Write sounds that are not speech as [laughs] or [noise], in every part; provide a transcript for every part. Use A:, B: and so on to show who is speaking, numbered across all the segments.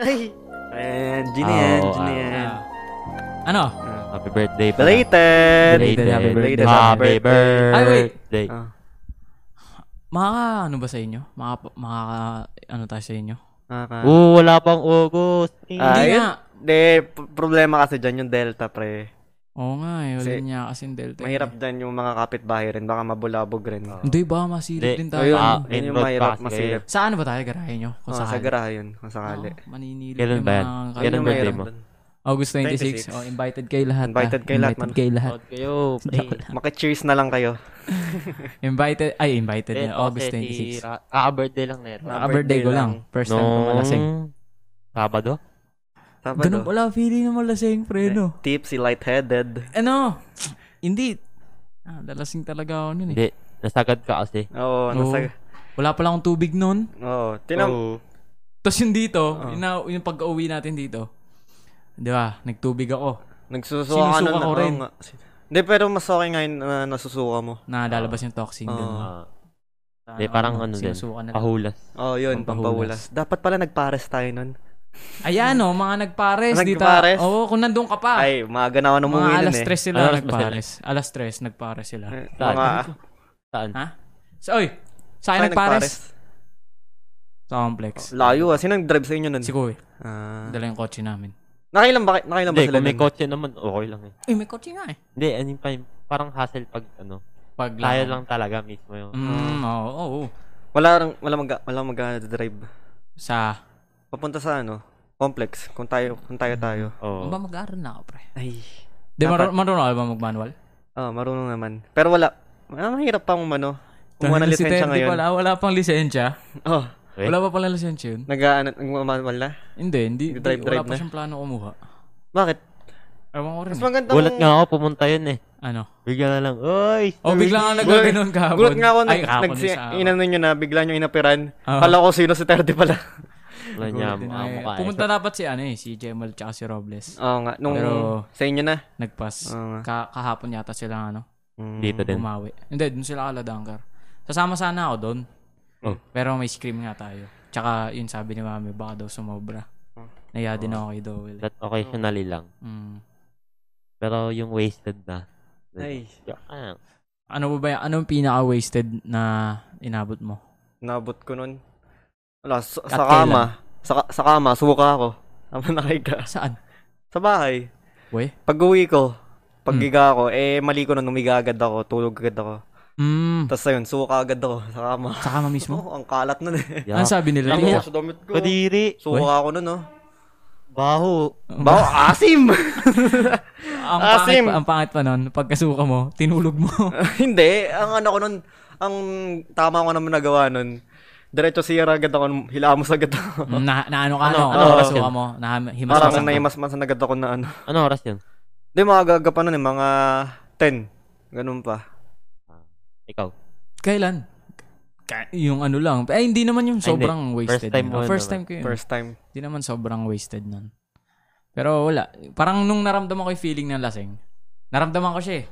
A: Ay. Ayan, G na yan,
B: Oo,
A: G na
B: ah,
A: yan.
C: Ah. ano?
B: Happy birthday pala.
A: Belated!
B: Belated.
C: Happy
A: birthday.
B: Happy
A: Happy birthday.
B: birthday.
C: Ay, wait.
A: Ah.
C: Maka, ano ba sa inyo? Maka, maka, ano tayo sa inyo?
A: Nakaka-
B: Oo, wala pang August.
A: Ah,
C: Hindi
A: yun.
C: nga.
A: De, p- problema kasi dyan yung Delta, pre.
C: Oo nga, eh. Wala
A: Kasi-
C: niya kasing Delta. eh.
A: Mahirap dyan yung mga kapitbahay rin. Baka mabulabog rin.
C: Hindi ba? Masilip din tayo.
A: Ayun,
C: ano?
B: Ah,
A: yun yung
B: inroad
A: mahirap,
B: pass,
A: masilip.
C: Saan ba tayo garahin nyo?
A: Oh,
C: Kung Ah,
A: sa
C: saan?
A: garaha yun, kung sakali.
C: Oo, maninilip
B: Kailan
C: yung
B: ba yan?
C: mga
A: Yun yung
B: Kailan
C: kailan-
B: birthday
A: mahirap
B: mo?
A: dun.
C: August 26. Oh, invited kayo lahat. ah.
A: Invited kayo lahat,
C: Invited
A: man.
C: kayo lahat.
B: Out kayo. pre.
A: Maki-cheers na lang kayo.
C: Invited, ay, invited
B: Eh,
C: na.
B: kasi
C: August
B: si
C: 26.
B: Ra- Ah, birthday lang nero.
A: Ah,
C: Ah, birthday ko
A: birthday
C: lang. First time ko malasing.
B: Nung Sabado?
A: Sabado.
C: Ganun, oh. wala feeling na malasing, pre, no?
A: Eh, Tipsy, lightheaded.
C: Ano? Hindi. Ah, lalasing talaga ako nun eh.
B: Hindi. Nasagad ka kasi.
A: Oo,
C: Oo.
A: nasa...
C: Wala pala akong tubig nun.
A: Oo, tinam...
B: Oo.
C: Tapos yung dito,
A: Ah.
C: yun na- yung pag-uwi natin dito, di ba, nagtubig ako.
A: Nagsusuka ka
C: Sinusuka
A: nun.
C: ko
A: oo
C: rin.
A: nga. Hindi, pero mas okay nga yun na nasusuka mo.
C: Nalalabas yung toxin dun.
A: Oo.
B: Ah, Hindi,
C: Eh,
B: parang ano din.
C: sinusuka na-
B: Pahulas.
A: Oo, yun, pampahulas.
C: Pampahulas.
A: Dapat pala nagpares tayo nun.
C: Ayan o, mga nagpares.
A: Ah,
C: dito.
A: nagpares?
C: Oo, kung nandun ka pa.
A: Ay, maaga na ako
C: Ah. mga
A: numuwi nun
C: alas
A: eh.
C: 3 sila
B: Alas tres
C: nagpares. Alas 3, nagpares sila.
A: Eh,
B: Saan?
A: Mga...
B: Saan?
C: Ha? So, oy, saan nagpares? Sa complex.
A: Layo ah. Sino nag-drive sa inyo nun?
C: Si Kuya,
A: Ah.
C: dala yung kotse namin.
A: Nakailan ba, nakailan ba
B: Hindi,
A: sila
B: kung may
A: nun?
B: kotse naman, okay lang eh.
C: Eh, may kotse nga eh.
B: Hindi, ano yung pa- parang hassle pag ano.
C: Pag
B: Tayo lang talaga mismo yung...
C: Mm, oo, oo, oo.
A: Wala, rang- wala, mag, wala mag-drive.
C: Sa,
A: Papunta sa ano? Complex. Kung tayo, kung tayo tayo.
B: Oo.
C: ba mag-aaral na ako, pre?
A: Ay.
C: Di,
A: Dapat-
C: marun- marunong ka ba mag-manual?
A: Oh, marunong naman. Pero wala. Ah, mahirap pang umano. Kumuha ng
C: Dahil si
A: lisensya
C: Terdy
A: ngayon.
C: Pala, wala pang lisensya.
A: Oh,
B: Eh?
C: Wala pa pala lisensya yun.
A: nag ano, nagmamanual na.
C: Hindi, hindi. hindi,
A: Drive, drive
C: wala pa
A: na.
C: siyang plano kumuha.
A: Bakit?
C: Ewan ko rin.
A: Mas
C: eh.
A: maganda
B: Gulat
A: kung-
B: nga ako, pumunta yun eh.
C: Ano?
B: Bigla na lang, oy!
C: Oh, bigla nga
A: Gulat-
C: nagkaganon kahapon.
A: Gulat nga ako.
C: Ah, Ay,
A: Nag,
C: kahapon
A: nag,
C: din sa araw.
A: inano nyo na, bigla nyo inapiran.
C: Ah.
A: Kala ko sino si Terdy pala. [laughs]
B: Wala niya,
C: Hindi na
B: mukha
C: eh.
B: mukha.
C: Pumunta dapat si ano eh, si Gemel tsaka si Robles.
A: Oo nga. Nung
C: Pero-
A: sa inyo na.
C: Nagpas.
A: Oo nga.
C: Ka- kahapon yata sila ano,
A: Mm.
B: Dito din.
C: bumawi. Hindi, dun sila kaladangkar. Sasama sana ako dun.
B: Oh.
C: Pero may scream nga tayo. Tsaka yun sabi ni mami, baka daw sumobra. Naya din ako kay Dowell. eh.
B: That occasionally lang.
A: Ah.
C: Mm.
B: Pero yung wasted na.
A: Ay,
B: Ah,
C: Ano ba ba yan? Anong pinaka-wasted na inabot mo?
A: nabot ko nun. Wala, sa,
C: At
A: sa kama. Sa, ka- sa kama, suka ako. Tama nakahiga.
C: Saan?
A: Sa bahay.
C: We?
A: Pag-uwi ko,
B: Hmm.
A: paghiga ako, eh mali ko na umiga agad ako, tulog agad ako.
C: Mm.
A: Tapos ayun, suka agad ako sa kama.
C: Sa kama mismo?
A: Oh, ang kalat nun eh.
B: Hmm. [laughs] yeah.
C: Ano sabi nila?
B: Ako.
C: Tingnan-
A: Sa damit ko.
B: Kadiri!
A: Suka ako nun, oh.
B: Baho! [laughs]
A: Ba, asim! [laughs]
C: ang,
A: Ah,
C: pangit,
A: same.
C: pa- ang pangit pa nun, pagkasuka mo, tinulog
B: [laughs]
C: mo.
A: Hindi, ang ano ko nun, ang tama ko naman nagawa nun, diretso sira agad ako, hilamos agad ako.
C: na, na ano ka, ano,
B: Ano?
C: ano,
B: Oo.
C: kasuka mo, na himas
A: Oh, Parang
C: ka.
A: naimasmasan agad ako na ano.
B: Ano oras yun?
A: Hindi, mga gaga pa nun eh, mga 10. Ganun pa.
B: Ikaw.
C: Kailan? Ka- Yung ano lang. Eh, hindi naman yung
B: Ay, hindi.
C: sobrang wasted.
B: First time
C: yun.
B: mo
C: Oh,
B: yun
C: first
B: naman.
C: time ko yun.
A: First time.
C: Hindi naman sobrang wasted nun. Pero wala. Parang nung naramdaman ko yung feeling ng lasing, naramdaman ko siya eh.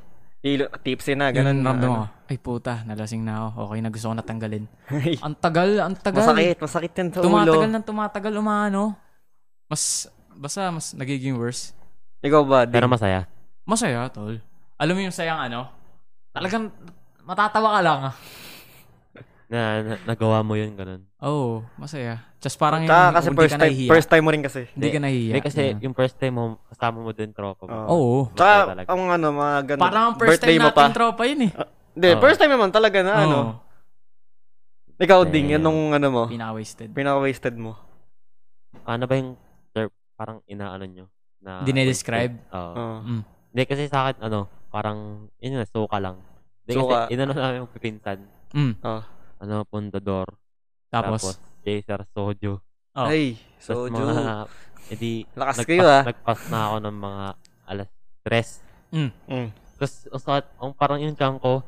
A: Ilo, tipsy na, ganun.
C: Ganun
A: na,
C: naramdaman
A: ano.
C: ko. Ay puta, nalasing na ako. Okay na gusto ko
B: [laughs]
C: natanggalin. ang tagal, ang tagal.
A: Masakit, masakit yan sa ulo.
C: Tumatagal ng tumatagal, umano. Mas, basta mas nagiging worse.
A: Ikaw ba, Ding?
B: Pero masaya.
C: Masaya, tol. Alam mo yung sayang ano? Talagang matatawa ka lang.
B: Na, na- nagawa mo yun, ganun.
C: Oo, oh, masaya. Just parang yung
A: Tsaka kasi
C: hindi
A: first
C: ka
A: time,
C: nahihiya.
A: first time mo rin kasi.
C: hindi ka nahihiya.
B: Hindi kasi
C: Ganun.
B: yung first time mo, kasama mo din tropa mo.
A: Oo.
C: Oo.
A: Tsaka,
B: talaga.
A: ang ano, mga ganun.
C: Parang ang first
A: birthday
C: time
A: mo pa.
C: natin tropa yun eh.
A: Hindi,
B: Oo.
A: first time naman talaga na, ano. Ikaw, Ding, yan
B: Damn.
A: nung ano mo,
C: Oo, pinaka-wasted.
A: pinaka-wasted mo.
B: Ano ba yung ter- parang inaano nyo? Na,
C: Dinedescribe?
B: Oo.
A: Oo.
C: Mm.
B: Hindi kasi sa akin, ano, parang, yun na, suka lang. Hindi kasi,
A: Suka.
B: inano namin yung pipintan.
C: Mm.
B: Ano, Pundador.
C: Tapos,
B: Jaser, Sojo.
C: Oo.
A: Ay,
B: Tapos
A: soju.
B: mga, edi,
A: Lakas
B: nagpas,
A: kayo, ah.
B: nagpas na ako ng mga alas tres.
A: Mm.
B: Tapos, ang sakit- ang parang yung tiyan ko,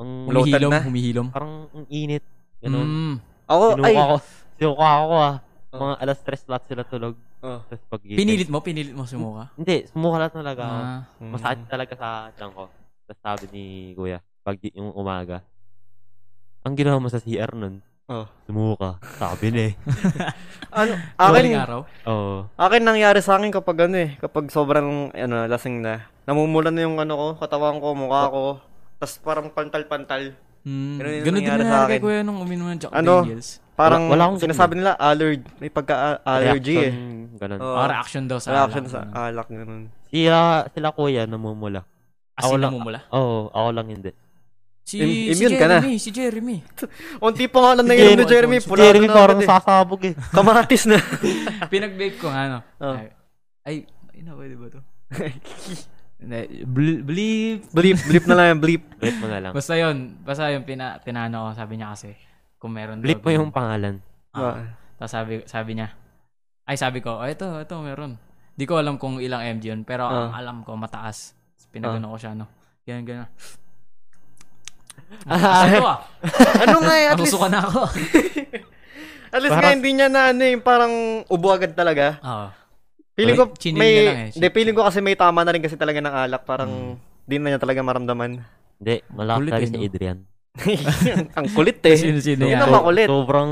B: ang,
A: Low- Bloated
C: humihilom,
A: na.
C: humihilom.
B: parang ang init. Ganun.
C: Mm.
A: Ako,
B: Sinuka
A: Oh, ay,
B: ko. Sinuka ako ah.
A: Oh.
B: Mga alas tres lahat sila tulog.
A: Oh.
B: Tapos pag
C: Pinilit mo, pinilit mo sumuka.
B: Hindi, sumuka lahat talaga ako.
C: Ah.
A: Mm.
B: Masakit talaga sa tiyan ko. Tapos sabi ni Kuya, pag yung umaga, ang ginawa mo sa CR nun,
A: Oh.
B: Sumuko ka. Sabi na eh.
A: Ano,
C: Huling
A: akin,
C: araw.
B: Oo.
A: akin nangyari sa akin kapag ano eh, kapag sobrang ano, lasing na. Namumulan na yung ano ko, katawan ko, mukha ko. Tapos parang pantal-pantal. Ganun yung
C: Hmm. Ganun din
A: nangyari sa
C: nangyari kay
A: akin.
C: Kuya nung uminom ng Jack
A: Ano?
C: Daniels.
A: Parang
B: Wala- wala akong ganun
A: sinasabi nila allergy, may pagka-allergy eh.
B: Reaction, Ganun.
A: Oo.
C: Ah, reaction daw sa
A: reaction
C: alak,
A: sa
C: ganun.
A: ah, alak ganun.
B: Sila, sila kuya namumula.
C: Asin
B: Ako
C: na
B: lang-
C: mumula.
B: Oo, ako lang hindi.
C: Si,
A: Im-
C: si
A: immune ka na.
C: Jeremy, si Jeremy.
A: Unti pa nga lang nanginom ni Jeremy.
B: Si
A: Pula
B: Jeremy
A: na agad
B: parang
A: eh.
B: sasabog eh.
A: Kamatis na.
C: [laughs] Pinag-vape ko nga, ano.
A: Oh.
C: Ay, ay, ay na, pwede ba to? [laughs] Hindi, bl- Bleep.
A: Bleep, bleep na lang yan, bleep.
B: Blip mo na lang.
C: Basta yun, basta yun, pina, pinano ko, sabi niya kasi, kung meron
B: Blip mo
C: daw-
B: yung pangalan.
C: Ah, tapos sabi, sabi niya, ay sabi ko, oh, ito, ito, meron. Di ko alam kung ilang MG yun, pero ang
A: Ah.
C: alam ko, mataas. Tapos Pinagano ko siya, no? Ganyan, ganyan.
A: [laughs] Ah.
C: Mataas ito ah.
A: ano nga eh, at least,
C: Nasusuka na
A: [laughs]
C: ako.
A: at least nga
B: Parang-
A: hindi niya na ano eh, parang ubo agad talaga.
C: Oo.
A: Feeling
C: Ay,
A: ko,
C: chinin
A: may,
C: na lang eh.
A: hindi, feeling ko kasi may tama na rin kasi talaga ng alak. Parang, di na niya talaga maramdaman.
B: Hindi, malaki
C: Kulit
B: talaga
C: eh,
B: si
C: no?
B: Adrian.
A: [laughs] Ang kulit eh.
C: Sino-sino
A: Hindi
C: yan?
A: na makulit.
B: Sobrang,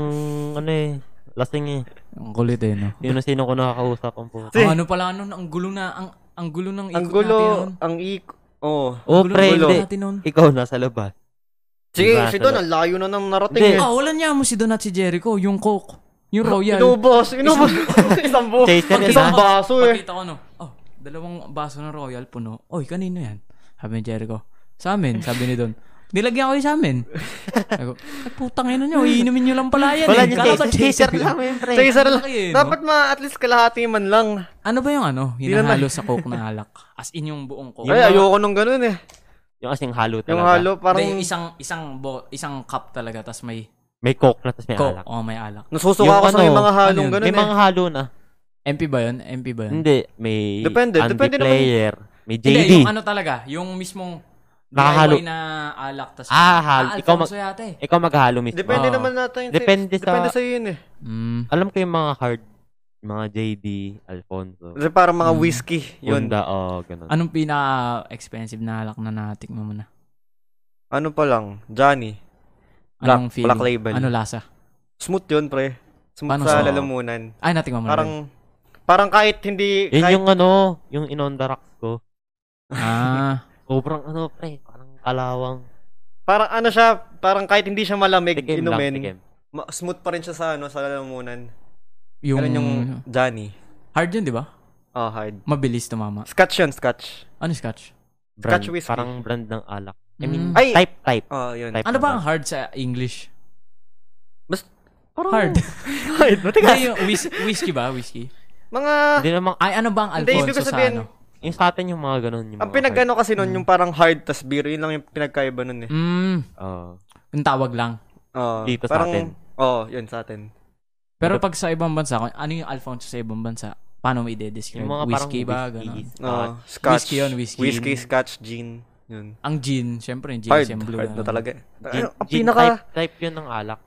B: ano eh, lasing eh.
C: Ang kulit eh, no?
B: Yun na sino ko nakakausap ang po.
A: Si-
C: Ang ano pala nun, ang gulo na, ang, ang gulo ng
A: Ang
C: ikot natin ano?
A: gulo,
C: nun.
A: ang ik... Oh.
B: Oh,
C: Gulo ng
B: pre,
C: ikot
B: hindi.
C: natin nun.
B: Ikaw nasa labas.
A: Sige,
B: Diba,
A: si Don,
B: talaga?
A: ang layo na nang narating
B: Hindi. Oh,
A: eh.
C: Ah, wala niya mo si Don at si Jericho, yung Coke, yung Royal.
A: Inubos,
B: [laughs]
A: inubos. Isang buo.
B: Chaser
A: Ang
B: yan,
A: Isang
B: ah.
A: baso eh.
C: Pagkita ko no, oh, dalawang baso ng Royal puno. Oy, kanino yan? Sabi ni Jericho. Sa amin, sabi ni Don. Nilagyan ko yung sa amin. Sabi ko, Ay, putang ina nyo, iinumin nyo lang pala yan.
B: Wala
C: eh.
B: niya,
C: Kala ko
B: chaser, chaser lang
C: yun.
B: yun, oh. pre.
A: Chaser
C: ang
A: lang.
C: laki eh, no?
A: Dapat ma, at least kalahati man lang.
C: Ano ba yung ano,
A: na
C: hinahalo sa Coke na alak? As in yung buong Coke.
A: Ay, ayoko nung ganun eh.
B: Yung asing halo talaga.
A: Yung halo,
C: Parang...
A: parang
C: isang, isang, bo, isang cup talaga, tas may
B: May coke na, tapos may
C: Coke.
B: alak.
C: Oo, may alak.
A: nasusuka
B: Yung
A: ako sa may
B: ano,
A: mga halong
C: ano yun?
A: ganun
B: May
A: eh.
B: mga halo na.
C: MP ba yun? MP ba yun?
B: Hindi, may
A: Depende,
B: Andy
A: depende naman.
B: player. May JD.
C: Hindi, yung ano talaga, yung mismong
B: Nakahalo.
C: DIY na alak. Tas,
B: Ah, halo. Ikaw mag-
C: Alfonso yata eh.
B: Ikaw maghalo mismo.
A: Depende
C: Oo.
A: naman natin.
B: Ah. Depende sa-
A: Depende sa yun eh.
C: Mm.
B: Alam ko yung mga hard, mga JD, Alfonso.
A: Kasi parang mga
B: Hmm.
A: whiskey. Yun.
B: Honda, oh, ganun.
C: Anong pinaka-expensive na alak na natik mo muna?
A: Ano pa lang? Johnny. Black-
C: Anong
A: black label.
C: Ano lasa?
A: Smooth yun, pre. Smooth
C: Paano
A: sa
B: sa-
A: lalamunan.
C: Ay, natik mo muna.
A: Parang, parang kahit hindi,
B: Yun
A: kahit,
B: yung ano, yung inonda rocks ko.
C: Ah,
B: Sobrang ano, pre, parang kalawang.
A: parang ano siya, parang kahit hindi siya malamig,
B: Tikim lang,
A: inumin,
B: tikim.
A: ma- smooth pa rin siya sa, ano, sa lalamunan.
C: yung...
A: Ganun yung Johnny.
C: Hard yun, di ba?
A: Oh, hard.
C: Mabilis tumama.
A: Scotch yun, Scotch.
C: Ano scotch?
B: Brand,
A: Scotch whiskey.
B: Parang brand ng alak. I mean,
C: Mm.
A: Ay!
B: type, type.
A: Oh, yun.
B: type
C: Ano
B: ng
C: ba ang
B: brand.
C: hard sa English?
A: Parang, [laughs]
C: Hard.
A: hard. Matigas.
C: Hindi, yung whis- whiskey ba? Whiskey?
A: Mga,
B: Hindi naman,
C: Ay, ano ba ang
A: Hindi, ibig ko
C: Alfonso sa
A: sabihin,
C: ano?
B: yung sa atin yung mga ganun. Yung
A: ang
B: mga
A: pinagano kasi nun, yung parang hard, tas beer, yun lang yung pinagkaiba nun eh.
C: Mm,
B: hard. Oo.
C: yung tawag lang.
A: Oh,
B: Dito sa
A: parang,
B: atin.
A: Oh, yun sa atin.
C: Pero pag sa ibang bansa, kung ano yung Alfonso sa ibang bansa? Paano mo i-describe?
B: yung mga
C: Whiskey
B: parang
C: ba? Ganun.
A: Oh,
B: Scotch.
A: Scotch.
C: Whiskey yun, whiskey.
A: Whiskey, Scotch, gin. Yun.
C: Ang gin, syempre yung
A: hard,
C: GSM Blue.
A: hard na
C: ganun.
A: talaga. Ano,
B: Gin-
A: ang
B: gin
A: pinaka,
B: type, type yun ng alak.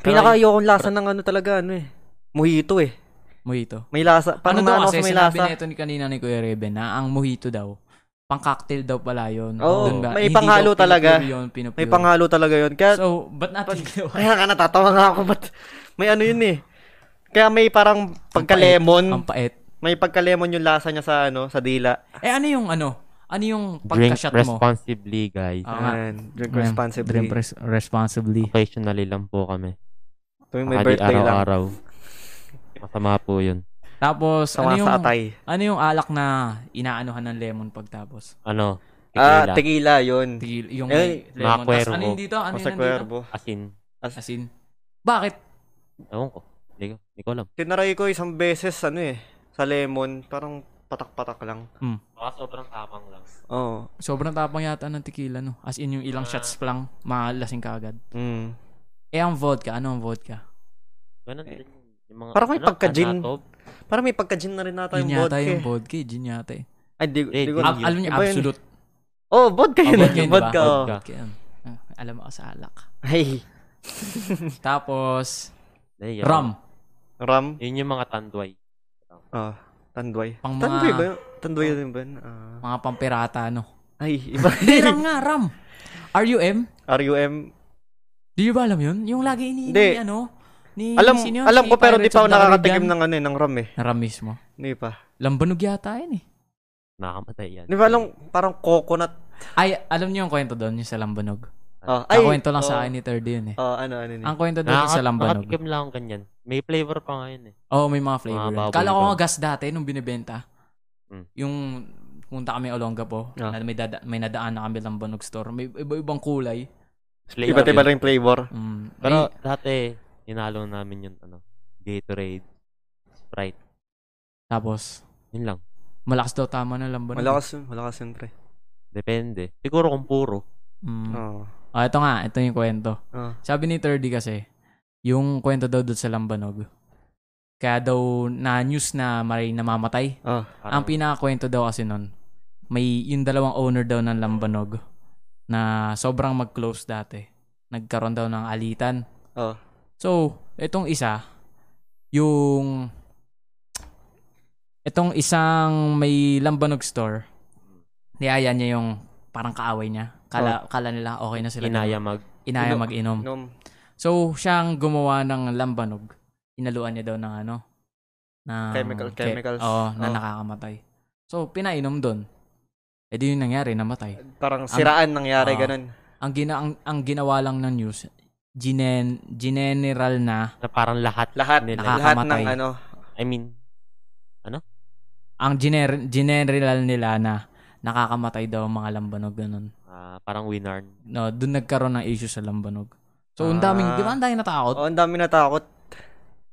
A: pinaka ayokong lasa ng ano talaga, ano eh. Mojito eh.
C: Mojito.
A: May lasa.
C: Ano
A: Parang
C: daw
A: ano kasi
C: kasi
A: may
C: sinabi
A: lasa.
C: na ito ni kanina ni Kuya Reben na ang mojito daw, pang-cocktail daw pala yun.
A: Oo,
C: Dun
A: Oh,
C: ba?
A: may
C: Hindi daw
A: panghalo
C: pinupure
A: talaga.
C: Yun,
A: May
C: pinupure.
A: panghalo talaga yun. Kaya,
C: So, ba't natin ginawa?
A: kaya nga natatawa nga ako. Ba't, may ano yun eh. Kaya may parang pagka-lemon.
C: Ang pait.
A: May pagka-lemon yung lasa niya sa ano, sa dila.
C: Eh, ano yung ano? Ano yung
B: Drink
C: pagka-shot mo?
B: responsibly, guys.
C: Ah, nga.
A: And drink
C: Ayan,
A: responsibly.
C: Drink res- responsibly.
B: Occasionally lang po kami.
A: Tuwing may
B: Kali
A: birthday lang.
B: araw-araw. Masama po yun.
C: Tapos,
A: Sama
C: ano yung,
A: sa atay.
C: ano yung alak na inaanuhan ng lemon pagtapos?
B: Ano?
A: Ah,
B: tequila,
A: tequila yun.
C: Tigil, yung
A: Eh,
C: may lemon. Tapos,
B: Cuervo.
C: ano yung dito? Ano
A: O
C: yung
A: sa
C: nandito?
A: Cuervo.
B: Asin.
C: As in, bakit?
B: Ewan ko. Hindi ko, hindi ko alam.
A: Tinaray ko isang beses, ano eh, sa lemon. Parang patak-patak lang.
B: Baka sobrang tapang lang.
A: Oo.
C: Sobrang tapang yata ng tequila, no? As in, yung ilang
A: Ah.
C: shots pa lang, malasing ka agad.
A: Mm.
C: Eh, ang vodka, ano ang vodka?
B: Ganun din. Yung mga,
A: Eh.
B: ano,
A: Parang may pagka-gin.
B: anatob.
A: Parang may pagka-gin na rin nata yung
C: Yun yata
A: vodka.
C: yung
A: eh.
C: vodka, eh. gin yata eh.
A: Ay, di, di,
B: Eh,
A: ko
B: Yun,
C: Ab-
B: gin.
C: alam niyo,
A: Iba yun.
C: absolute.
A: Oh, vodka
C: Ah,
A: yun.
C: vodka yun, di ba?
A: vodka. oh.
B: Vodka.
C: Vodka yun. Ah, alam ako sa alak.
A: Ay,
C: Tapos,
B: Hindi, yan.
C: rum.
A: ram.
B: Yun yung mga tanduay.
A: Oh, tanduay.
C: Pang mga- Oh.
A: Tanduay ba yun? Tanduay yun ba yun? Ah.
C: Mga
A: [laughs]
C: pampirata, ano? [laughs]
A: ay, iba.
C: Hindi, rum nga, rum. R-U-M?
A: R-U-M.
C: Di ba alam yun? Yung lagi ini
A: Hindi.
C: ni ano? Ni
A: Alam
C: sino yun?
A: alam
C: Si
A: ko pero di
C: Pirates
A: pa ako
C: of the Caribbean.
A: nakakatikim ng ano eh, ng rum eh.
C: Ram mismo.
A: Hindi pa.
C: Lambanog yata yun eh.
B: Nakakamatay yan.
A: Di ba alam parang coconut?
C: Ay, alam niyo yung kwento doon, yung sa Lambanog.
A: Oh,
C: Ay, kwento lang
A: oh,
C: sa akin ni Third yun eh.
A: Oh, ano ano ni.
C: Ang kwento doon yung
B: Nakaka-
C: sa Lambanog.
B: nakatikim lang ako ganyan. May flavor pa ngayon eh.
C: Oo, oh, may mga flavor.
B: Mga
C: yun.
B: baboy
C: Kala ko
B: ba?
C: nga gas dati nung binibenta.
B: Mm.
C: Yung punta kami Olonga po,
A: Ah.
C: na may, dada, may nadaan na kami Lambanog store. May iba-ibang kulay.
B: Flavor
A: Iba't iba
B: yun.
A: lang yung flavor.
C: Mm.
B: Pero
C: may-
B: dati, hinalo namin yung ano, Gatorade, Sprite.
C: tapos,
B: Yun lang.
C: malakas daw tama ng Lambanog.
A: Malakas yun, malakas yun pre.
B: Depende. Siguro kung puro.
C: Mm.
A: Oo.
C: Ah, ito nga, ito yung kwento.
A: Ah.
C: Sabi ni Thirdy kasi, yung kwento daw doon sa Lambanog, kaya daw na news na may namamatay.
A: Ah.
C: Ang pinakakwento daw kasi nun, may yung dalawang owner daw ng Lambanog na sobrang mag-close dati. Nagkaroon daw ng alitan.
A: Oh.
C: So, itong isa, yung itong isang may Lambanog store, niaya niya yung parang kaaway niya. Kala, kala nila okay na sila.
B: Inaya mag.
C: Inaya
A: Oh. Ino-
C: mag-inom.
A: Nom.
C: So, siyang gumawa ng lambanog. Inaluan niya daw ng ano? Ng
A: Chemical-
C: ke-
A: chemicals.
C: Oo, na
A: Oo.
C: nakakamatay. So, pinainom doon. E di yung nangyari, namatay.
A: Parang siraan nangyari
C: ah.
A: ganun.
C: Ang, gina, ang, ang ginawa lang ng news, ginen, general na
B: Na parang lahat.
A: Lahat,
B: nila.
A: lahat ng
C: Nakakamatay.
A: ano.
B: I mean,
C: ang gener, general nila na nakakamatay daw ang mga lambanog ganun.
B: ah, parang winner.
C: No, doon nagkaroon ng issue sa lambanog. So, ang daming,
A: Ah.
C: di ba ang daming natakot?
A: Oh, ang dami natakot.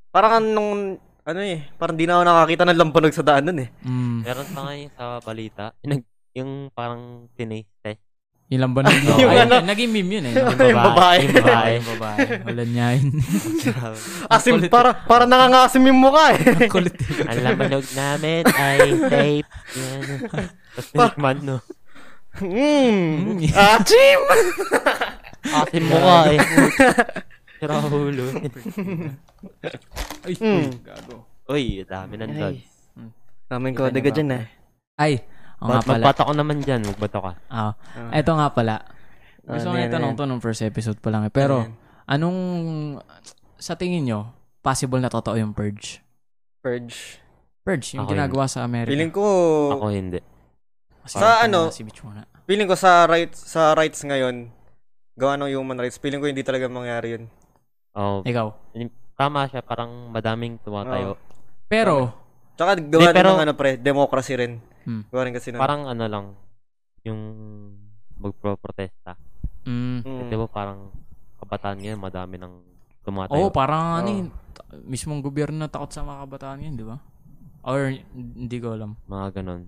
A: Parang nung ano eh, parang di na ako nakakita ng lampanog sa daan nun eh.
C: Mm,
B: Meron pa nga yung sa balita. [laughs] Yung, nag- yung parang tinaste test.
C: yung lambanog.
A: [laughs]
C: no?
A: Yung
C: Ay,
A: ano-
C: naging meme yun eh.
A: [laughs] Yung babae.
B: Yung babae.
C: Yung babae. Wala niya yun. [laughs]
A: [laughs] As in,
C: Kulit.
A: para, para nangangasim yung mukha eh.
C: Kulit.
B: Ang lamanog namin ay tape. Yan. Tapos tinikman, no?
A: [laughs] Mm.
C: Mm. [laughs]
A: Ah, chim!
B: Asin mo ka [laughs] eh. Sira ulo.
C: Ay,
A: Mm.
C: gago.
B: [laughs] Uy, dami nandun.
C: Hmm.
A: Daming
C: Kita
A: kodiga
C: niyo ba?
A: dyan eh.
C: Ay, oo nga
B: Ba't
C: pala.
B: magbato ko naman dyan? Magbato ka.
C: Ah, eto nga pala. Gusto ko
A: Ano
C: na
A: yan,
C: itanong
A: ano
C: to nung first episode pa lang eh. Pero,
A: Ano yan?
C: anong, sa tingin nyo, possible na totoo yung purge?
A: Purge.
C: Purge, yung
B: Ako
C: ginagawa sa Amerika.
A: Feeling ko,
B: Ako hindi.
C: Kasi
A: sa
C: ito
A: ano?
C: na, Si Mitch muna.
A: feeling ko sa rights, sa rights ngayon, gawa ng human rights, feeling ko hindi talaga mangyari yun.
B: Oh,
C: Ikaw.
B: tama siya. Parang madaming
A: Oh,
B: tumatayo.
C: Pero,
A: Tsaka gawa
B: Di, pero-
A: ng ano pre, democracy rin.
C: Hmm.
A: Gawa rin kasi ng...
B: Parang ano lang. Yung magpro-protesta.
C: mm,
A: Mm.
B: Di ba parang kabataan ngayon, madami ng tumatayo.
C: oo, parang ano
A: Oo.
C: yun, ta- mismong gobyerno na takot sa mga kabataan yun, di ba? Or, hindi ko alam.
B: Mga ganun.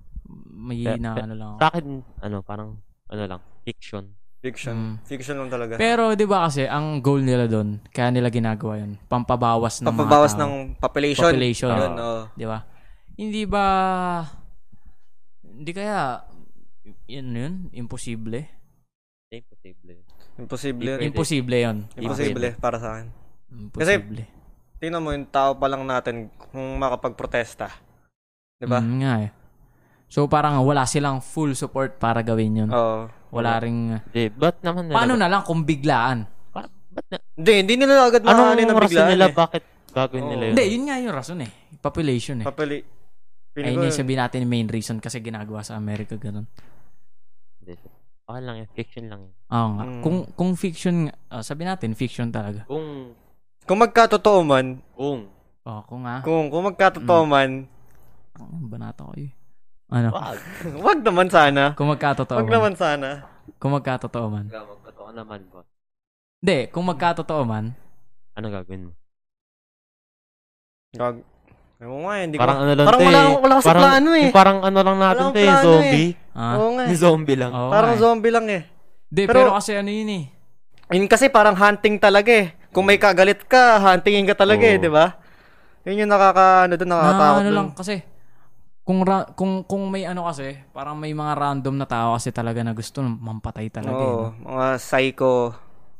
C: May
B: Pe-
C: na
A: Eh,
B: pe-
C: ano lang ako.
B: Sa akin, ano, parang, ano lang, fiction.
A: Fiction.
C: Mm.
B: Hmm.
A: Fiction lang talaga.
C: Pero 'di ba kasi ang goal nila doon, kaya nila ginagawa 'yun, pampabawas ng mga
A: Papabawas
C: tao.
A: ng population.
C: Population.
A: Yun,
B: Ah.
A: oh. oo.
C: 'di ba? Hindi ba hindi kaya yun yun imposible
B: Hindi, imposible.
A: Imposible yun.
B: Pwede.
C: imposible yun
A: Imposible para sa akin.
C: imposible
A: Tingnan mo yung tao pa lang natin kung makapagprotesta. Diba? Di ba?
C: Mm, nga eh. so parang wala silang full support para gawin yun
A: Oo.
C: wala ring
B: Hindi, ba't naman nila?
C: paano na lang kung biglaan
B: Ba- ba't na,
A: Hindi, hindi nila agad
B: anong
A: maaari na
B: rason
A: biglaan
B: nila
A: eh.
B: bakit gagawin
A: Oo.
B: nila yun?
C: Oh. hindi yun nga yung rason eh population eh
A: Papali. Feeling ko
C: ayun yung sabihin natin yung main reason kasi ginagawa sa Amerika ganun
B: Hindi. Okay lang yun, fiction lang yun.
C: Oo nga.
A: Mm.
C: Kung, kung fiction, nga- ah, sabi natin, fiction talaga.
B: Kung,
A: Kung magkatotoo man,
B: kung,
C: Oo, kung nga.
A: kung, kung magkatotoo
B: Hmm.
A: man,
C: Ang Banata ko eh. Ano?
A: Ah.
B: wag.
A: wag naman sana.
C: Kung magkatotoo
A: Oh. Wag
C: man.
A: naman sana.
C: Kung magkatotoo man.
B: Magkatoo naman, boss.
C: Hindi, kung magkatotoo man.
B: Ano gagawin mo?
A: Gag. Ewan ko nga, hindi
B: Parang
A: ko.
B: ano lang
A: Parang
B: to
A: wala,
B: eh.
A: akong- wala kasi
B: parang,
A: plano eh.
B: Parang ano lang natin
A: Wala
B: to eh,
A: akong plano
B: zombie.
C: Ah,
A: Oo nga eh.
B: Zombie lang.
C: oo
A: Parang
C: nga eh.
A: zombie lang eh.
C: Hindi, pero,
A: pero-
C: kasi ano yun eh.
A: Yun kasi parang hunting talaga eh. Kung may kagalit ka, huntingin ka talaga eh,
B: Oo.
A: di ba? Yun yung nakaka, ano doon,
C: Na,
A: nakakatakot
C: ano
A: dun.
C: lang kasi. Kung, ra- kung, kung may ano kasi, parang may mga random na tao kasi talaga na gusto mampatay
B: Ano
C: talaga. eh,
A: Oo,
C: no?
A: mga psycho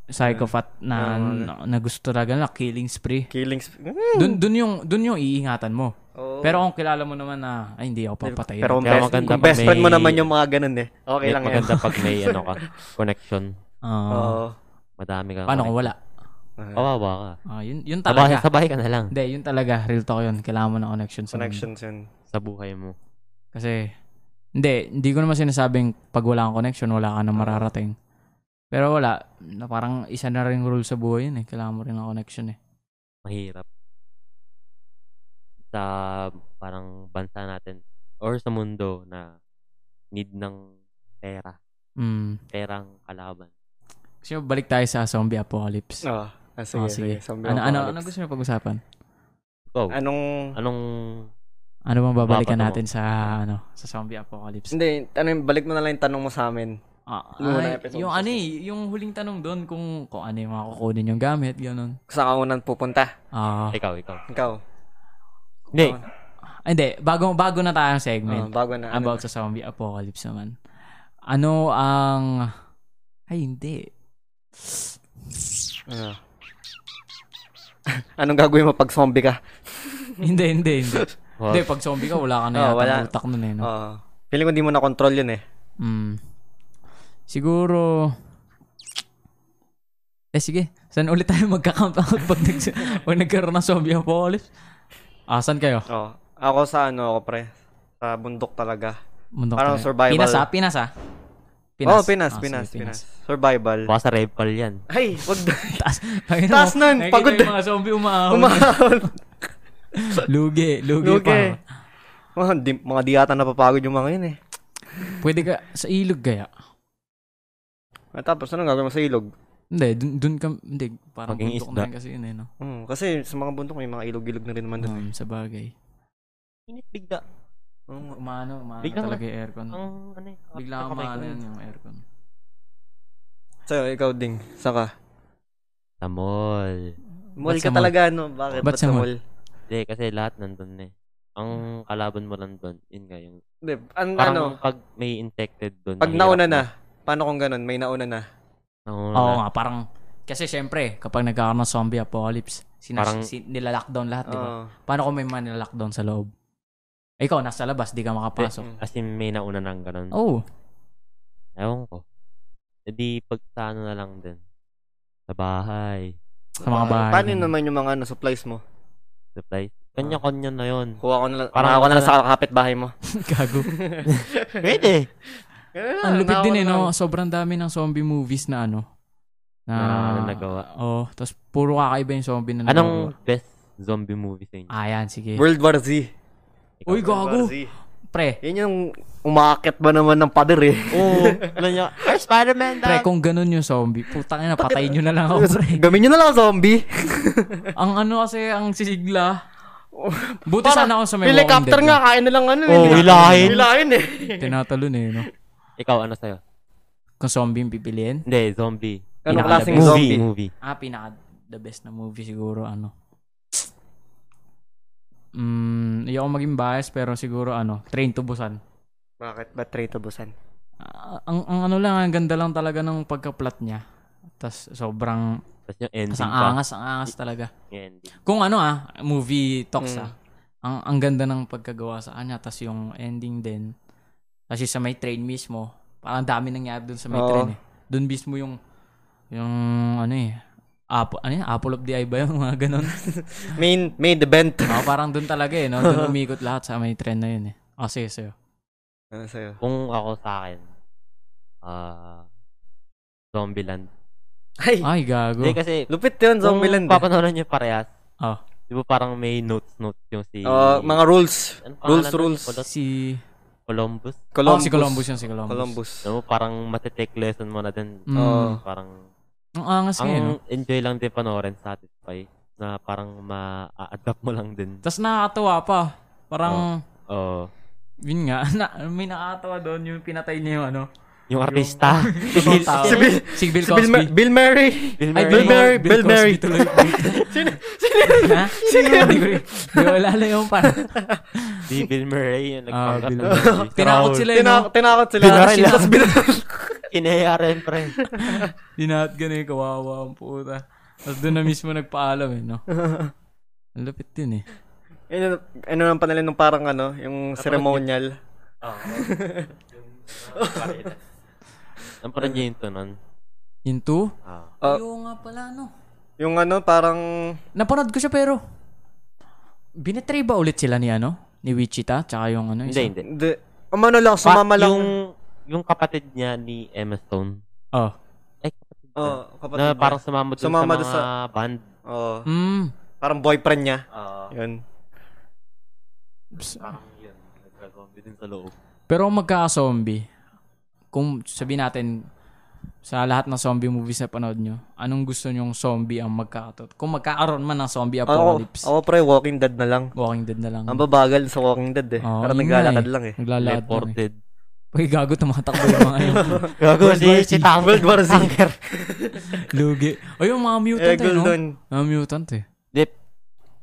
C: Psychopath na,
A: Oo.
C: na, na gusto talaga na killing spree.
A: killings. Mm,
C: Dun, dun, yung, dun yung iingatan mo.
A: oo.
C: Pero kung kilala mo naman na, ay hindi ako papatay.
A: Pero kung best,
B: Kaya maganda
A: kung
B: pag
A: best friend
B: may-
A: mo naman yung mga ganun eh. [laughs] Okay [laughs]
B: May-
A: lang yan.
B: Maganda pag may ano ka, connection.
A: Oo.
B: Madami kang
C: Paano kung wala?
B: Kawawa ka.
C: Ah, yun, yun
B: Sabay,
C: talaga.
B: sabay ka na lang
C: Hindi, yun talaga. Real talk yun. Kailangan mo ng connection sa mundo.
A: Connections yun.
B: sa buhay mo.
C: Kasi, hindi, hindi ko naman sinasabing pag wala kang connection, wala ka na mararating. Pero wala, na parang isa na rin rule sa buhay yun eh. Kailangan mo rin ng connection eh.
B: Mahirap. Sa parang bansa natin or sa mundo na need ng pera.
C: Mm.
B: Perang kalaban.
C: Kasi balik tayo sa zombie apocalypse.
A: Ah, ah, sige,
C: Ah,
A: sige.
C: sige.
A: Zombie
C: ano, ano,
A: apocalypse.
C: ano gusto niyo pag-usapan?
B: Go.
A: Anong...
B: Anong
C: Ano bang babalikan
B: Mapatungo.
C: natin sa ano sa zombie apocalypse?
A: Hindi, ano yung balik mo na lang yung tanong mo sa amin.
C: Ah,
A: Yung
C: ay,
A: unang episode
C: yung
A: sa
C: ano eh, yung huling tanong doon kung kung ano yung mga kukunin yung gamit, ganun.
A: Saan ka unang pupunta?
C: Ah,
B: ikaw, ikaw.
A: Ikaw.
B: Hindi,
C: ay, hindi, bago bago na tayong
A: Ah,
C: segment
A: bago na. Ano?
C: about sa zombie apocalypse naman. Ano ang ay hindi.
A: Ano? [laughs] Anong gagawin mo pag zombie ka?
C: [laughs] hindi, hindi,
A: [laughs]
C: hindi.
B: Well,
C: hindi, pag zombie ka, wala ka na
A: Oh,
C: yata
A: wala.
C: utak nun eh. No?
A: Oo. Ah, Feeling ko hindi mo na-control yun eh.
C: Mm. Siguro... Eh sige, saan ulit tayo [laughs] magkakamp out pag, nags- [laughs] pag nagkaroon ng zombie apocalypse? Ah, saan kayo?
A: Oo. Ako sa ano ako pre? Sa bundok talaga.
C: Mundok
A: Parang
C: tayo.
A: survival.
C: Pinas ah, Pinas ah.
A: Oo, Oh, Pinas,
C: Ah, sige,
A: Pinas, Pinas. Survival.
B: baka sa rebel yan.
A: Ay,
C: [laughs]
A: wag na.
C: Taas, ayun
A: Taas
C: mo,
A: nun,
C: nakikita
A: pagod
C: yung mga zombie umaahon.
A: Umahon.
C: lugi, lugi,
A: Lugi.
C: pa.
A: Mga di, mga di yata napapagod yung mga yun eh.
C: Pwede ka, sa ilog kaya?
A: At Ah, tapos, anong gagawin mo sa ilog?
C: Hindi, dun, dun ka, hindi, parang
B: Maging
C: bundok
B: isda.
C: na rin kasi yun eh, no?
A: Hmm, kasi sa mga bundok may mga ilog-ilog na rin naman doon.
C: Um, sa bagay.
B: Init bigla.
A: Oo.
C: Umano, umano
B: Biglang
C: talaga yung aircon.
B: Ang ano eh.
C: Bigla
B: kamay ko
C: umano
B: yun.
C: yun yung aircon.
A: So, ikaw ding, saka.
B: Sa mall.
A: Mall
C: Ba't
A: ka
C: sa mall?
A: talaga, no? Bakit?
C: Ba't
A: Ba't
C: sa
A: sa
C: mall?
A: mall?
B: Hindi, kasi lahat nandun eh. Ang kalaban mo lang dun, yun nga yung...
A: Hindi, an- ano,
B: Parang pag may infected dun.
A: pag
B: mahirap
A: nauna na, paano kung ganun, may nauna na.
B: Nauna
C: Oo
B: na.
C: nga, parang, kasi syempre, kapag nagkakaroon ng zombie apocalypse, sinas-
B: Parang-
C: si- nilalockdown lahat, di ba?
A: Oo.
C: Paano kung may mga nilalockdown sa loob? Eh, Ikaw, nasa labas, di ka makapasok.
A: Mm.
B: As in, may nauna nang ganun.
C: Oh,
B: Ewan ko. Hindi, pag sa ano na lang din. Sa bahay.
C: sa mga
A: Ah,
C: bahay.
A: Paano yun naman yung mga ano, supplies mo?
B: Supplies. Kanya-kanya na yun.
A: Kuha ko na lang,
B: Parang- ano
A: Parang, na lang sa kapitbahay mo.
C: [laughs] Gago.
B: [laughs] Pwede.
A: [laughs]
C: Ang lupit din eh, no? Sobrang dami ng zombie movies na ano.
B: Na ano nagawa.
C: Oh, tapos puro kakaiba yung zombie na
B: Anong
C: nagawa.
B: best zombie movie sa inyo?
C: Ah, yan, sige.
A: World War Z.
B: Ikaw.
C: Uy,
A: World War
C: gago.
A: Z.
C: Pre,
A: Yan yung umakit ba naman ng pader
C: [laughs]
A: eh.
B: Oo. Ano niya? Ay, Spider-Man
C: pre,
B: daw.
C: kung ganun yung zombie, putang ina, patayin nyo na lang
A: [laughs]
C: ako, pre.
A: Gamin nyo na lang zombie.
C: ang ano kasi, ang sigla. Buti
A: Para-
C: sana ako sa may Walking
A: Helicopter
C: Dead Oh,
A: nga,
C: lang.
A: kain na lang ano.
B: Oo,
A: eh.
B: hilahin.
A: Hilahin eh. [laughs]
C: Tinatalon eh, no?
B: Ikaw, ano sa'yo?
C: Kung zombie yung pipiliin.
B: Hindi, zombie.
A: Anong
B: Pinaka-
A: klaseng
B: movie,
A: zombie?
B: Movie.
C: Ah, pinaka the best na movie siguro ano. Mm, ayaw akong maging bias pero siguro ano, Train to Busan.
A: Bakit ba tray tabusan?
C: Ah, ang, ang ano lang, ang ganda lang talaga ng pagka-plot niya. Tas sobrang
B: Tapos yung
C: tas
B: ending
C: ang
B: pa.
C: angas, ang angas talaga.
B: Yung ending.
C: Kung ano ah, movie talks
A: Mm.
C: ah. Ang ang ganda ng pagkagawa sa kanya tas yung ending din. Kasi sa may train mismo, parang dami nangyari dun sa may
A: Oo.
C: train eh. Dun mismo yung yung ano eh, Apple, ano yun? Apple of the Eye ba yung mga
A: [laughs]
C: ganon?
A: Main, main event.
C: Oo, parang doon talaga eh, no?
A: [laughs]
C: Doon umikot lahat sa may trend na yun eh. Ah, sige, sa'yo.
A: Ano sa'yo?
B: Kung ako sa akin, ah, Zombieland.
A: Ay,
C: Ay, gago.
B: Hindi kasi,
A: lupit yun,
B: kung
A: Zombieland. eh.
B: papanood niyo parehas,
C: Ah.
B: di ba parang may notes-notes yung si...
A: Oo, mga rules.
B: Ano
A: rules,
B: pangalan nun?
A: rules.
B: Colot-
C: Si...
B: Columbus.
C: Columbus. Oh, si Columbus yun, si Columbus.
A: Columbus.
B: Alam mo, parang matitake lesson mo na din.
C: Mm.
A: Oo.
B: Parang,
C: Ang angas nga eh, no?
B: ang enjoy lang din panoorin, satisfy. Na parang ma-adapt mo lang din.
C: Tapos nakakatawa pa. Parang,
A: Oh.
B: Oo.
C: yun nga, [laughs] na, may nakakatawa doon yung pinatay niya yung ano.
B: Yung artista.
C: Si Bill, si Bill, si Bill
A: Si Bill,
C: Cosby.
A: Ma- Bill Murray.
B: Bill
C: Ay,
B: Murray.
A: Bill Murray, Bill Murray. [laughs]
C: Cosby tuloy. Ha? Sino? Hindi ko hindi ko alala yung [laughs] parang.
B: Si Bill Murray yung
C: Ah,
B: nagpangkat
C: Bill
B: ng
C: Murray.
B: zombie.
C: Tinakot sila yun, no?
A: Tina- tinakot sila.
B: Binaril lang.
A: Tapos binaril.
B: Kinaya rin, pre.
C: Dinahat ganun yung kawawa ang puta. Tapos doon na mismo nagpaalam
A: [laughs]
C: eh, no? Ang lupit din eh.
A: [laughs] Yun yung- Ano ang pangalan nung parang ano, yung ceremonial.
B: Oo. Ang parang yun to nun.
C: Yung two?
B: Ah.
A: Ah.
C: Yung nga pala, no?
A: Yung ano, parang
C: Napanood ko siya pero binetray ba ulit sila ni ano? Ni Wichita? Tsaka yung ano?
B: hindi,
C: isa-
B: hindi.
A: De, um, ano lang, sumama
B: Pa-
A: lang.
B: Yung, yung kapatid niya ni Emma Stone.
C: Oh.
B: Ay, kapatid niya.
A: Oo, kapatid
B: na
A: niya.
B: parang sumama dun
A: Sumama
B: sa
A: dun
B: mga band.
A: Oo,
C: Mm.
A: parang boyfriend niya.
B: Ah,
A: Yun.
B: parang yun. Nagka-zombie din sa loob.
C: Pero kung magka-zombie, kung sabihin natin, sa lahat ng zombie movies na panood nyo, anong gusto nyong zombie ang magkakatot? Kung magkakaroon man ng zombie
A: Ako,
C: apocalypse,
A: ako pre, Walking Dead na lang.
C: Walking Dead na lang.
A: Ang babagal sa Walking Dead eh.
C: Oo,
A: parang
C: yun nga
A: naglalakad lang eh.
C: Naglalakad lang eh.
B: Reported.
C: Uy, gago, tumatakbo yung mga
A: [laughs]
C: yun.
B: Gago
C: World War
B: si, si
C: Z.
B: Tank.
A: World War Z.
C: Lugi. O yung mga
A: Eh,
C: mutant eh, no?
A: Goldon.
C: Mga mutant eh.
B: Dip,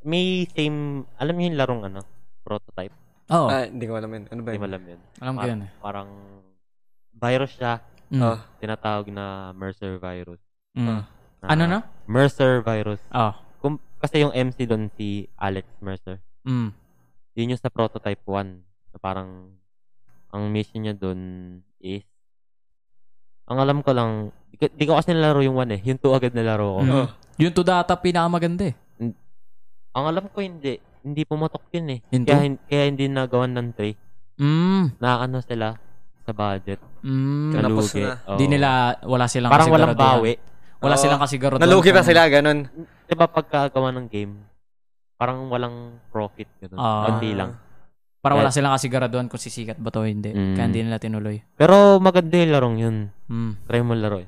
B: may same, alam niyo yung larong ano? Prototype.
C: Oo,
A: Ah, hindi ko alam yun. Ano ba
B: Hindi
A: yun?
B: mo alam yun.
C: alam ko yan eh.
B: Parang virus siya.
C: Mm.
A: Ah.
B: Tinatawag na Mercer virus.
C: Mm.
A: ah.
B: Na-
C: Ano na?
B: Mercer virus.
C: Ah.
B: Kung, kasi yung MC doon si Alex Mercer.
C: Mm.
B: Yun yung sa prototype 1. Na parang, ang mission niya doon is, ang alam ko lang, di, ko- di ko kasi nalaro yung 1 eh. Yung 2 agad nalaro ko.
C: Mm.
A: Oo.
C: Yung to data pinakamaganda eh.
B: Ang alam ko hindi. Hindi pumatok yun eh.
C: Hindi?
B: Kaya, hin- kaya hindi nagawan ng 3.
C: Mm.
B: Na ano sila sa budget.
C: Mm.
A: Kaya Kalapos
B: Nalugi.
A: na.
B: Oo.
C: Di nila, wala silang
B: Parang walang
C: kasiguraduhan.
B: bawi.
C: Wala
A: Oo.
C: silang kasiguraduhan.
A: Nalugi pa
C: kung-
A: sila, ganun.
B: Di ba pagkagawa ng game, parang walang profit. Ganun.
C: Ah.
B: Konti lang.
C: Para wala
B: Right.
C: silang kasiguraduhan kung sisikat ba to o hindi.
B: Mm.
C: Kaya hindi nila tinuloy.
B: Pero maganda yung larong yun.
C: Mm.
B: Try mo laro eh.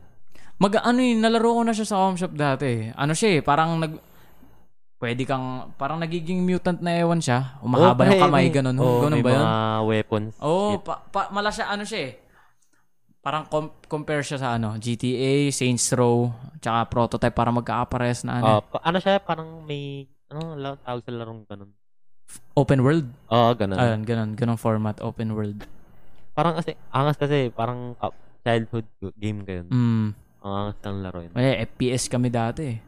C: Mag, ano yun, nalaro ko na siya sa home shop dati. eh. Ano siya eh, parang nag... Pwede kang, parang nagiging mutant na ewan siya. Umahaba
B: Oh,
C: yung
B: may-
C: kamay, ganun.
B: oh,
C: ganun
B: may
C: ba yun?
B: mga weapons.
C: Oo,
B: Shit.
C: pa, pa, mala siya, ano siya eh. Parang com- compare siya sa ano, GTA, Saints Row, tsaka prototype para magka-apares na ano.
B: Ah, pa- ano siya, parang may, ano, la- tawag sa larong ganun.
C: open world.
B: Oo, ganun.
C: Ayun, ganun, ganun format, open world.
B: parang kasi, angas kasi, parang ka- childhood g- game ko yun.
C: Mm.
B: Ang angas ng laro yun.
C: Wala, FPS kami dati eh.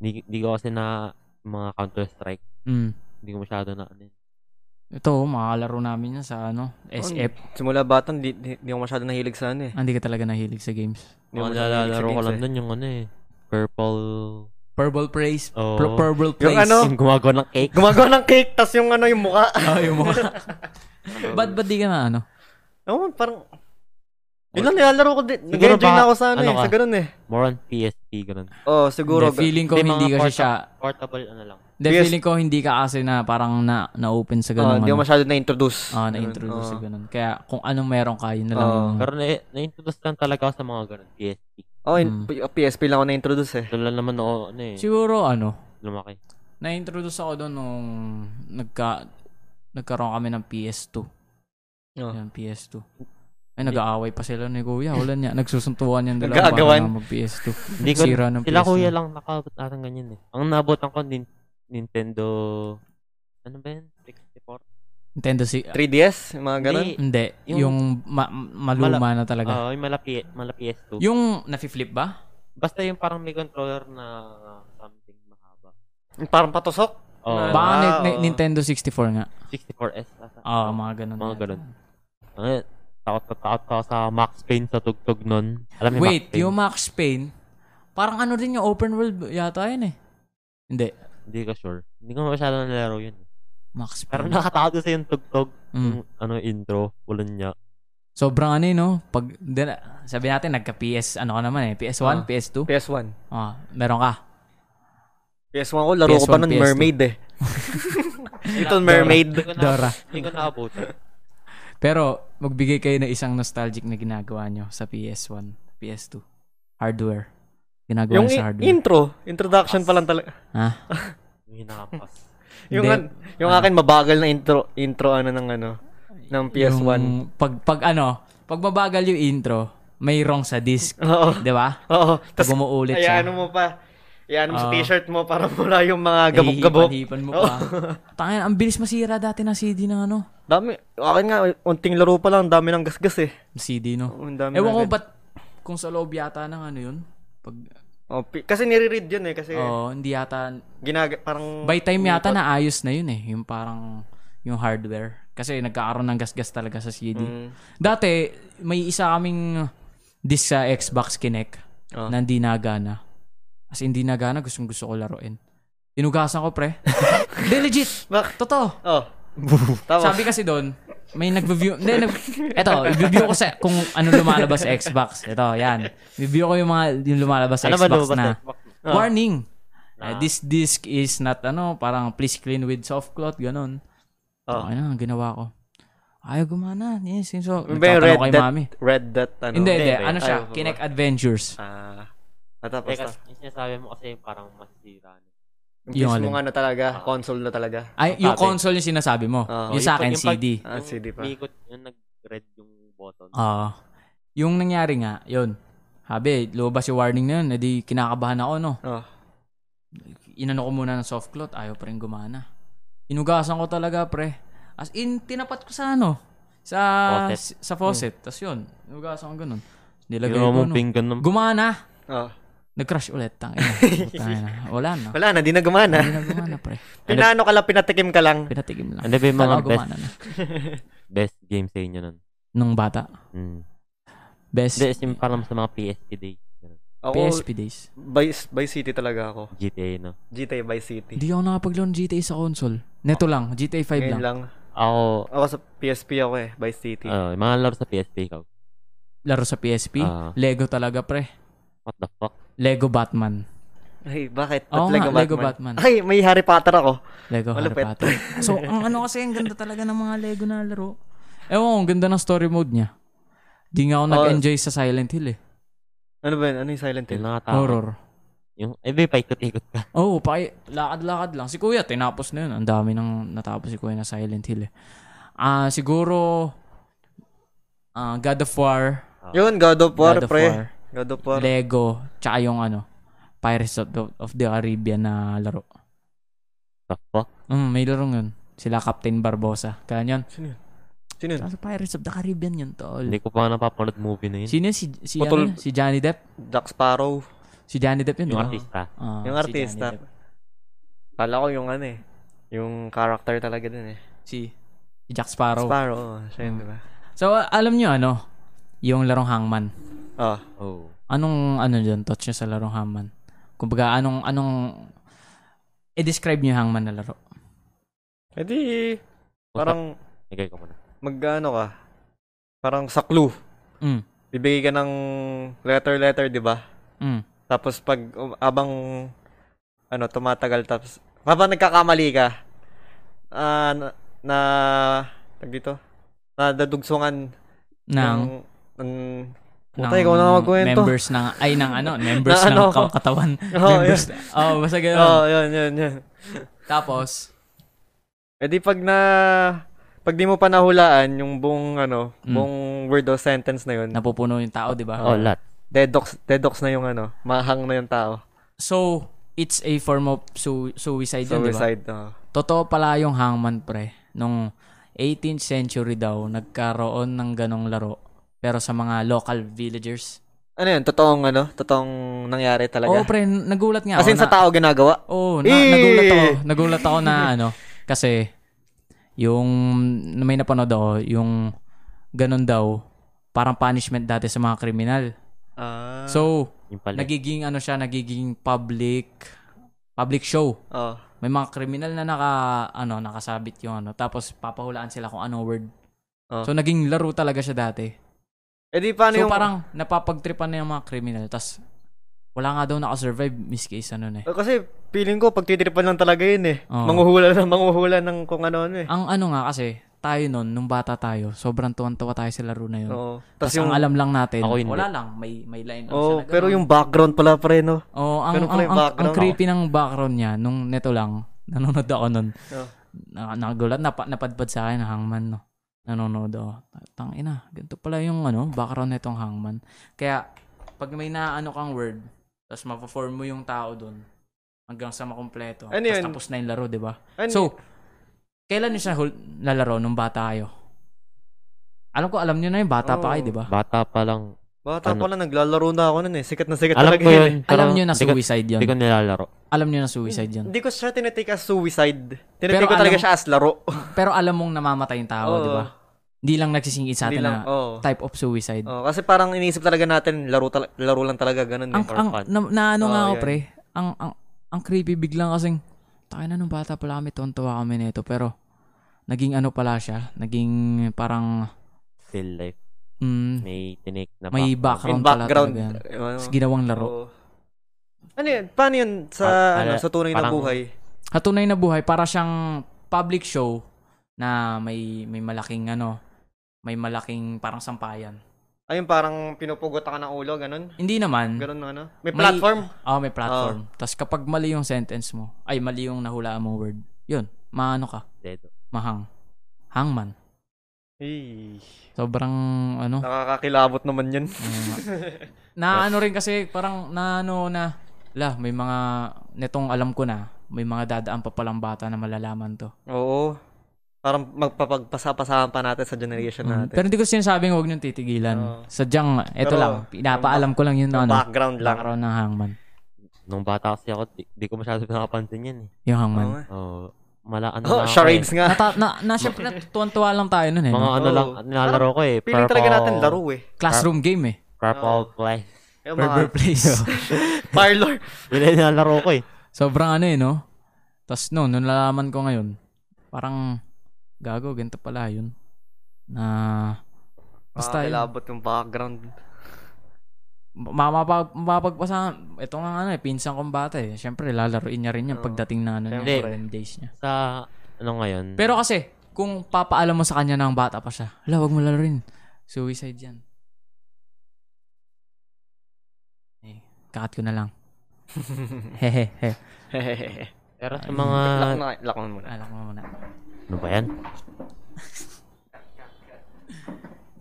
B: Di, di ko kasi na, mga Counter-Strike,
C: Mm.
B: hindi ko masyado na, ano yun.
C: Ito, makalaro namin yan sa ano,
B: Oh,
C: SF.
A: Simula bata, di, di, di ako masyado nahilig sa ano eh.
C: Ah, Hindi ka talaga nahilig sa games.
A: Di ako
B: Ang
A: masyado nahilig sa
B: lalaro ko
A: games
B: lang
A: eh.
B: dun yung ano eh, purple,
C: Purple Praise.
B: Oo.
C: Pur- purple Praise.
A: Yung ano?
B: [laughs] yung gumagawa ng cake.
A: Gumagawa ng cake, tas yung ano, yung mukha.
C: [laughs] Ah, yung mga... [laughs] ba't, ba't di ka na ano?
A: [laughs] Oo, parang... Yun lang nilalaro ko din.
B: Siguro
A: Nag-enjoy
B: baka-
A: na ako sa ano,
B: ano
A: eh,
B: ka?
A: sa ganun eh.
B: More on PSP, ganun.
A: Oo, siguro.
C: Hindi, feeling ko
B: Hindi,
C: hindi
B: mga
C: kasi
B: porta-
C: siya...
B: Portable, ano lang.
C: Hindi,
A: Yes.
C: feeling ko hindi ka kasi na parang na, na-open sa
A: Oo,
C: ganun.
A: di
C: ano.
A: Ah, ako masyado na-introduce.
C: Ah,
A: Ganun,
C: na-introduce
A: oo.
C: sa ganun. Kaya kung anong meron ka, yun na lang.
A: Oo.
C: yung-
B: Pero na- na-introduce lang talaga ako sa mga ganun, PSP.
A: Oo, in-
C: Mm.
A: Oh, P- PSP lang ako na-introduce eh.
B: Doon lang naman ako, ano eh,
C: Siguro ano,
B: lumaki.
C: na-introduce ako doon nung nagka, nagkaroon kami ng PS2.
A: Oo.
C: Yan, PS2. Ay, nag-aaway pa sila ni Kuya. Wala niya. Nagsusuntuhan yan dalawa.
A: Nag-aagawan.
C: Para mag-PS2.
B: Hindi ko,
C: Sira ng
B: sila
C: PS2.
B: kuya lang nakaabot ata ng ganyan eh. Ang naabotan ko, nin- Nintendo, ano ba yun? 64?
C: Nintendo si...
A: 3DS, yung mga ganun.
B: Hindi,
C: Hindi. Yung,
B: Yung-
C: ma- maluma na talaga.
B: oo, yung mala, Ah. P- mala PS2.
C: yung nafi-flip ba?
B: Basta yung parang may controller na something mahaba. Oh,
A: Parang patusok.
B: Oo,
A: Ah,
C: Baka
A: Ah,
C: ni- ni-
A: oo.
C: Nintendo 64 nga.
B: 64S. ata.
C: Oo, mga ganun.
B: Mga ganun. ah, Ano, takot na takot ako sa Max Payne sa tugtog nun. Alam mo
C: Wait,
B: Max Payne?
C: yung Max Payne, parang ano rin yung open world yata yun eh. Hindi.
B: Hindi ko sure. Hindi ko masyado nalaro yun.
C: Max
B: Pero
C: Payne.
B: nakatakot kasi yung tugtog.
C: Mm.
B: Yung, ano, intro. Walang niya.
C: Sobrang ano eh, no? Pag, dala- sabi natin, nagka-PS, ano ka naman eh, PS1,
A: Ah.
C: PS2.
A: PS1.
C: Ah, meron ka.
A: PS1 ko, laro ko pa
C: PS1,
A: nun
C: PS2.
A: Mermaid eh. Little Mermaid.
B: Hindi ko na-
C: Dora.
B: Hindi ko naabotan.
C: Pero, magbigay kayo ng isang nostalgic na ginagawa nyo sa PS1, PS2. Hardware. Ginagawa
A: Yung
C: nyo sa
A: i-
C: hardware.
A: intro, introduction pa lang talaga.
C: ha?
B: Yung hinahampas.
A: Yung,
C: Hindi.
A: an- yung akin mabagal na intro, intro ano ng ano, ng PS1.
C: Yung pag, pag ano, pag mabagal yung intro, may wrong sa
A: [laughs]
C: disc.
A: Oo.
C: di ba?
A: Oo.
C: Pag
A: Tapos,
C: umuulit siya.
A: ayan ano mo pa. Ayan mo sa
C: Oo.
A: t-shirt mo para wala yung mga gabok-gabok.
C: Hipan
A: [laughs]
C: mo Eh, pa. Tangin, ang bilis masira dati ng CD ng ano.
A: Dami. Akin nga, unting laro pa lang, dami ng gasgas eh.
C: CD, no?
A: Oo, ang dami
C: Ewan ko
A: na-
C: ba't kung sa loob yata ng ano yun. Pag,
A: Oh, pi- kasi nire-read yun eh, kasi
C: oh, hindi yata,
A: ginag- parang...
C: by time yata na ayos na yun eh. Yung parang, yung hardware. Kasi nagkakaroon ng gasgas talaga sa CD.
A: Mm.
C: Dati, may isa kaming disc sa Xbox Kinect
A: Oh.
C: na hindi nagana. As in, hindi nagana, gustong gusto ko laruin. Tinugasan ko,
A: [laughs]
C: pre. Hindi, legit.
A: Bak-
C: Totoo.
A: Oh. [laughs] Tapos,
C: Sabi kasi doon, may nag-view. Hindi, nag Eto, i-view ko sa kung ano lumalabas sa Xbox. Ito, yan. I-view ko yung mga yung lumalabas sa
B: Ano ba
C: Xbox
B: lumabas
C: na.
B: na? Ah.
C: Warning. Uh, this disc is not ano, parang please clean with soft cloth, ganun.
A: Oh.
C: Ano, ang ginawa ko. Ayaw gumana. Yes, yes. So,
A: may red
C: nagtatanong kay
A: dot,
C: mami.
A: red dot, ano?
C: Hindi, hindi.
B: hindi.
C: Ano siya?
A: Ayaw ko ba?
C: Kinect Adventures.
A: Ah, natapos
B: Teka,
A: na.
B: yung sinasabi mo kasi parang masisira.
A: Yung
C: Yung
A: mismo
C: alin. Ah.
A: ano talaga, console na talaga.
C: Ay, yung
B: Sabi.
C: console yung sinasabi mo.
A: Oo,
C: yung sa
B: Oh,
C: akin,
B: Yung pag-
C: CD.
A: Ah,
B: yung
A: CD pa.
B: Umiikot, yung nag-red yung button.
C: Ah. yung nangyari nga, yun. Habi, lumabas yung warning na yun. Edi kinakabahan ako, no?
A: Oh.
C: Inano ko muna ng soft cloth. Ayaw pa rin gumana. Inugasan ko talaga, pre. As in, tinapat ko sa ano? Sa
B: Faucet.
C: sa faucet. Tapos yun, inugasan ko ganun. Nilagay
B: Ginawa
C: ko,
B: mo
C: no?
B: pinggan ng...
C: Gumana!
A: Oh.
C: Nag-crash ulit. Tangina.
B: [laughs]
C: Tangina. Wala na.
A: Wala na, di na gumana.
C: [laughs] Hindi na gumana, pre.
A: Pinaano ka lang, pinatikim ka lang.
C: Pinatigim lang.
B: Ano ba yung mga
C: Kala ko
B: best,
C: gumana na.
B: best game sa inyo nun?
C: Nung bata.
B: Hmm.
C: Best
B: Hindi, sim parang sa mga PSP day. ganun.
A: Ako,
C: PSP days.
A: by, by City talaga ako.
B: GTA, no?
A: GTA by City.
C: Hindi ako nakapaglaro ng GTA sa console. Neto lang. GTA 5
A: Ngayon
C: lang.
A: lang.
B: Ako,
A: Ako sa PSP ako eh, by City.
B: ah, yung mga laro sa PSP, ikaw.
C: Laro sa PSP.
B: Ah.
C: Lego talaga, pre.
B: What the fuck?
C: Lego Batman.
A: Ay, bakit?
C: Oo
A: Ba't
C: nga, Lego
A: [laughs]
C: Batman.
A: Ay, may Harry Potter ako.
C: Lego Harry
A: Malupit.
C: Potter. [laughs] So, ang ano kasi, ang ganda talaga ng mga Lego na laro. Ewan ko, ang ganda ng story mode niya. Di nga ako
A: Oh.
C: nag-enjoy sa Silent Hill eh.
A: Ano ba yun? Ano yung Silent
B: Yung
A: Hill?
B: nakatawa.
C: Horror.
B: Yung, eh, may paikot-ikot ka.
C: Oo, oh, paki, lakad-lakad lang. Si Kuya, tinapos na yun. Ang dami nang natapos si Kuya na Silent Hill eh. Ah, siguro, ah God of War,
A: Yun, God of War,
C: God of
A: pre.
C: War.
A: God of War.
C: Lego, tsaka yung ano, Pirates of the, of the Caribbean na laro.
B: The fuck?
C: Mm, may larong yun. Sila Captain Barbosa. Kaya yun.
A: Sino yun? Sino yun?
C: Tsaka sa Pirates of the Caribbean yun, tol.
B: Hindi ko pa nga napapanood movie na yun.
C: Sino yun? Si, si,
A: Putol-
C: ano, si Johnny Depp?
A: Jack Sparrow.
C: Si Johnny Depp
B: Yung
C: yun, di ba?
B: artista.
C: Ah,
A: Yung
C: si
A: artista.
C: Johnny Depp.
A: Kala ko yung ano eh. Yung character talaga din eh.
C: Si, si Jack Sparrow. Hmm.
A: Sparrow, oh, siya yun, di ba?
C: so, alam nyo ano? Yung larong hangman.
A: Oh,
B: Oh.
C: Anong ano dyan, touch nyo sa larong hangman? Kumbaga, anong, anong, i-describe nyo yung hangman na laro.
A: Eh di, parang
B: Nagay ko muna.
A: magano ka. Parang sa clue.
C: Mm,
A: Bibigay ka ng letter-letter, di ba?
C: mm,
A: Tapos pag um, abang ano tumatagal tapos habang nagkakamali ka ah, na, na tag dito na dadugsungan
C: ng,
A: ng, ng
C: ng
A: Putay, ikaw na magkwento.
C: Members ng, ay, ng
A: [laughs]
C: ano, members
A: Na ano
C: ng
A: ako.
C: katawan.
A: [laughs] Oo,
C: members, oh, basta ganun.
A: Oh, yun, yun, yun.
C: Tapos,
A: Eh di pag na pag di mo pa nahulaan yung buong ano,
C: Hmm.
A: buong word o sentence na yun,
C: napupuno yung tao, di ba?
B: Oh, lahat.
A: dedox dedox na yung ano, mahang na yung tao.
C: So, it's a form of su- suicide, yun, di ba?
A: Suicide. oo.
C: Totoo pala yung hangman, pre. Nung 18th century daw, nagkaroon ng ganong laro. Pero sa mga local villagers.
A: Ano yun? Totoong ano? Totoong nangyari
C: Oo,
A: talaga?
C: pre, n- nagulat nga
A: As in
C: ako.
A: sa
C: na-
A: tao ginagawa?
C: Oo, na-
A: Eh!
C: nagulat ako. Nagulat ako
A: [laughs]
C: na ano. Kasi, yung na may napanood ako, yung ganon daw, parang punishment dati sa mga kriminal.
A: Ah.
C: So,
B: Yung pala.
C: nagiging ano siya, nagiging public public show.
A: oh.
C: may mga criminal na naka ano nakasabit yung ano tapos papahulaan sila kung anong word.
A: Oh.
C: So naging laro talaga siya dati.
A: Eh di paano yung...
C: so parang napapagtripan na yung mga criminal tas wala nga daw nakasurvive miski isa nun eh.
A: Eh, Kasi feeling ko pagtitripan lang talaga yun eh.
C: Oo.
A: Manguhula na manguhula ng kung ano ano eh.
C: Ang ano nga kasi tayo nun nung bata tayo sobrang tuwan-tuwa tayo sa laro na yun.
A: Oo.
C: Tas
A: Tapos yung
C: ang alam lang natin,
B: Ako hindi.
C: wala lang may may line lang siya
A: Oh,
C: na ganun.
A: pero yung background pala pre no.
C: Oh, ang,
A: Ganun pala
C: ang,
A: yung
C: ang,
A: background.
C: ang creepy ng background niya nung neto lang, [laughs] nanonood ako nun.
A: Oh.
C: Na, nakagulat, napa, napadpad sa akin ang hangman, no? Nanonood ako. Tang ina, ganito pala yung ano, background nitong hangman. Kaya, pag may naano kang word, tapos mapaform mo yung tao dun, hanggang sa makumpleto.
A: Ano
C: tapos
A: yun?
C: tapos na yung laro, di ba?
A: Ano,
C: So, kailan nyo siya hul- lalaro nung bata kayo? Alam ko, alam nyo na yung bata
A: Oo.
C: pa kayo, di ba?
B: Bata pa lang.
A: bata
B: ano?
A: pala naglalaro na ako nun eh. Sikat na sikat
B: Alam
A: talaga
B: ko
A: yun. eh.
B: yun. pero
C: Alam nyo na
B: hindi ko-
C: suicide yun.
B: Hindi ko nilalaro.
C: Alam nyo na suicide yun.
A: Hindi ko siya tinitake as suicide.
C: Pero
A: Tinitake ko talaga
C: alam-
A: siya as laro.
C: Pero alam mong namamatay yung tao,
A: Oo.
C: di ba? Hindi lang nagsisingit sa
A: Hindi
C: atin
A: lang,
C: na
A: oo.
C: type of suicide.
A: Oo, kasi parang iniisip talaga natin, laro, tal- laro lang talaga, ganun.
C: ang,
A: eh.
B: or
C: ang,
B: fun.
C: na, na ano nga
A: Oo,
C: ako,
A: yun.
C: pre. Ang, ang, ang creepy biglang kasing, tayo na nung bata pala kami, tontuwa kami nito. Pero, naging ano pala siya, naging parang,
B: Still life.
C: mm,
B: May tinik na
C: May
A: In
C: background.
A: background.
C: pala talaga
A: ano,
C: ginawang laro.
A: oo. Ano yun? Paano yun sa,
B: Pa-
A: ano,
B: para-
A: sa tunay na
B: parang-
A: buhay?
C: Hatunay na buhay, para siyang public show na may may malaking ano, may malaking parang sampayan.
A: Ayun, parang pinupugot ka ng ulo, ganun.
C: Hindi naman.
A: Ganun, ano? May
C: Hmm. May-
A: platform?
C: Oh, may platform. Tapos kapag mali yung sentence mo, ay mali yung nahulaan mong word, yun, maano ka,
B: dead.
C: mahang. Hangman.
A: Eh,
C: Sobrang
A: [laughs]
C: ano,
A: nakakakilabot naman yun. [laughs]
C: na ano rin kasi parang na ano na la may mga netong alam ko na may mga dadaan pa palang bata na malalaman to.
A: Oo. Parang magpapagpasapasahan pa natin sa generation
C: Mm.
A: natin.
C: Pero hindi ko sinasabing huwag niyong titigilan.
A: Oo.
C: Sadyang ito
A: Pero,
C: lang, pinapaalam ko lang yun
A: Yung
C: na ano,
A: background lang.
C: background ng hangman.
B: Nung bata kasi ako, di, di ko masyado nakapansin yan eh.
C: Yung
A: Oo
C: hangman.
A: nga.
B: Oh, mala ano
A: Oh,
B: na ako
A: charades
B: eh.
A: nga.
C: Nata- na, na syempre
B: [laughs]
C: natutuwa lang tayo nun eh.
B: Mga
C: no?
B: ano
A: Oo.
B: lang, nilalaro ko eh.
A: Oh. Feeling talaga natin laro Oh. eh.
C: Classroom game eh.
B: Purple play.
A: Yung
C: Burger
A: mga
C: place.
A: parlor.
B: [laughs] Yun yung nilalaro ko eh.
C: [laughs] Sobrang ano eh, no? Tapos no, nung nalaman ko ngayon, parang gago, ganito pala yun. Na, [laughs] basta yun.
A: Nakakilabot Ah, yung background.
C: [laughs] mamapag mapagpasa ito nga ano eh pinsan kong bata eh syempre lalaruin niya rin yan
A: Oo.
C: pagdating na ano niya
B: Oh. Syempre.
C: prime days niya
B: Sa ano ngayon.
C: pero kasi kung papaalam mo sa kanya na ang bata pa siya ala wag mo laruin suicide yan eh kakat ko na lang hehehe
B: Pero sa mga...
C: Ah.
A: Lakon na, lakon muna.
C: alam mo muna
B: Ano ba yan?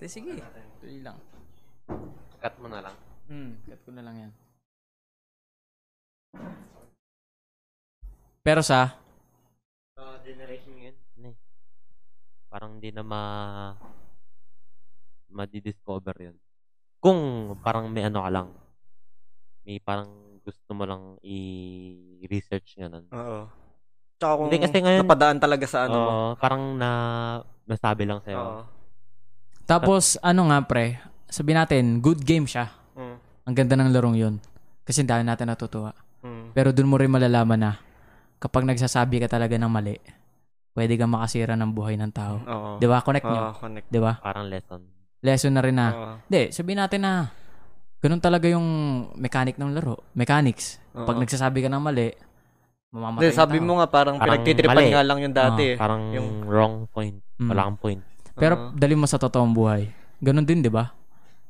C: Eh, sige tuloy lang
B: Cut mo na lang.
C: Hmm, cut ko na lang yan. Pero sa,
B: generation yun. Ano eh. Parang di na ma... Madidiscover yun. Kung parang may ano ka lang. May parang gusto mo lang i-research ganun.
A: Oo. Tsaka kung
B: Hindi, kasi ngayon-
A: napadaan talaga sa ano mo.
B: Oo, parang na masabi lang
A: Oo.
B: sa'yo.
C: tapos ano nga pre, sabi natin, good game siya.
A: Mm.
C: Ang ganda ng larong yun. Kasi dahil natin natutuwa.
A: Mm.
C: Pero dun mo rin malalaman na kapag nagsasabi ka talaga ng mali, pwede kang makasira ng buhay ng tao.
A: Oo.
C: Di ba? Connect nyo.
A: Oo, connect.
C: Di ba?
B: Parang lesson.
C: Lesson na rin na.
A: Oo.
C: Hindi, sabihin natin na ganun talaga yung mechanic ng laro. Mechanics. Pag
A: Oo.
C: nagsasabi ka ng mali,
A: Ah. Hindi,
C: mamamatay yung
A: sabi
C: tao. Ah,
A: mo nga parang,
B: Parang
A: pinagtitripan
B: mali.
A: nga lang yung dati. eh.
B: Parang
A: Yung-
B: wrong point.
C: Mm.
B: Wala kang point.
C: Pero
A: Oo.
C: dali mo sa totoong buhay. Ganun din, di ba?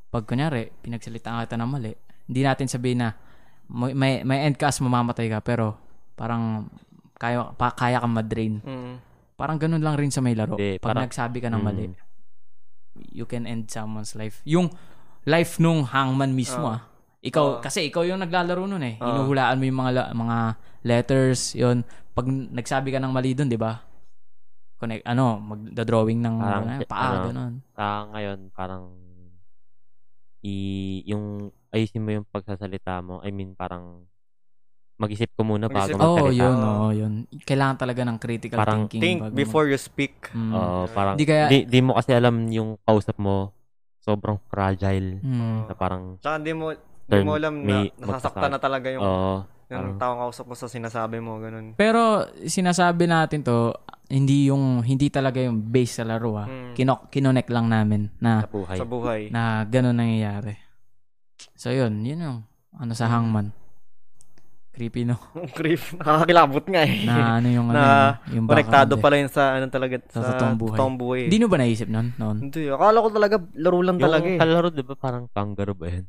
C: Pag kunyari, pinagsalita ka ng mali, hindi natin sabihin na may, may, may end ka as mamamatay ka, pero parang kaya, pa, kaya kang madrain.
A: Mm.
C: Parang ganun lang rin sa may laro.
B: Hindi,
C: Pag
B: parang-
C: nagsabi ka ng mali,
B: Mm.
C: you can end someone's life. Yung life nung hangman mismo,
A: Oo.
C: ah. Ikaw,
A: Oo.
C: kasi ikaw yung naglalaro nun eh.
A: Oo.
C: Hinuhulaan mo yung mga, la- mga letters, yun. Pag nagsabi ka ng mali dun, di ba? Connect, ano, magda-drawing ng
B: Parang,
C: ano, paa,
B: ano,
C: ganun.
B: sa ngayon parang i yung ayusin mo yung pagsasalita mo. I mean parang mag-isip ko muna bago
A: Mag-isip ka.
C: Oo, oh,
B: magsalita.
C: yun,
A: Oo.
C: oo, yun. Kailangan talaga ng critical
B: Parang Ah.
C: thinking.
A: Think
C: bago
A: before you speak.
C: mag- Mm.
B: Oo,
A: Hmm.
B: parang
C: Di
B: di,
C: kaya-
B: di, mo kasi alam yung kausap mo sobrang fragile
C: Mm.
B: na parang
A: Tsaka hindi mo, hindi
B: Turn-
A: mo alam na
B: may
A: nasasaktan
B: magsasak-
A: na talaga yung,
B: oo,
A: yung
B: parang-
A: taong kausap mo sa sinasabi mo. Ganun.
C: Pero sinasabi natin to, hindi yung hindi talaga yung base sa laro ah.
A: Mm.
C: Kinok kinonek lang namin na
B: sa buhay.
A: Sa buhay. [laughs]
C: na ganun nangyayari. So yun, yun yung ano sa hangman. Creepy no.
A: Ang creep. Nakakakilabot nga eh. [laughs]
C: Na ano yung ano,
A: Na
C: yung
A: Konektado
C: background eh.
A: pala eh. yun sa ano talaga sa,
C: Sa
A: totoong
C: totoong
A: buhay.
C: buhay.
A: buhay.
C: Hindi nyo ba naisip nun noon?
A: Hindi, akala ko talaga laro lang
B: yung
A: talaga eh.
B: kalaro, di ba parang kangaroo ba yun?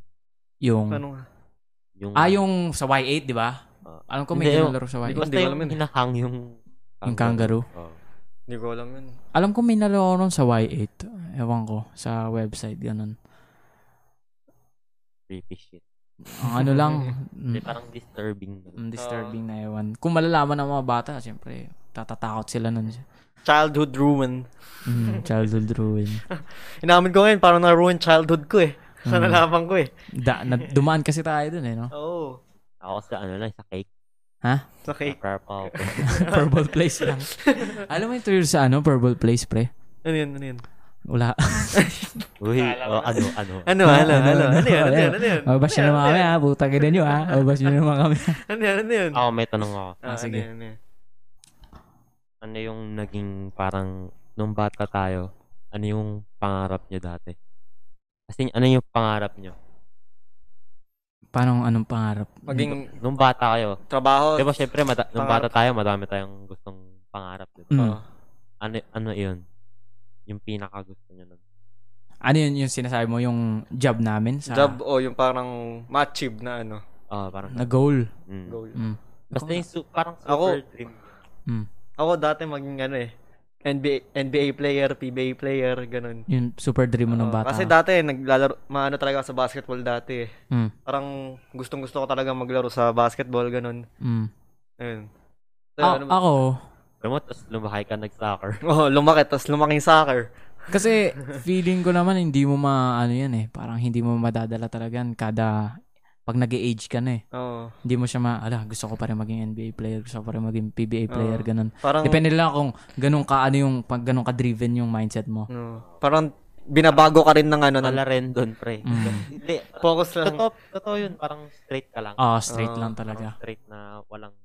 C: Yung
A: Ano nga?
B: Yung,
C: Ah, yung sa Y8, di ba?
B: Ah.
C: Alam ko may
B: Hindi,
C: ganun laro sa
A: hindi
C: Y8.
A: ko- ko
B: basta yung
A: alam yun eh.
B: hinahang yung Oh,
C: Yung kangaroo?
B: Oo.
A: Hindi ko alam yun.
C: Alam ko may nalaro nun sa Y8. Ewan ko. Sa website, ganun.
B: creepy shit.
C: Ang ano
A: [laughs]
C: lang,
B: Di,
C: mm,
B: parang disturbing.
C: mm, disturbing na ewan. Kung malalaman ng mga bata, siyempre, tatatakot sila nun.
A: Childhood ruin.
C: Mm, childhood ruin.
A: Inamin ko ngayon, parang na-ruin childhood ko eh. Sa
C: Mm.
A: nalaman ko eh.
C: Da, na, dumaan kasi tayo dun eh, no?
A: Oo.
B: Ako sa ano lang, sa cake.
A: Sa
B: Sa
A: cake. [laughs]
B: purple.
C: [laughs] purple place lang. Alam mo yung tuloy sa ano, purple place, pre?
A: Ano yun, ano yun?
C: Wala.
B: Uy,
D: Akala ko
B: oh,
D: na-
B: ano, ano.
A: Ano, ano, ano, ano, yun, ano, yun, ano, yun?
C: Oh, bash nyo naman kami ha. Butang ina nyo ha. Oh, bash nyo naman kami.
A: Ano yun, ano yun?
B: Ako, may tanong ako.
A: Ah,
C: sige.
A: ano yun, ano yun?
B: Ano yung naging parang nung bata tayo, ano yung pangarap nyo dati? Kasi ano yung pangarap nyo?
C: Paano, anong pangarap?
A: Maging
B: Nung bata kayo,
A: trabaho.
B: di ba syempre, mata- nung
A: Pangarap.
B: bata tayo, madami tayong gustong pangarap. Di ba?
C: Mm.
A: Oo.
B: Ano, ano yun? Yung pinaka gusto nyo nun.
C: Ano yun yung sinasabi mo, yung job namin sa
A: Job o yung parang ma-achieve na ano.
B: Oh, parang,
C: na goal.
B: mm.
A: Goal.
C: Mm.
B: Basta yung su- parang super
A: Ako-
B: dream.
A: Ako dati maging ano eh. NBA, NBA player, PBA player, ganun.
C: Yung super dream mo ng
A: Oo,
C: bata.
A: Oh, Kasi dati, naglalaro, maano talaga ako sa basketball dati. eh.
C: Mm.
A: Parang gustong gusto ko talaga maglaro sa basketball, ganun.
C: Mm.
A: Ayun. So,
C: A-
A: ano ba-
C: Ah, ako,
B: Alam mo, tapos lumahay ka nag-soccer.
A: Oo, lumaki, tapos lumaking soccer.
C: kasi feeling ko naman hindi mo ma, ano yan eh, parang hindi mo madadala talaga yan kada, pag nag age ka na eh.
A: Oo.
C: Hindi mo siya ma, ala, gusto ko pa rin maging NBA player, gusto ko pa rin maging PBA player,
A: Oo.
C: ganun.
A: Parang,
C: Depende lang kung ganun ka, ano yung, pag ganun ka driven yung mindset mo.
A: no, ano, parang binabago ka rin ng ano, ng
B: Wala rin doon, pre.
C: Mm.
B: Hindi.
A: focus lang.
B: Totoo, totoo yun. Parang straight ka lang.
C: Ah, straight
A: Oo,
C: lang
B: Parang
C: talaga.
B: straight na walang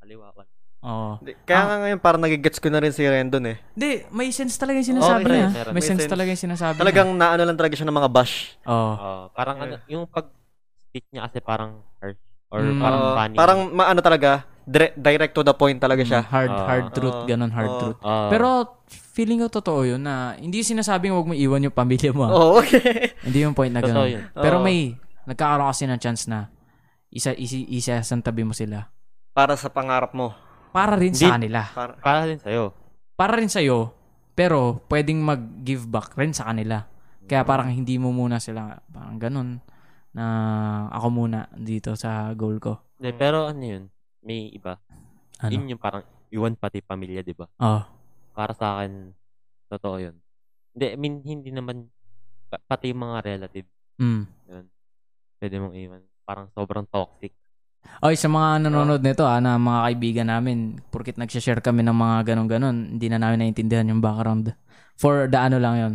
B: kaliwa. Walang.
C: Oo.
A: Di- Kaya nga ngayon, parang nagigets ko na rin si Rendon eh.
C: Hindi, may sense talaga yung sinasabi
A: Okay,
C: niya.
B: meron.
C: May
A: May
C: sense
A: sense.
C: talaga yung sinasabi niya.
A: Talagang naano lang talaga siya ng mga bash.
C: Oo.
B: Oo, parang ano, yung pag-speak niya kasi parang harsh. Or
C: Mm.
B: parang
A: Oo,
B: funny.
A: Ah, parang maano talaga, dire- direct to the point talaga siya.
C: Hard,
B: Ah.
C: hard truth,
A: Oo.
C: ganun, hard
A: Oo.
C: truth.
B: Oo.
C: Pero, feeling ko totoo yun na hindi sinasabing huwag mo iwan yung pamilya mo. ah.
A: Oo, [laughs] okay.
C: Hindi yung point na
B: Totoo
C: ganun.
B: yun.
A: Oo.
C: Pero may, nagkakaroon kasi ng chance na isa, isi, isa tabi mo sila.
A: Para sa pangarap mo.
C: Para rin sa kanila.
A: Para,
B: Para din sa'yo.
C: Para rin sa'yo, pero pwedeng mag-give back rin sa kanila. Kaya parang hindi mo muna sila, parang ganun, na ako muna dito sa goal ko.
B: Hindi, pero ano yun? May iba.
C: Ano?
B: Yun yung parang iwan pati pamilya, di ba?
C: Oh.
B: Para sa akin, totoo yun. Hindi, I mean, hindi naman, pa- pati yung mga relative,
C: Mm.
B: pwede mong iwan. Parang sobrang toxic.
C: Oy, sa mga nanonood nito ah, na mga kaibigan namin, purkit nagsha-share kami ng mga ganun-ganun, hindi na namin naiintindihan yung background. For the ano lang yun,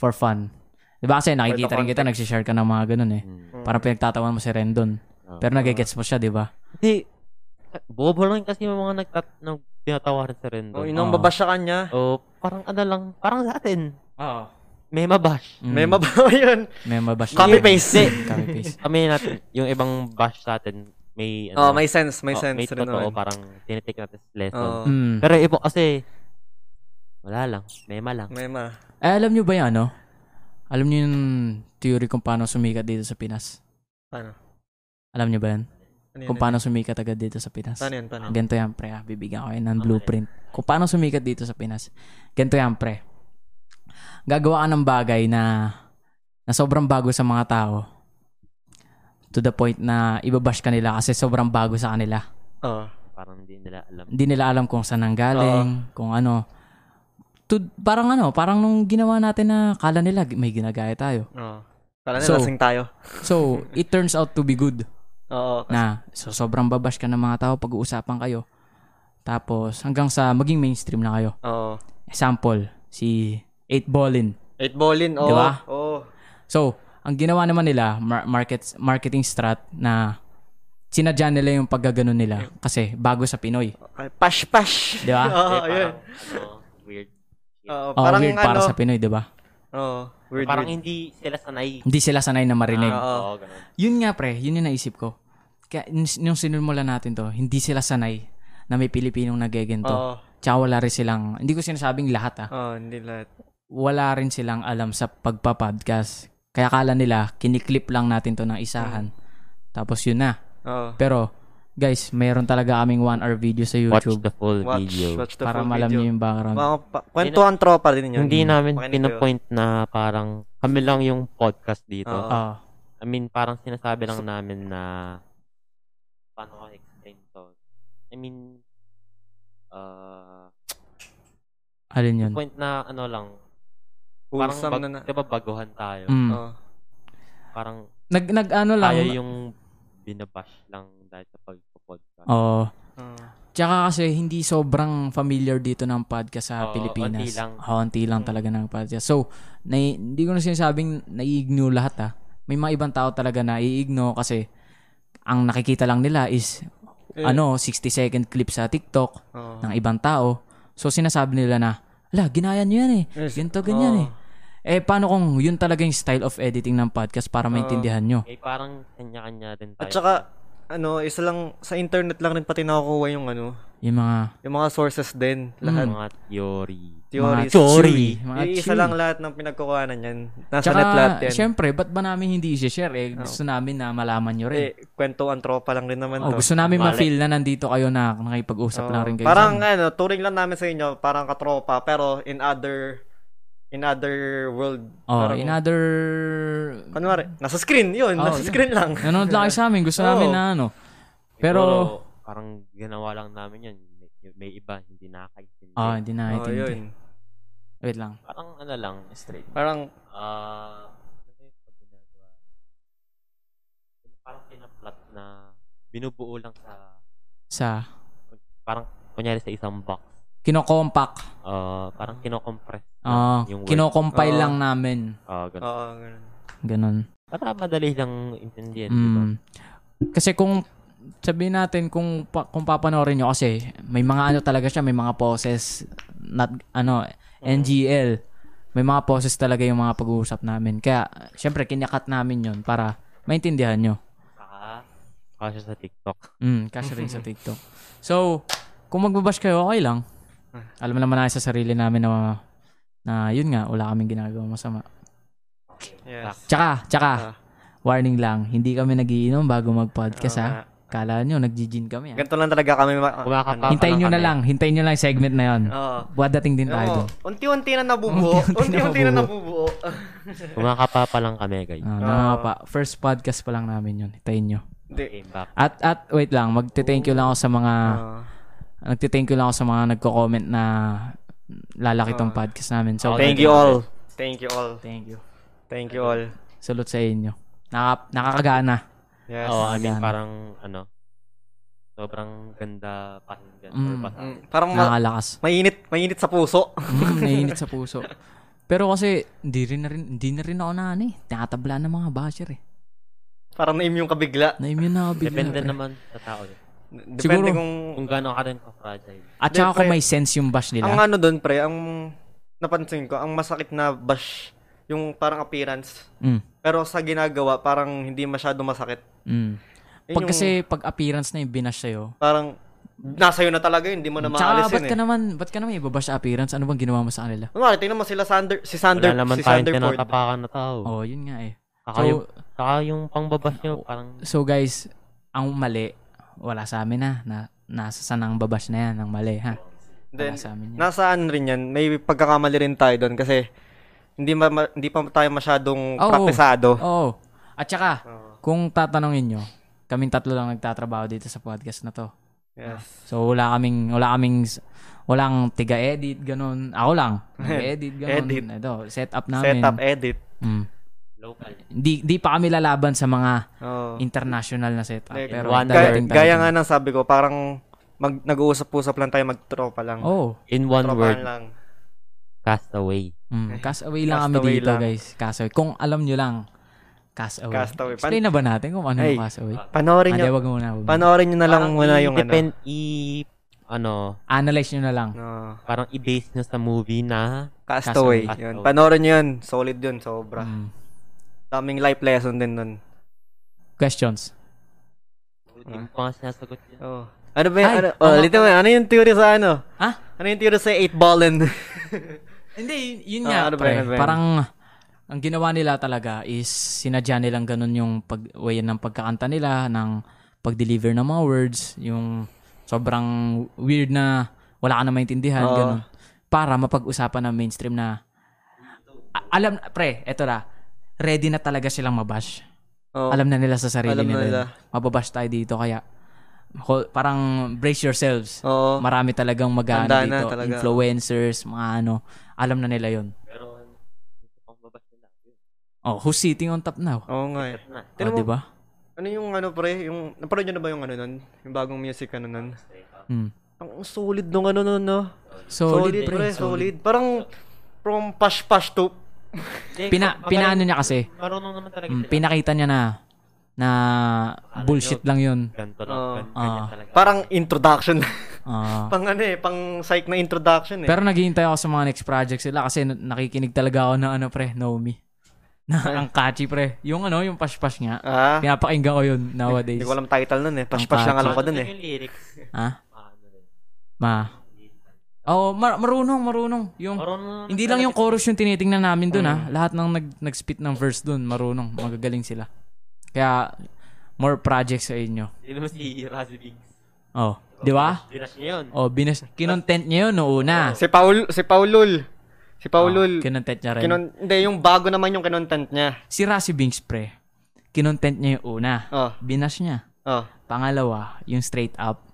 C: for fun. Diba kasi
A: the
C: nakikita rin kita,
A: context.
C: nagsha-share ka ng mga ganun eh.
B: Mm. Ah.
C: Para pinagtatawan mo si Rendon.
B: Oo.
C: Pero nagigets mo siya, di ba?
B: Hindi. Bobo lang kasi yung mga nagtat nag tinatawaran sa Rendon.
A: oh,
B: Oh,
A: yun ang
C: Oo.
A: babash sa kanya.
B: parang ano lang, parang sa atin.
C: Oo.
B: May mabash.
C: Mm,
A: May mabaho [laughs] yun.
C: may mabash.
A: Copy-paste. [laughs]
C: Copy-paste.
B: Kami natin, yung ibang bash sa atin, may
A: Oh, may sense, may
B: oh,
A: sense
B: may
A: rin
B: totoo,
A: naman. Oh.
B: parang tinitake natin sa lesson.
A: Oo.
C: Mm.
B: Pero ibo kasi, wala lang, mema lang.
A: May ma.
C: Eh, alam nyo ba yung ano? Alam nyo yung theory kung paano sumikat dito sa Pinas?
A: Paano?
C: Alam nyo ba yan?
A: Ano yun?
C: Kung paano sumikat agad dito sa Pinas?
A: Paano yun? Paano yun?
C: Ganito yan, pre. ah. Bibigyan ko kayo ng blueprint. Kung paano sumikat dito sa Pinas. Ganito yan, pre. Gagawa ka ng bagay na, na sobrang bago sa mga tao. To the point na ibabash ka nila kasi sobrang bago sa kanila.
A: Oo.
B: Parang hindi nila alam.
C: Hindi nila alam kung saan ang galing, kung ano. To, parang ano, parang nung ginawa natin na kala nila may ginagaya tayo.
A: Oo. Kala
C: So-
A: nila lasing tayo.
C: So, it turns out to be good.
A: Oo.
C: na so sobrang babash ka ng mga tao pag-uusapan kayo. Tapos hanggang sa maging mainstream na kayo.
A: Oo.
C: Example, si 8 Ballin.
A: Eight ballin. Oo.
C: Di ba?
A: Oo.
C: So, ang ginawa naman nila, mar- market, marketing strat na sinadya nila yung paggagano nila kasi bago sa Pinoy.
A: Ay, Pash, pash.
C: Di ba?
A: [laughs] Oo, Oh,
B: Kasi
A: yun.
B: Eh, parang, ano, weird.
A: Oo,
C: Ah, eh, Oh,
A: parang
C: weird
A: ano.
C: para sa Pinoy, di ba?
A: Oo. Weird,
B: parang
A: weird.
B: hindi sila sanay.
C: Hindi sila sanay na marinig.
A: Ah, oo.
B: Oo, ganun.
C: Yun nga pre, yun yung naisip ko. Kaya n- nung sinumulan natin to, hindi sila sanay na may Pilipinong nagegento.
A: Oo.
C: Tsaka wala rin silang, hindi ko sinasabing lahat ah.
A: Oo, hindi lahat.
C: wala rin silang alam sa pagpa-podcast. Kaya kala nila, kiniklip lang natin to ng isahan.
A: Mm.
C: Tapos yun na.
A: Oo.
C: Pero, guys, mayroon talaga kaming 1 hour video sa
B: Watch
C: YouTube
B: the full
A: Watch,
B: video.
A: watch the full
C: para malam
A: video.
C: nyo yung background.
A: Mga pa- kwentuhan tropa din yun.
B: Hindi namin
A: Makinig
B: pinapoint na parang kami lang yung podcast dito.
A: Oo.
C: Oo.
B: I mean, parang sinasabi lang namin na paano ko explain to. I mean, uh,
C: alin yun?
B: point na ano lang,
A: Hmm.
B: parang
A: Wholesome
B: bag,
A: na Hmm. na.
B: diba baguhan tayo.
C: Mm.
A: Oo.
B: Parang
C: Nag, nag ano lang.
B: tayo yung binabash lang dahil sa pagpo-podcast.
C: Oo.
A: Oo.
C: Tsaka kasi hindi sobrang familiar dito ng podcast sa
B: Oo,
C: Pilipinas.
B: konti lang.
C: Oo, konti lang
A: Mm.
C: talaga ng podcast. So, nai- hindi ko na sinasabing nai-ignore lahat ah. May mga ibang tao talaga na i-ignore kasi ang nakikita lang nila is
A: Eh, Ah.
C: ano, 60 second clip sa TikTok
A: oo.
C: ng ibang tao. So sinasabi nila na, ala, ginaya nyo yan eh.
A: Yes,
C: Ganito,
A: oo.
C: ganyan eh. Eh, paano kung yun talaga yung style of editing ng podcast para maintindihan nyo?
B: Eh, parang kanya-kanya rin
A: Ah.
B: tayo.
A: At saka, ano, isa lang, sa internet lang rin pati nakukuha yung ano,
C: Yung mga,
A: yung mga sources din, lahat.
B: mga theory.
A: Theories.
C: mga theory. Mga
A: Yung isa
C: theory.
A: lang lahat ng pinagkukuhanan yan. Nasa net lahat
C: Tsaka,
A: yan.
C: syempre, ba't ba namin hindi i-share eh? Gusto namin na malaman nyo
A: eh,
C: rin.
A: kwento ang tropa lang rin naman
C: oh,
A: to.
C: gusto namin
B: Mali.
C: ma-feel na nandito kayo na nakipag-usap
A: Oo.
C: lang rin kayo.
A: Parang
C: sa amin.
A: ano, turing lang namin sa inyo, parang katropa, pero in other in other world.
C: oh,
A: ah, parang,
C: in other...
A: Kunwari, nasa screen, yun,
C: Oo,
A: nasa
C: yun.
A: screen lang.
C: Nanonood lang kayo sa amin. Gusto
A: Oo.
C: namin na ano. Pero,
B: Siguro, parang ginawa lang namin yun. May, may iba, hindi nakakaintindi.
C: [laughs] ah, hindi na
A: Oh,
C: natin.
A: yun.
C: Wait lang.
B: Parang ano lang,
C: Straight.
A: Parang,
B: ah, ano ba yung pag ginagawa? Parang pinaplot na binubuo lang sa,
C: Sa,
B: parang kunyari sa isang box.
C: kinokompact.
B: Ah, parang kinocompress.
C: Ah,
B: yung word.
C: kinocompile
A: Oo.
C: lang namin.
B: Ah, ganun.
A: oo, ganun.
C: Ganon.
B: Para madali lang intindihan, di ba?
C: Mm. Kasi kung sabihin natin kung pa, kung papanoorin nyo kasi may mga ano talaga siya, may mga poses not ano NGL. May mga poses talaga yung mga pag-uusap namin. Kaya syempre kinakat namin 'yon para maintindihan nyo.
B: Saka, kasi sa TikTok.
C: Mm, kasi rin
A: Mm-hmm.
C: sa TikTok. So, kung magbabash kayo, okay lang.
A: Ah.
C: Alam naman natin sa sarili namin na na yun nga, wala kaming ginagawa masama.
A: Yes.
C: Tsaka, tsaka,
A: Ah.
C: warning lang, hindi kami nagiinom bago mag-podcast
A: Oo
C: ha.
A: nga.
C: Kala nyo, nag-gin kami ha.
A: Ganito lang talaga kami. ma-
B: Kumakapa-
A: ano.
C: Hintayin nyo na
B: kami.
C: lang. Hintayin nyo lang yung segment na yun.
A: Oo.
C: Wadating din
A: Ah.
C: tayo
A: Oo,
C: doon.
A: unti-unti na nabubuo.
C: [laughs] Unti-unti na
A: Unti-unti na nabubuo. [laughs]
B: Kumakapa pa lang kami, guys.
C: Ah,
A: Oo.
C: nakakapa. First podcast pa lang namin yun. Hintayin nyo.
A: Hindi.
B: Okay, back.
C: At, at, wait lang. Magte-thank you lang ako sa mga,
A: Oo. Ah.
C: nagte-thank you lang ako sa mga nagko-comment na lalaki tong
A: Ah.
C: podcast namin. So,
A: Thank you all. Thank you all.
C: Thank you.
A: Thank you all.
C: Salute sa inyo. Nakap- nakakagana.
A: Yes.
B: Oo, I mean,
C: Gana.
B: parang, ano, sobrang ganda pakinggan. or
C: Mm.
B: basa.
A: Mm, Parang ma-
C: Nakakalakas.
A: mainit, mainit sa puso. [laughs]
C: Mm, naiinit sa puso. Pero kasi, hindi rin na rin, hindi na rin ako na ano eh. Nakatabla ng mga basher eh.
A: Parang naim yung kabigla.
C: Na-immune na ako bigla.
B: Depende
C: pre.
B: naman sa tao. eh.
A: Depende
C: Siguro.
A: kung...
B: Kung gaano ka rin ka-fragile.
C: At saka kung
A: Pre-
C: may sense yung bash
A: Ang
C: nila.
A: ano doon, pre, ang napansin ko, ang masakit na bash, yung parang appearance.
C: Mm.
A: Pero sa ginagawa, parang hindi masyado masakit.
C: Mm.
A: Yun
C: Pag
A: yung
C: kasi pag appearance na yung binash sa'yo,
A: Parang nasa'yo na talaga yun, hindi mo na
C: Tsaka,
A: maalis
C: ba't
A: yun
C: ka
A: eh.
C: naman, ba't ka naman ibabash sa appearance? Ano bang ginawa mo sa kanila?
A: Kunwari, tingnan mo sila Sander, si Sander,
B: Wala naman
A: si
B: tayong
A: Sander Ford.
B: tinatapakan na tao.
C: Oh, yun nga eh.
B: Saka, yung,
C: So,
B: saka yung pangbabas nyo, parang,
C: so guys, ang mali, wala sa amin ha. Na, nasa sanang babash na yan, ang mali ha.
A: Then,
C: wala sa amin yan.
A: nasaan rin yan, may pagkakamali rin tayo doon kasi hindi, ma- ma- hindi pa tayo masyadong
C: Oo.
A: praktisado.
C: Oo. Oh. At saka, kung tatanungin nyo, kaming tatlo lang nagtatrabaho dito sa podcast na to.
A: Yes.
C: So, wala kaming, wala kaming, walang tiga-edit, ganun. Ako lang, nag-edit, ganun.
A: Edit.
C: Ito, set up namin.
A: Setup, edit.
C: Mm.
B: local.
C: Di, di pa kami lalaban sa mga
A: Oo.
C: international na setup.
A: Like,
C: pero
B: one
A: Gaya,
C: dadating tayo
A: gaya
C: dun.
A: nga ng sabi ko, parang mag, nag-uusap-usap lang tayo, magtropa lang.
C: Oh.
B: In one
A: Tropahan
B: word,
A: lang.
B: cast away.
C: Mm, cast away lang
A: Cast
C: kami
A: away
C: dito,
A: lang.
C: guys. Cast away. Kung alam nyo lang, cast away.
A: Cast away. Pan-
C: Explain na ba natin kung ano
A: Ay.
C: yung cast away?
A: Panoorin
C: Hindi,
A: nyo,
C: wag muna. Wag muna.
A: panoorin nyo na lang muna yung ano.
B: depend, i, ano,
C: Analyze nyo na lang.
A: No.
B: parang i-base nyo sa movie na,
A: Castaway.
B: Castaway.
A: Yun.
B: Castaway.
A: Panoorin nyo yun. Solid yun. Sobra.
C: Mm.
A: Daming life lesson din nun.
C: Questions.
A: Hmm.
B: hindi ko pa nga sinasagot yun.
A: Oh. Ano ba yung,
C: Ay,
A: ano, oh,
C: oo,
A: lito mo, ano yung theory sa ano?
C: Ha?
A: Ano yung theory sa 8 ballin? [laughs]
C: Hindi,
A: Ah,
C: yun nga,
A: ano ba
C: pre.
A: yun, ano ba yun?
C: Parang, ang ginawa nila talaga is sinadya nilang ganun yung pag way ng pagkakanta nila, ng pag-deliver ng mga words, yung sobrang weird na wala ka na maintindihan,
A: Oo.
C: ganun. Para mapag-usapan ng mainstream na, A- alam, pre, eto na, ready na talaga silang mabash.
A: oh,
C: Alam na nila sa sarili
A: Alam na
C: nila.
A: nila.
C: Mababash tayo dito, kaya ho- parang brace yourselves.
A: Oo.
C: Marami talagang mag-ano
A: Handa na
C: dito.
A: talaga.
C: Influencers, mga ano. Alam na nila yon.
B: Pero, hindi ko pangbabas nila. Yun,
C: Oh, who's sitting on top now?
A: Oo nga eh.
B: yun na.
A: Tignan
C: Oh,
A: mo,
C: di ba?
A: Ano yung ano pre? Yung, napanood nyo na ba yung ano nun? Yung bagong music ano nun?
C: Hmm.
A: Ang solid nung ano no, no.
C: Solid,
A: Solid,
C: pre.
A: pre, solid. Parang from pash-pash to
C: Pina, pinaano niya kasi.
B: Marunong naman talaga sila.
C: Mm, pinakita niya na na
A: Ano
C: bullshit lang yun.
B: Ganito lang.
A: Oo.
B: gan- ganyan
C: Ah.
B: talaga.
A: parang introduction. [laughs]
C: Ah.
A: pang ano eh, pang psych na introduction eh.
C: Pero naghihintay ako sa mga next project sila kasi n- nakikinig talaga ako ng ano pre, Naomi. [laughs] Na ang catchy pre. Yung ano, yung pash-pash nga.
A: ah,
C: Pinapakinggan ko yun nowadays.
A: hindi ko alam title nun eh. Pash-pash lang alam ko
B: Ano
A: dun eh.
B: yung lyrics?
C: Ha?
B: Paano rin?
C: Ma. Oh, mar- marunong, marunong. Yung
B: Marunong naman
C: hindi
B: talaga
C: lang
B: Mm.
C: yung chorus yung tinitingnan namin dun ah. Lahat ng nag nag-spit ng verse dun, marunong, magagaling sila. Kaya more projects sa inyo.
B: Hindi naman si Razzy Biggs.
C: Oh, 'di ba?
B: Binash niya yun.
C: Oh, binas kinontent niya yun noong una.
A: Si Paul, si Paulul. Si
C: Oh,
A: Paulul.
C: kinontent niya rin.
A: Kinon, hindi, yung bago naman yung kinontent niya.
C: si Rasi Binks pre. Kinontent niya yung una.
A: Oh,
C: Binas niya.
A: oh.
C: Pangalawa, yung straight up.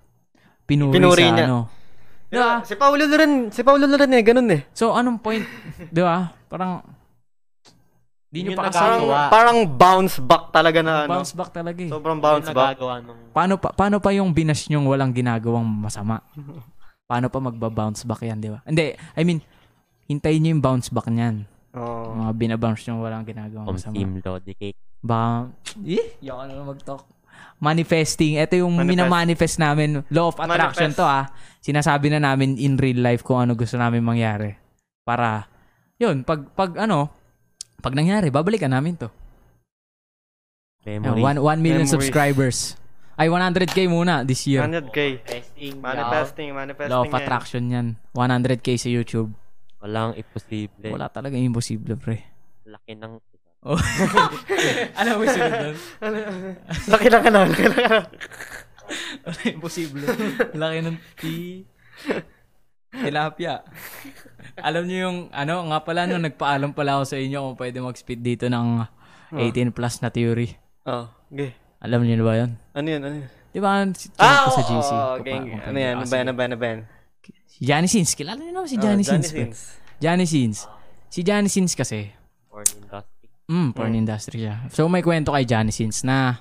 C: Pinuri,
A: Pinuri
C: sa
A: niya.
C: ano. Di ba?
A: Si Paulul rin, si Paulul rin eh, ganun eh.
C: So, anong point? Di ba? Parang, di nyo
B: Yun
C: pa
B: nagagawa.
A: Parang,
C: kasama.
B: Nakakatuwa.
A: parang bounce back talaga na ano.
C: Ah. Bounce back talaga eh.
A: Sobrang bounce
B: Yung
A: back.
B: nagagawa nung...
C: paano, pa, paano pa yung binas nyong walang ginagawang masama? Paano pa magba-bounce back yan, di ba? Hindi, I mean, hintayin nyo yung bounce back niyan.
A: Oo.
C: Mga binabounce nyong walang ginagawang
B: Om
C: masama.
B: Sim Lodi Cake.
C: Baka, eh, yun na mag-talk. Manifesting. Ito yung
A: Manifest.
C: minamanifest namin. Law of attraction
A: Manifest.
C: to ah. Sinasabi na namin in real life kung ano gusto namin mangyari. Para, yun, pag, pag ano, pag nangyari, babalikan namin to.
B: Memory.
C: 1 million
A: Memories.
C: subscribers. Ay, 100k muna this year.
A: 100k.
B: Testing.
A: Manifesting, manifesting.
C: Law of
A: yan.
C: attraction yan. 100k sa YouTube.
B: Walang imposible.
C: Wala talaga imposible, pre.
B: Laki ng...
C: Oh. [laughs] Alam mo sunod doon?
A: Laki na ka na, laki na ka na.
C: imposible. Laki ng T. Tilapia. Alam niyo yung, ano, nga pala, no, nagpaalam pala ako sa inyo kung pwede mag-speed dito ng
A: Ah.
C: 18 plus na theory.
A: Oh, okay.
C: Alam niyo na ba yun?
A: Ano yun, ano yun?
C: Di ba, si
A: Ah, oo,
C: ko sa GC.
A: oo,
C: kung pa-
A: gang.
C: kung
A: Ano
C: pwede.
A: yan,
C: Ah,
A: ano ba yan, ano ba yan, ano ba yan?
C: Si Johnny Sins. Kilala niyo naman si
A: Oh,
C: Johnny Sins. pre.
A: Sins.
C: Johnny Sins. Si Johnny Sins kasi,
B: Porn industry.
C: Mm, porn
A: Oh.
C: industry siya. So may kwento kay Johnny Sins na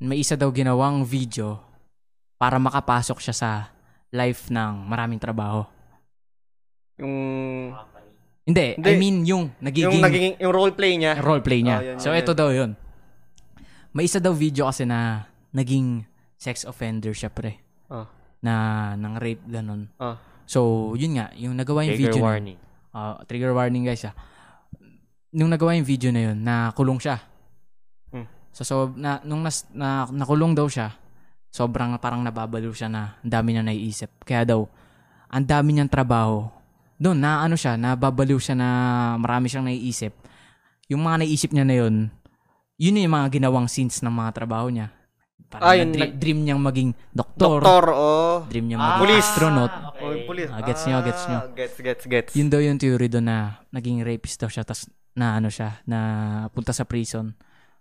C: may isa daw ginawang video para makapasok siya sa life ng maraming trabaho.
A: Yung,
C: Hindi,
A: Hindi.
C: I mean yung
A: yung
C: nagiging,
A: naging, yung roleplay niya.
C: roleplay niya.
A: Oh, yun,
C: so
A: yun,
C: ito daw yun. May isa daw video kasi na naging sex offender siya pre.
A: Oh.
C: Na nang rape ganun.
A: Oh.
C: So yun nga, yung nagawa yung
B: Trigger
C: video na-
B: warning.
C: Ah, trigger warning guys ah. Nung nagawa yung video na yun, nakulong siya.
A: Hmm.
C: So, so na, nung nas, na, nakulong daw siya, sobrang parang nababalo siya na ang dami na naiisip. Kaya daw, ang dami niyang trabaho. Doon, na ano siya, nababaliw siya na marami siyang naiisip. Yung mga naisip niya na yun, yun yung mga ginawang scenes ng mga trabaho niya. Parang
A: Ah, yun,
C: na dream,
A: nag-
C: dream niyang maging doktor,
A: Doktor, oh.
C: dream niyang maging
A: Police.
C: astronaut.
A: Oh, yung police.
C: Ah, gets niyo, gets niyo.
A: Gets, gets, gets.
C: Yun daw yung theory doon na naging rapist daw siya tas na ano siya na punta sa prison.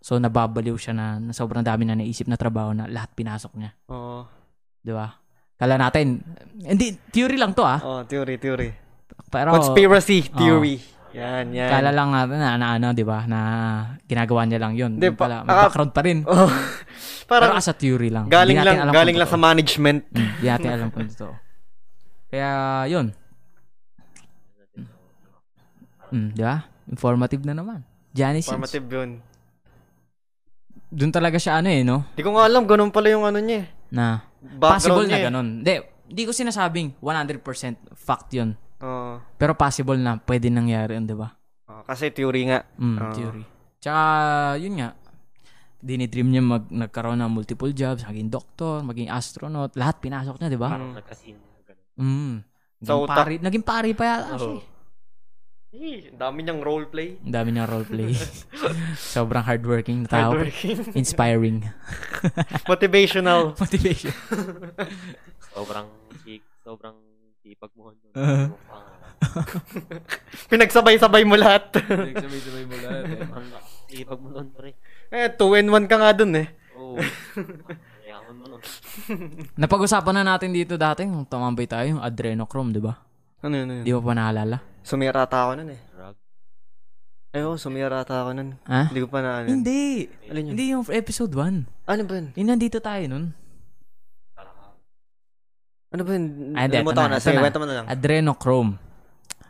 C: So nababaliw siya na, na sobrang dami na naisip na trabaho na lahat pinasok niya,
A: Oo.
C: 'di ba? Kala natin hindi theory lang to ah.
A: Oh, theory, theory.
C: Pero
A: Conspiracy theory. Yan, yan. [laughs]
C: kala lang natin na, na ano, 'di ba? Na ginagawa niya lang 'yun.
A: Hindi,
C: Hindi
A: pa-
C: pala, may
A: ah,
C: background pa rin.
A: Oh,
C: Pero
A: parang
C: as a theory lang.
A: galing
C: Hindi natin
A: lang,
C: alam
A: galing
C: kung
A: lang sa
C: totoo.
A: management.
C: Mm, Hindi natin alam kung totoo. Kaya 'yun. Mm, 'di ba? Informative na naman. Janice.
A: Formative yun.
C: Doon talaga siya ano eh, no?
A: Hindi ko nga alam, ganun pala yung ano niya. eh.
C: na
A: Background
C: possible na
A: niya eh.
C: ganun. Hindi, hindi ko sinasabing 100% fact yun.
A: Oo.
C: Pero possible na pwede nangyari yun, di ba?
A: Oo, kasi theory nga.
C: Mm,
A: Oo.
C: theory. Tsaka, yun nga, dinidream niya mag, nagkaroon ng multiple jobs, maging doktor, maging astronaut, lahat pinasok niya, di ba?
B: Parang nagkasin.
C: Mm. Naging,
A: Sa utak. Oh.
C: pari, naging pari pa yata, actually.
A: Eh, dami niyang roleplay.
C: Ang dami niyang
A: [laughs]
C: roleplay. Sobrang hardworking na tao.
A: Hardworking.
C: Inspiring.
A: [laughs] Motivational.
C: Motivation.
B: Sobrang chic. Sobrang sipag mo. nun.
C: Uh-huh.
B: Yung pangalan.
A: Pinagsabay-sabay mo lahat.
C: Nagsabay-sabay mo lahat. eh.
B: Sobrang sipag mo nun, pre.
A: eh, 2 and 1 ka nga dun eh.
B: Oo.
C: Oh.
B: Ayaw mo nun. oh.
C: Napag-usapan na natin dito dati, yung tumambay tayo, yung adrenochrome, di ba?
A: Ano yun, ano yun?
C: Di mo pa naalala?
A: Sumira ata ako nun eh.
B: Drug.
A: Ay, oo, sumira ata ako nun.
C: Ha?
A: Hindi ko pa na ano yun.
C: Hindi.
A: Alin yun?
C: Hindi yung episode 1.
A: Ano ba yun?
C: Yung nandito tayo nun.
A: Ano ba yun?
C: Ah, hindi,
A: Nalimutan ko
C: ito na,
A: na.
C: ito
A: Sige,
C: na.
A: kwento mo na lang.
C: Adrenochrome.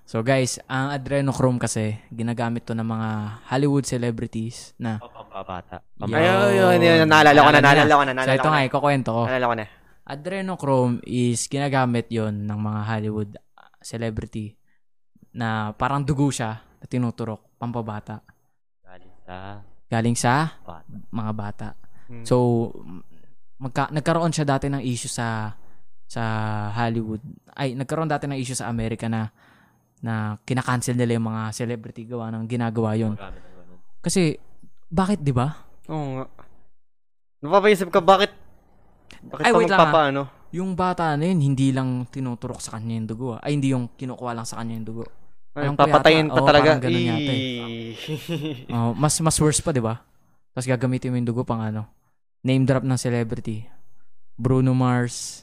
C: So guys, ang adrenochrome kasi ginagamit to ng mga Hollywood celebrities na
B: Pampabata.
A: Ay,
C: Yo.
A: ay, ay, ay, naalala ko na,
C: Naalala
A: naalala ko na,
C: So
A: naalala
C: ito
A: ko na.
C: nga, ikukwento ko.
A: Naalala ko na.
C: Adrenochrome is ginagamit yon ng mga Hollywood uh, celebrity na parang dugo siya na tinuturok pampabata
B: Galing sa
C: galing sa
B: bata.
C: mga bata.
A: Hmm.
C: So m- magka, nagkaroon siya dati ng issue sa sa Hollywood. Ay, nagkaroon dati ng issue sa Amerika na na kinakancel nila yung mga celebrity gawa ng ginagawa yon.
B: Magamit ang ganun.
C: Kasi bakit 'di ba?
A: Oo nga. Napapaisip ka, bakit? Bakit ano?
C: Ay,
A: ka
C: wait lang, ah.
A: magpapaano?
C: Yung bata na yun, hindi lang tinuturok sa kanya yung dugo. ah. Ay, hindi yung kinukuha lang sa kanya yung
A: [laughs]
C: dugo.
A: Ay,
C: Alam ko
A: papatayin
C: yata.
A: pa
C: Oo,
A: talaga.
C: parang ganun yata eh.
A: Eee.
C: Oh, mas mas worse pa, 'di ba? Tapos gagamitin mo yung dugo pang ano, name drop ng celebrity. Bruno Mars.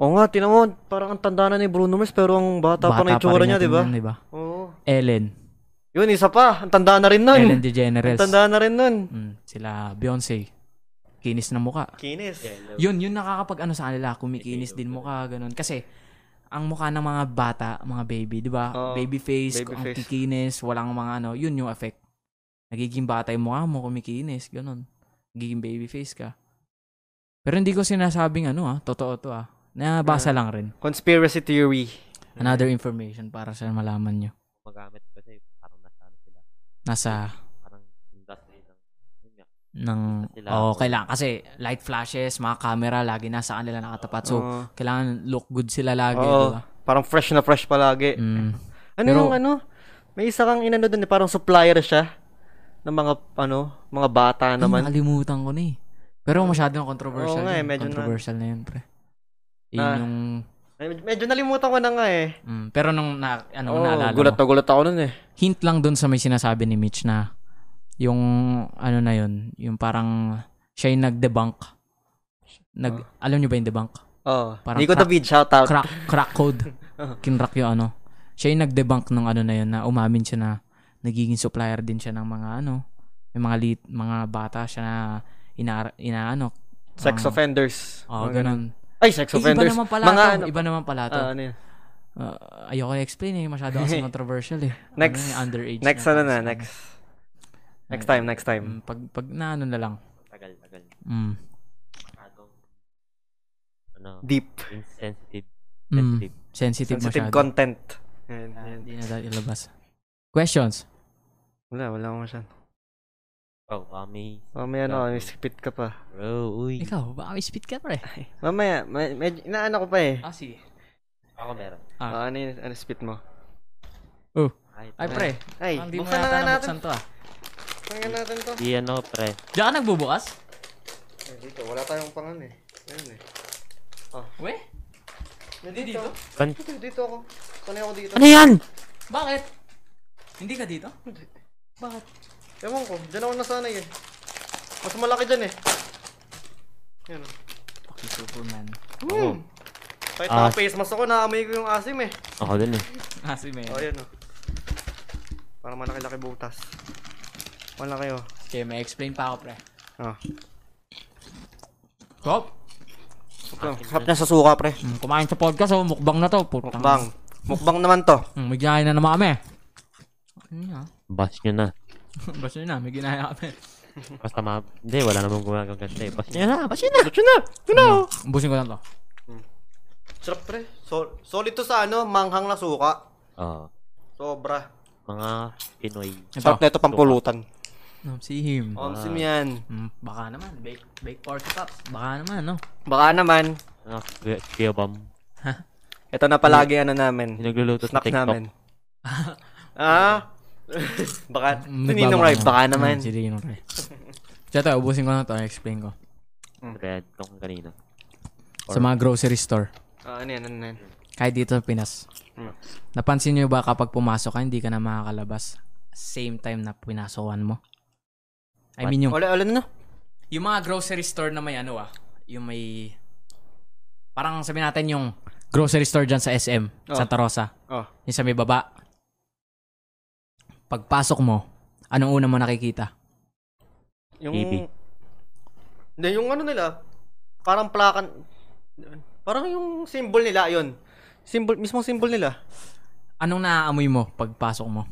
A: Oo nga, tinan mo, parang ang tanda na ni Bruno Mars, pero ang bata, pa na itsura
C: rin
A: niya, di ba?
C: tingnan, 'di ba?
A: Oo.
C: Ellen.
A: Yun, isa pa. Ang tanda na rin nun.
C: Ellen
A: Ang
C: DeGeneres.
A: tanda na rin nun.
C: Mm, sila Beyonce. Kinis na mukha.
A: Kinis.
C: Yun, yun nakakapag ano sa kanila, kumikinis din mukha, ganun. Kasi, ang mukha ng mga bata, mga baby, di ba?
A: Oo,
C: baby face,
A: baby
C: ang
A: face.
C: kikinis, walang mga ano, yun yung effect. Nagiging bata yung mukha mo, kumikinis, ganun. Nagiging baby face ka. Pero hindi ko sinasabing ano ah, totoo to ah. Nabasa lang rin.
A: Conspiracy theory. Mm.
C: Another information para sa malaman nyo.
B: Magamit kasi parang nasa ano sila.
C: Nasa,
B: Parang industry ng yun nga.
C: ng,
B: Sila.
C: oh, kailangan. Kasi light flashes, mga camera, lagi nasa kanila nakatapat. So,
A: Oo.
C: kailangan look good sila lagi,
A: Oo.
C: di ba?
A: parang fresh na fresh palagi.
C: Mm.
A: Ano
C: Pero-
A: yung ano? May isa kang inano doon, eh, parang supplier siya ng mga ano, mga bata
C: Naman.
A: naman.
C: nakalimutan ko na eh. Pero masyado na controversial.
A: Oo nga eh,
C: yun.
A: medyo na-
C: controversial na, yun, pre. Yun
A: Na-
C: yung...
A: Ay, medyo nalimutan ko na nga eh.
C: Mm, pero nung na, ano,
A: Oo,
C: naalala
A: gulat
C: ko,
A: na gulat ako nun eh.
C: hint lang dun sa may sinasabi ni Mitch na yung ano na yun, yung parang siya yung nag-debunk. Nag,
A: Ah.
C: Alam nyo ba yung debunk?
A: Oo.
C: Parang
A: Nico
C: crack-
A: David, shout out.
C: Crack, crack
A: [laughs]
C: code. Kinrack yung ano. Siya yung nag-debunk ng ano na yun na umamin siya na nagiging supplier din siya ng mga ano, yung mga lit, mga bata siya na ina, inaano.
A: Sex
C: ang-
A: offenders.
C: Ah.
A: Mga
C: Oo,
A: ganun.
C: ganun.
A: Ay, sex
C: Eh, iba
A: offenders.
C: naman pala
A: Mga
C: to.
A: ano-
C: iba naman pala to.
A: Ah, ano yun?
C: Uh, ayoko na-explain eh. Masyado
A: [laughs]
C: kasi controversial eh. Ano
A: Next-
C: yun, underage
A: Next ano na, next. Next time, next time.
C: Mm, pag, pag na ano na lang.
B: Tagal, tagal.
C: Mm.
B: Masyadong ano,
C: [laughs]
A: Deep.
B: insensitive.
C: Mm.
B: Sensitive.
C: Sensitive,
A: Sensitive
C: masyado. Ah,
A: content. Ayan, ayan.
C: Hindi na dahil ilabas. Questions?
A: Wala, wala akong masyado.
B: Oh, mami.
A: Mamaya na, may spit ka pa.
B: Bro, uy.
C: Ikaw, baka may speed ka pre.
A: Mamaya, may, medyo, inaano ko pa eh.
C: Ah, sige.
B: Ako meron.
A: Ah, ano yun, ano spit mo?
C: Oh.
B: Ay,
C: Ay pre,
A: Ay,
C: hindi mo
A: buksan na
C: yata
A: nga natin.
C: nabuksan to ah.
A: Buksan nga natin to.
B: Di ano, pre.
C: Diyan ka nagbubukas?
A: Ay, dito, wala tayong pangan eh. Ayun eh.
C: We? Hindi dito?
B: Pan-
A: Dito, dito ako. Sanay ako dito.
B: ano yan?
C: Bakit? Hindi ka dito? Bakit?
A: Ewan ko, dyan ako nasanay eh. Mas malaki dyan eh. Yan oh.
C: Paki Superman.
A: Hmm. Kahit
B: Ah.
A: naka-face mask ako, naamoy ko yung asim eh.
B: Ako din eh.
C: Ah, si Mel.
A: Oh, ayan oh. Parang malaki-laki butas. Malaki oh.
C: Okay, may explain pa ako pre.
A: Ah.
C: Stop!
A: Sarap niya sa suka, pre.
C: Mm, kumain sa podcast oh, mukbang na to. Putang.
A: Mukbang. Mukbang naman to.
C: Mm, may ginaya na naman kami. Ano yun, ah?
B: Bash nyo na.
C: [laughs] Basta yun na, may ginaya kami.
B: Basta ma... Hindi, wala namang gumagawang ganda eh. Bash nyo na. Bash nyo na.
A: Ba't yun na? Yun na oh.
C: Ubusin Hmm, ko lang to.
A: Sarap, pre. So, solid to sa ano, manghang na suka.
B: Oo.
A: Sobra.
B: Mga Pinoy.
C: Ito.
A: na Oh. ito pampulutan.
C: No, see him.
A: Onsim yan.
C: Mm, baka naman, bake, bake pork chops. Baka naman, no?
A: Baka naman,
B: Mga kuya- kuya bam.
A: ito na palagi ano namin.
B: Pinagluluto sa
A: Snack
B: TikTok. [laughs]
A: namin. ah? [laughs] baka,
C: Mm,
A: sininong
C: nagbabaka
A: right, baka naman.
C: Mm, si Ninong Ray. Siya to, ubusin ko na to, explain ko.
B: Red. Ito kung kanina.
C: Sa mga grocery store,
A: Ah, ano yan, ano yan.
C: kahit dito sa Pinas.
A: Mm.
C: Napansin nyo ba kapag pumasok ka, hindi ka na makakalabas? Same time na pinasokan mo? I mean, yung
A: Wala, wala na.
C: Yung mga grocery store na may ano ah, yung may parang sabi natin yung grocery store dyan sa SM,
A: Oh.
C: Santa Rosa.
A: Oh.
C: Yung sa may baba. Pagpasok mo, anong una mo nakikita?
A: Yung...
B: Baby.
A: Hindi, yung ano nila, parang plakan... Parang yung symbol nila, yun. Symbol, mismong symbol nila.
C: Anong naaamoy mo pagpasok mo?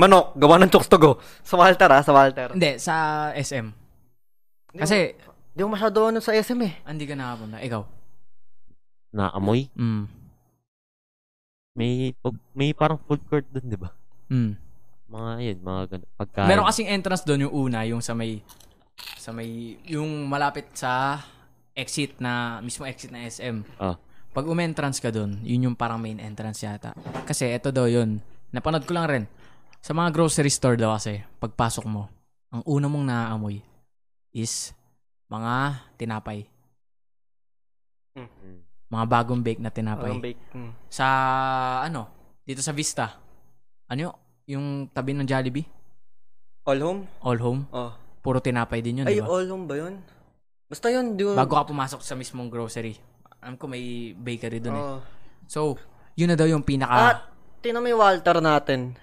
A: Manok, gawa ng Chokstogo. Sa Walter ah, sa Walter.
C: Hindi, sa SM. Kasi,
A: Hindi ko masyado ano sa SM eh.
C: hindi ka nakapunta. Ikaw.
B: Naamoy.
C: Mm.
B: May, pag- may parang food court dun, di ba?
C: Mm.
B: Mga yun, mga ganun. Pagkain.
C: Meron kasing entrance doon yung una, yung sa may sa may yung malapit sa exit na mismo exit na SM.
B: Ah.
C: Pag umentrance ka doon, yun yung parang main entrance yata. Kasi eto daw yun. Napanood ko lang rin. Sa mga grocery store daw kasi, pagpasok mo, ang una mong naaamoy is mga tinapay.
B: Mm.
C: Mga bagong bake na tinapay.
A: Parang bake. Hmm.
C: Sa ano, dito sa Vista. Ano yun? yung tabi ng Jollibee?
A: All home?
C: All home?
A: Oh.
C: Puro tinapay din yun,
A: Ay,
C: di ba?
A: all home ba yun? Basta yun, di ko-
C: Bago ka pumasok sa mismong grocery. Alam ko may bakery doon eh.
A: Oh.
C: So, yun na daw yung
A: At,
C: pinaka
A: tinan mo yung Walter natin.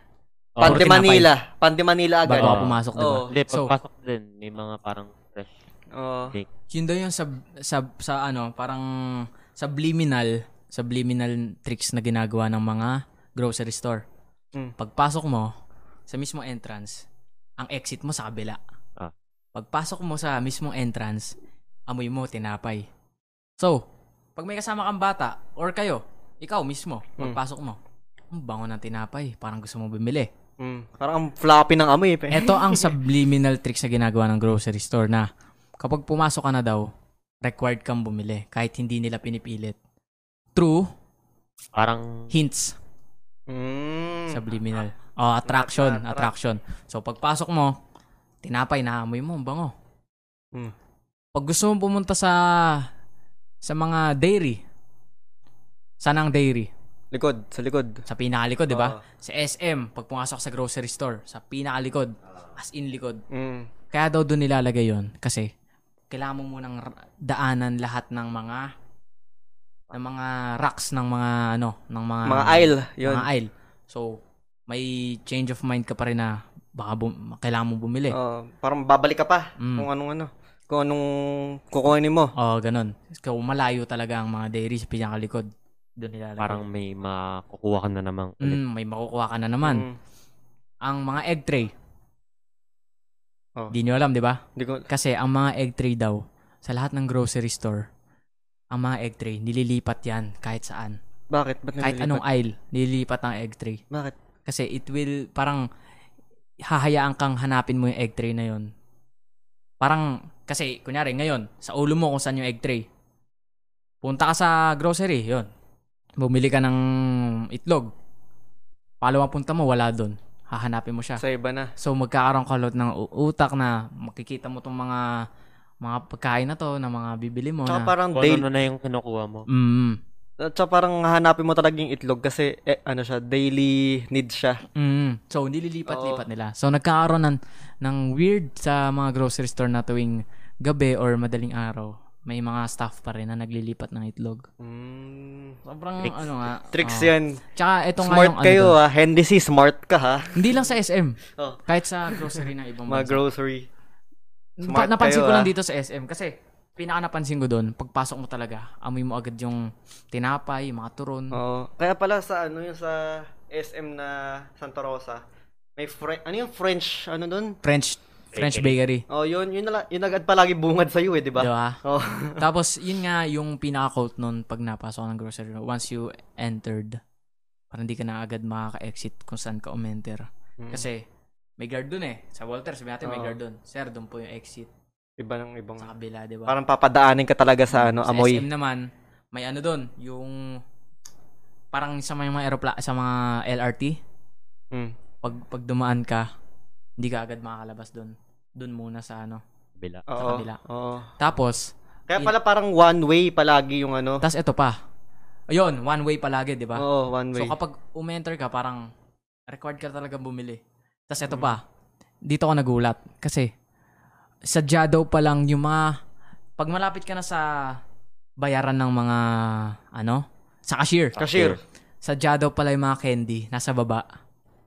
B: Oh,
A: Pandi
C: tinapay.
A: Manila. Pandi Manila agad. Oh.
C: bago ka
B: Ah.
C: pumasok, di ba?
A: Oo.
B: Hindi,
C: So-
B: pagpasok din, may mga parang fresh.
A: Oh.
C: Yun daw yung sa, sa, sa ano, parang subliminal, subliminal tricks na ginagawa ng mga grocery store.
A: Mm.
C: Pagpasok mo sa mismong entrance, ang exit mo sa kabila.
B: Ah.
C: Pagpasok mo sa mismong entrance, amoy mo tinapay. So, pag may kasama kang bata or kayo, ikaw mismo,
A: Mm.
C: pagpasok mo, ang bango ng tinapay, parang gusto mo bumili.
A: Hmm. Parang ang floppy ng amoy. Eh.
C: Ito ang subliminal trick sa ginagawa ng grocery store na kapag pumasok ka na daw, required kang bumili kahit hindi nila pinipilit. True
B: Parang,
C: hints,
A: Hmm.
C: subliminal. Oh, attraction,
A: Attract-
C: attraction. So pagpasok mo, tinapay na amoy mo, ang bango.
A: Mm.
C: Pag gusto mo pumunta sa sa mga dairy, saan ang dairy?
A: Likod, sa likod. Oh.
C: Sa pinakalikod, di ba?
A: Oo.
C: Sa SM, pag pumasok sa grocery store, sa pinakalikod, as in likod.
A: Hmm.
C: Kaya daw doon nilalagay yon kasi kailangan mo munang r- daanan lahat ng mga ng mga racks ng mga ano, ng mga
A: Mga aisle, yun.
C: mga aisle. So may change of mind ka pa rin na baka bum- kailangan mo bumili.
A: Oo, parang babalik ka pa
C: Mm.
A: Oh, kung anong ano. Kung anong kukuhanin mo.
C: Oh, ganun. So malayo talaga ang mga dairy sa pinakalikod. Doon nilalagay.
B: parang may makukuha ka na namang ulit.
C: Mm, may makukuha ka na naman.
A: Hmm.
C: Ang mga egg tray.
A: Oh.
C: Di nyo alam, di ba?
A: Di ko,
C: Kasi ang mga egg tray daw, sa lahat ng grocery store, ang mga egg tray, nililipat yan kahit saan.
A: bakit? Ba't
C: Kahit
A: nililipat?
C: anong aisle, nililipat ang egg tray.
A: Bakit?
C: Kasi it will, parang, hahayaan kang hanapin mo yung egg tray na yun. Parang, kasi, kunyari, ngayon, sa ulo mo kung saan yung egg tray. Punta ka sa grocery, yun. Bumili ka ng itlog. Palawang punta mo, wala doon. Hahanapin mo siya.
A: Sa iba na.
C: So magkakaroon ka lot ng u- utak na makikita mo tong mga mga pagkain na to na mga bibili mo
A: Tsaka
C: na.
A: parang
B: Kung
A: daily,
B: ano na yung kinukuha mo.
C: mm,
A: tsaka parang hanapin mo talaga yung itlog kasi eh, ano siya, daily need siya.
C: mm. So nililipat-lipat nila. So nagkakaroon ng ng weird sa mga grocery store na tuwing gabi or madaling araw. May mga staff pa rin na naglilipat ng itlog.
A: Mm.
C: Sobrang
B: Tricks.
C: ano nga.
A: Tricks
C: oo.
A: yan.
C: Tsaka ito nga
A: smart
C: yung ano
A: kayo
C: doon.
A: ah. Henry C, smart ka ha.
C: Hindi lang sa SM.
A: Oh.
C: Kahit sa grocery ng
A: [laughs]
C: ibang
A: Mga
C: bansa.
A: grocery.
C: Smart
A: Smart
C: napansin
A: kayo,
C: ko lang
A: ah.
C: dito sa SM kasi pinaka napansin ko doon, pagpasok mo talaga, amoy mo agad yung tinapay, yung mga turon.
A: Oo. Kaya pala sa ano yung sa SM na Santa Rosa, may Fre- ano yung French, ano dun?
C: French French bakery.
A: Oh, yun, yun, nala, yun agad palagi bungad sa iyo eh, di ba?
C: Diba?
A: Oh.
C: [laughs] Tapos, yun nga yung pinaka-cult nun pag napasok ng grocery. Once you entered, parang di ka na agad makaka-exit kung saan ka umenter.
A: Hmm.
C: Kasi, may guard dun eh. Sa Walter, sabi natin
A: Oo.
C: may guard dun. Sir, dun po yung exit.
A: iba ng ibang
C: Sa kabila, di ba?
A: parang papadaanin ka talaga sa ano,
C: Sa
A: amoy.
C: SM naman, may ano doon, yung parang sa mga aeropla sa mga LRT,
A: Mm.
C: pag pag dumaan ka, hindi ka agad makakalabas doon. Doon muna sa ano.
B: Bila.
A: Oo.
C: kabila.
A: Oo.
C: Tapos,
A: Kaya pala parang one way palagi yung ano.
C: tas ito pa. Ayun, one way palagi, 'di ba?
A: Oo, Oh, one way.
C: Diba? So kapag umenter ka, parang required ka talaga bumili. Tas ito
A: Mm.
C: pa. Dito ako nagulat kasi sadya daw pa lang yung mga pag malapit ka na sa bayaran ng mga ano, sa cashier.
A: Cashier.
C: Sadya daw pala yung mga candy nasa baba.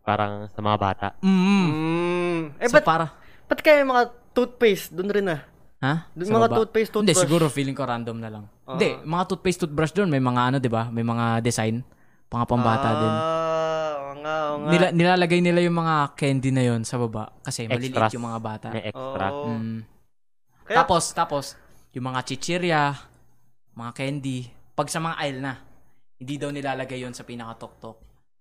B: Parang sa mga bata.
C: Mm.
A: Mm. Eh,
C: So
A: ba't,
C: para
A: ba't kaya yung mga toothpaste? Doon rin ah.
C: Ha?
A: Dun,
C: Sa
A: mga
C: baba?
A: toothpaste,
C: Hindi,
A: toothbrush.
C: siguro feeling ko random na lang.
A: Ah.
C: Hindi, mga toothpaste, toothbrush doon, may mga ano, di ba? May mga design. Pang pambata din.
A: Ah, oo nga, oo nga.
C: Nila, nilalagay nila yung mga candy na yon sa baba kasi maliliit
B: Extras.
C: yung mga bata.
B: May extra.
A: Oo.
C: Mm.
A: Oh. Kaya-
C: Tapos, tapos, yung mga chichirya, mga candy, pag sa mga aisle na, hindi daw nilalagay yon sa pinakatoktok.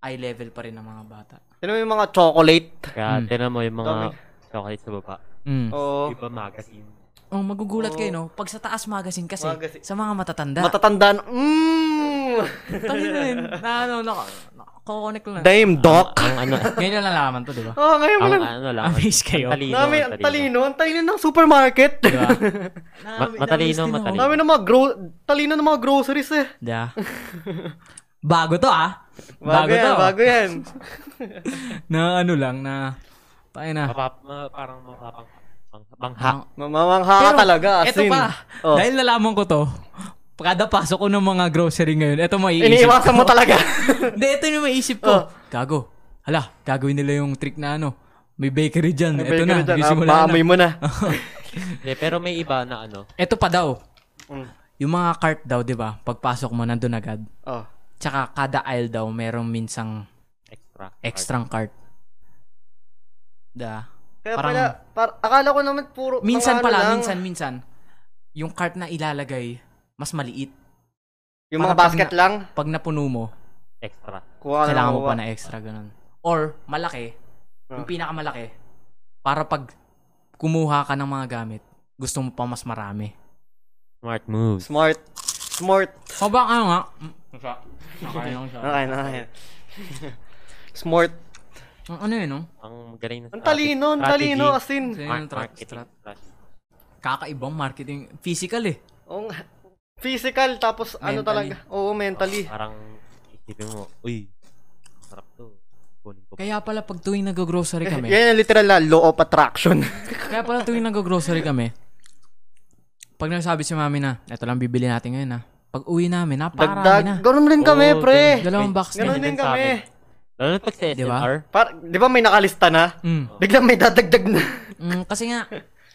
C: Eye level pa rin ng mga bata.
A: Sino yung mga chocolate?
B: Kaya
C: Mm.
B: tinan mo yung mga
A: Dami.
B: chocolate sa baba.
C: Mm. Oh.
A: Oo.
B: Iba magazine.
C: magugulat
A: Oo.
C: kayo, no? Pag sa taas magazine kasi,
A: Oh. Magazine.
C: sa mga matatanda. [laughs]
A: Matatanda na. Mmm!
C: Tangin na yun. Na, ano, na, nakakoconnect lang.
A: Dame, Doc.
B: Ang
C: [laughs]
B: ano,
C: Ngayon lang nalaman to, di
A: [laughs]
C: ba?
A: Oo, oh, ngayon mo
B: ang
A: lang.
B: ano lang.
C: Amaze kayo.
B: Talino.
A: Namin, ang talino. Ang talino ng supermarket.
C: Di
A: [laughs]
C: ba?
B: Ma- matalino, matalino.
A: Namin ng mga gro- talino ng mga groceries eh.
C: Da. Bago to ah.
A: Bago, yan,
C: ah.
A: bago yan.
C: Na ano lang na tayo na.
B: Mapap, ma- parang mapapang pang- pangha.
A: Mamamangha ka Ah, talaga, as
C: Ito
A: in.
C: pa.
A: Oh.
C: Dahil nalaman ko to, kada pasok ko ng mga grocery ngayon, ito maiisip ko.
A: Iniiwasan mo Oh. talaga.
C: Hindi, ito yung maiisip ko. Gago. Hala, gagawin nila yung trick na ano. May bakery dyan. ito
A: Bakery
C: na,
A: dyan, ah,
C: simulan na.
A: Maamoy mo
C: [laughs]
A: na.
B: Hindi, Eh, pero may iba na ano.
C: Ito pa daw.
A: Mm.
C: Yung mga cart daw, di ba? Pagpasok mo, nandun agad.
A: Oh.
C: Tsaka kada aisle daw, merong minsang
B: Extra.
C: extrang cart. Da.
A: Kaya
C: Parang-
A: pala, par- akala ko naman puro mga
C: Minsan
A: ano
C: pala,
A: lang,
C: minsan, minsan, yung cart na ilalagay, mas maliit.
A: Yung mga
C: Parang
A: basket lang,
C: Pag napuno mo,
B: Extra.
A: kuha ka
C: kailangan
A: ng
C: mo pa na extra, ganun. Or, malaki,
A: Ah.
C: yung pinakamalaki, para pag kumuha ka ng mga gamit, gusto mo pa mas marami.
B: Smart moves.
A: Smart. Smart.
C: O ba, ano nga? Okay lang siya.
A: Okay, okay. Smart.
C: Ang Ano yun, no?
B: Ang galing na
A: Ang talino, ang talino, as in.
C: Kasi yun
B: Mark,
C: yung tra-
B: marketing.
C: strat-
B: strat.
C: Kakaibang marketing. Physical eh.
A: Oo nga. Physical, tapos ano
C: Mentally.
A: talaga. Oo, mentally.
B: Parang isipin mo, uy, sarap to. Kunin ko.
C: Kaya pala pag tuwing
A: [laughs]
C: nag-grocery kami,
A: Yan yung literal na law of attraction.
C: Kaya pala tuwing nag-grocery kami, pag nagsabi si mami na, eto lang bibili natin ngayon ha. Pag uwi namin, napakarami na.
A: Dagdag. Ganun rin kami,
B: Oo,
A: pre.
B: ganun.
C: Oh, Dalawang
B: Wait,
C: box na.
A: Ganun
B: Ganun
A: din
B: din sa
A: kami.
B: amin. Lalo na pag sa SMR,
C: Di ba?
A: Par- di ba may nakalista na?
C: Mm.
A: Biglang may dadagdag na.
C: Mm, kasi nga,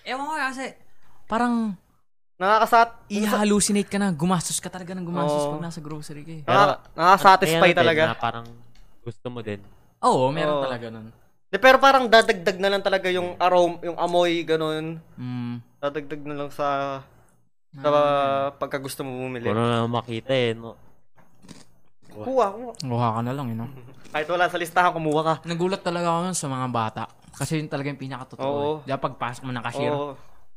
C: ewan ko kasi, parang
A: Nakakasat.
C: i-hallucinate ka na, gumastos ka talaga ng
A: Ano
C: gumastos
A: Oo.
C: pag nasa grocery ka eh.
A: Nakaka- nakakasatisfy
B: Kaya na din
A: talaga.
B: na parang gusto mo din.
C: Oo, meron
A: Oo.
C: talaga nun.
A: De, pero parang dadagdag na lang talaga yung aroma, yung amoy, ganun.
C: Mm.
A: Dadagdag na lang sa sa pagka gusto mo bumili.
B: Kung na makita eh. No?
A: Kuha, kuha.
C: Kuha ka na lang, yun. ah.
A: Kahit wala sa listahan, kumuha ka.
C: Nagulat talaga ako nun sa mga bata. Kasi yun talaga yung
A: Oo.
C: pinakatotoo. Eh. Diba pagpasok mo ng cashier,
A: Oo.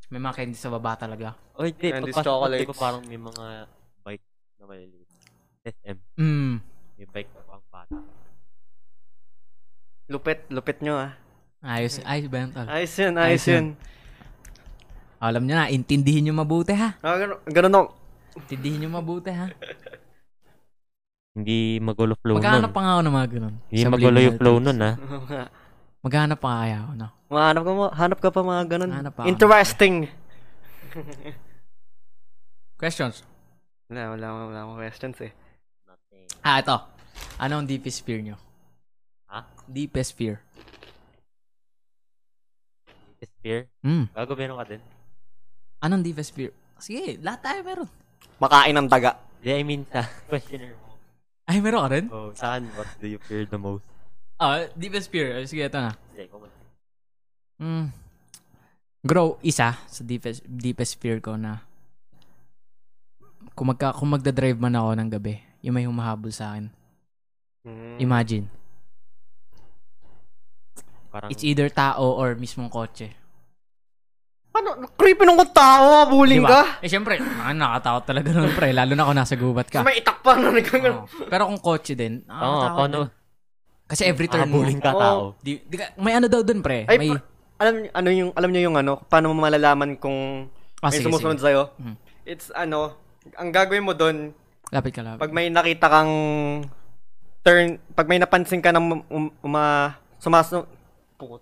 C: may mga candy sa baba talaga.
B: Oh, hindi.
A: And these
B: Pagpasok ko, di ba
A: chocolates.
B: parang may mga bike na maliliit. SM,
C: Mm.
B: may bike na pang bata.
A: Lupit, lupit nyo ah.
C: Ayos, ayos ba yun, tol?
A: Ayos yun,
C: Ayos
A: Ah. ayos
C: yun.
A: yun.
C: Alam nyo na, intindihin nyo mabuti ha.
A: Ah, ganun, ganun ako.
C: Tindihin nyo mabuti ha.
B: Hindi magulo flow
C: Maghanap
B: nun.
C: pa nga ako ng mga ganun.
B: Hindi
C: Subliminal
B: magulo yung flow
C: thoughts.
B: nun, ah. ha?
C: Maghanap pa kaya ako na.
A: Mahanap ka, mo- hanap ka Ano pa mga ganun.
C: Hanap pa ako.
A: Interesting.
C: Questions?
A: Wala, wala, wala, wala akong questions eh.
C: Ah, ito. Anong deepest fear nyo?
B: Ha?
C: Deepest fear.
B: Spear.
C: Hmm.
B: Gago, meron ka din.
C: Anong deepest fear? Sige, lahat tayo meron.
A: Makain ng daga.
B: Hindi, I mean, sa [laughs] questioner mo.
C: Ay, meron ka rin?
B: Oh, saan? What do you fear the most?
C: Ah, deepest fear. Ay, Sige, ito na.
B: Hindi, kung ano.
C: Hmm. Grow, isa sa deepest, deepest fear ko na kung, magka, kung magdadrive man ako ng gabi, yung may humahabol sa akin.
B: Hmm.
C: Imagine.
B: Parang,
C: It's either tao or mismong kotse.
A: Ano? Creepy nung tao, ah. abuling ka.
C: Diba? Eh, syempre, ah, nakakatakot talaga nun, pre. Lalo na kung nasa gubat ka.
A: Tapos may ano, itakpan na nagkagano.
C: Oo. Pero kung kotse din,
B: Oo,
C: nakakatakot
A: ano.
B: paano?
C: din. Kasi every turn mo,
B: Habulin ka
A: Oo.
B: tao.
C: di, di ka- may ano daw dun, pre.
A: Ay,
C: may,
A: pa- alam niyo- ano yung alam niyo yung ano, paano mo malalaman kung
C: Ah,
A: may
C: sige,
A: sumusunod
C: sige.
A: sa'yo?
C: Mhm.
A: It's ano, ang gagawin mo doon
C: Lapit ka, lapit.
A: pag may nakita kang turn, pag may napansin ka ng um, uma sumasunod
C: [laughs]
A: put.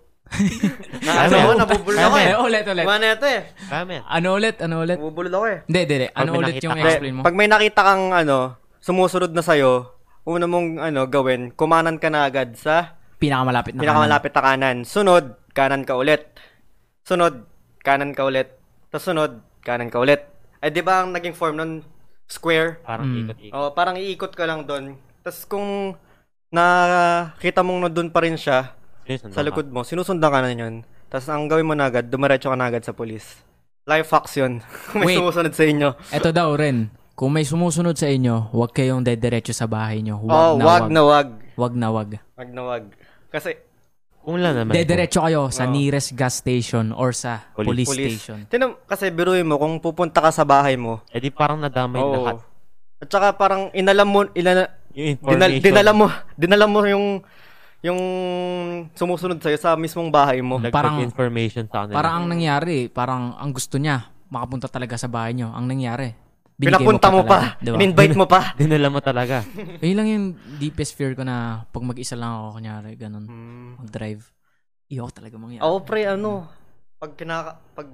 A: na
B: Tama.
A: ano, nabubulol ako
C: Ay,
A: eh.
C: ulit, ulit.
A: Wala na ito eh.
B: Kaya man.
C: Ano ulit, ano ulit?
A: Nabubulol ako eh.
C: Hindi, hindi, hindi. Ano
B: may
C: ulit
B: nakita
C: yung
B: ka-
C: explain mo?
A: Pag may nakita kang ano, sumusunod na sa'yo, una mong ano gawin, kumanan ka na agad sa
C: Pinakamalapit na
A: pinakamalapit na kanan. Sunod, kanan ka ulit. Sunod, kanan ka ulit. Tapos sunod, kanan ka ulit. Ay, di ba ang naging form nun, square?
B: Parang
C: Mm.
B: ikot-ikot.
A: O, Oh, parang iikot ka lang doon. Tapos kung nakita mong na doon pa rin siya,
B: Sinusundan
A: sa
B: ka.
A: likod mo, sinusundan ka na yun. Tapos ang gawin mo na agad, dumiretso ka na agad sa polis. Life hacks yun. [laughs] Kung May
C: Wait.
A: sumusunod sa inyo.
C: Eto daw rin, kung may sumusunod sa inyo, huwag kayong dediretso sa bahay nyo. Huwag
A: oh,
C: na
A: wag,
C: huwag.
A: na wag.
C: Huwag na huwag.
A: Wag na wag. Kasi,
B: Kung wala naman.
C: Dediretso kayo sa
A: Oo.
C: nearest gas station or sa
B: Police.
C: police,
A: Oh. Police.
C: station.
A: tinam, kasi biruin mo, kung pupunta ka sa bahay mo,
B: Eh di parang nadamay
A: oo.
B: lahat.
A: At saka parang inalam mo, inala,
B: Yung
A: dinal,
B: information.
A: dinala mo, dinala mo yung yung sumusunod sa'yo sa mismong bahay mo.
B: Dagdag
C: Parang-
B: information sa kanila.
C: Parang ang nangyari, parang ang gusto niya, makapunta talaga sa bahay nyo. Ang nangyari, binigay
A: Pinapunta mo pa,
C: talaga, di ba? Eh,
A: in-invite mo
C: [laughs]
A: pa.
B: Dinala mo talaga.
C: Yun lang yung deepest fear ko na pag mag-isa lang ako, kunyari, ganun, mag-drive. Iyo ako talaga mangyari.
A: Oo, pre, ano, pag, kinaka, pag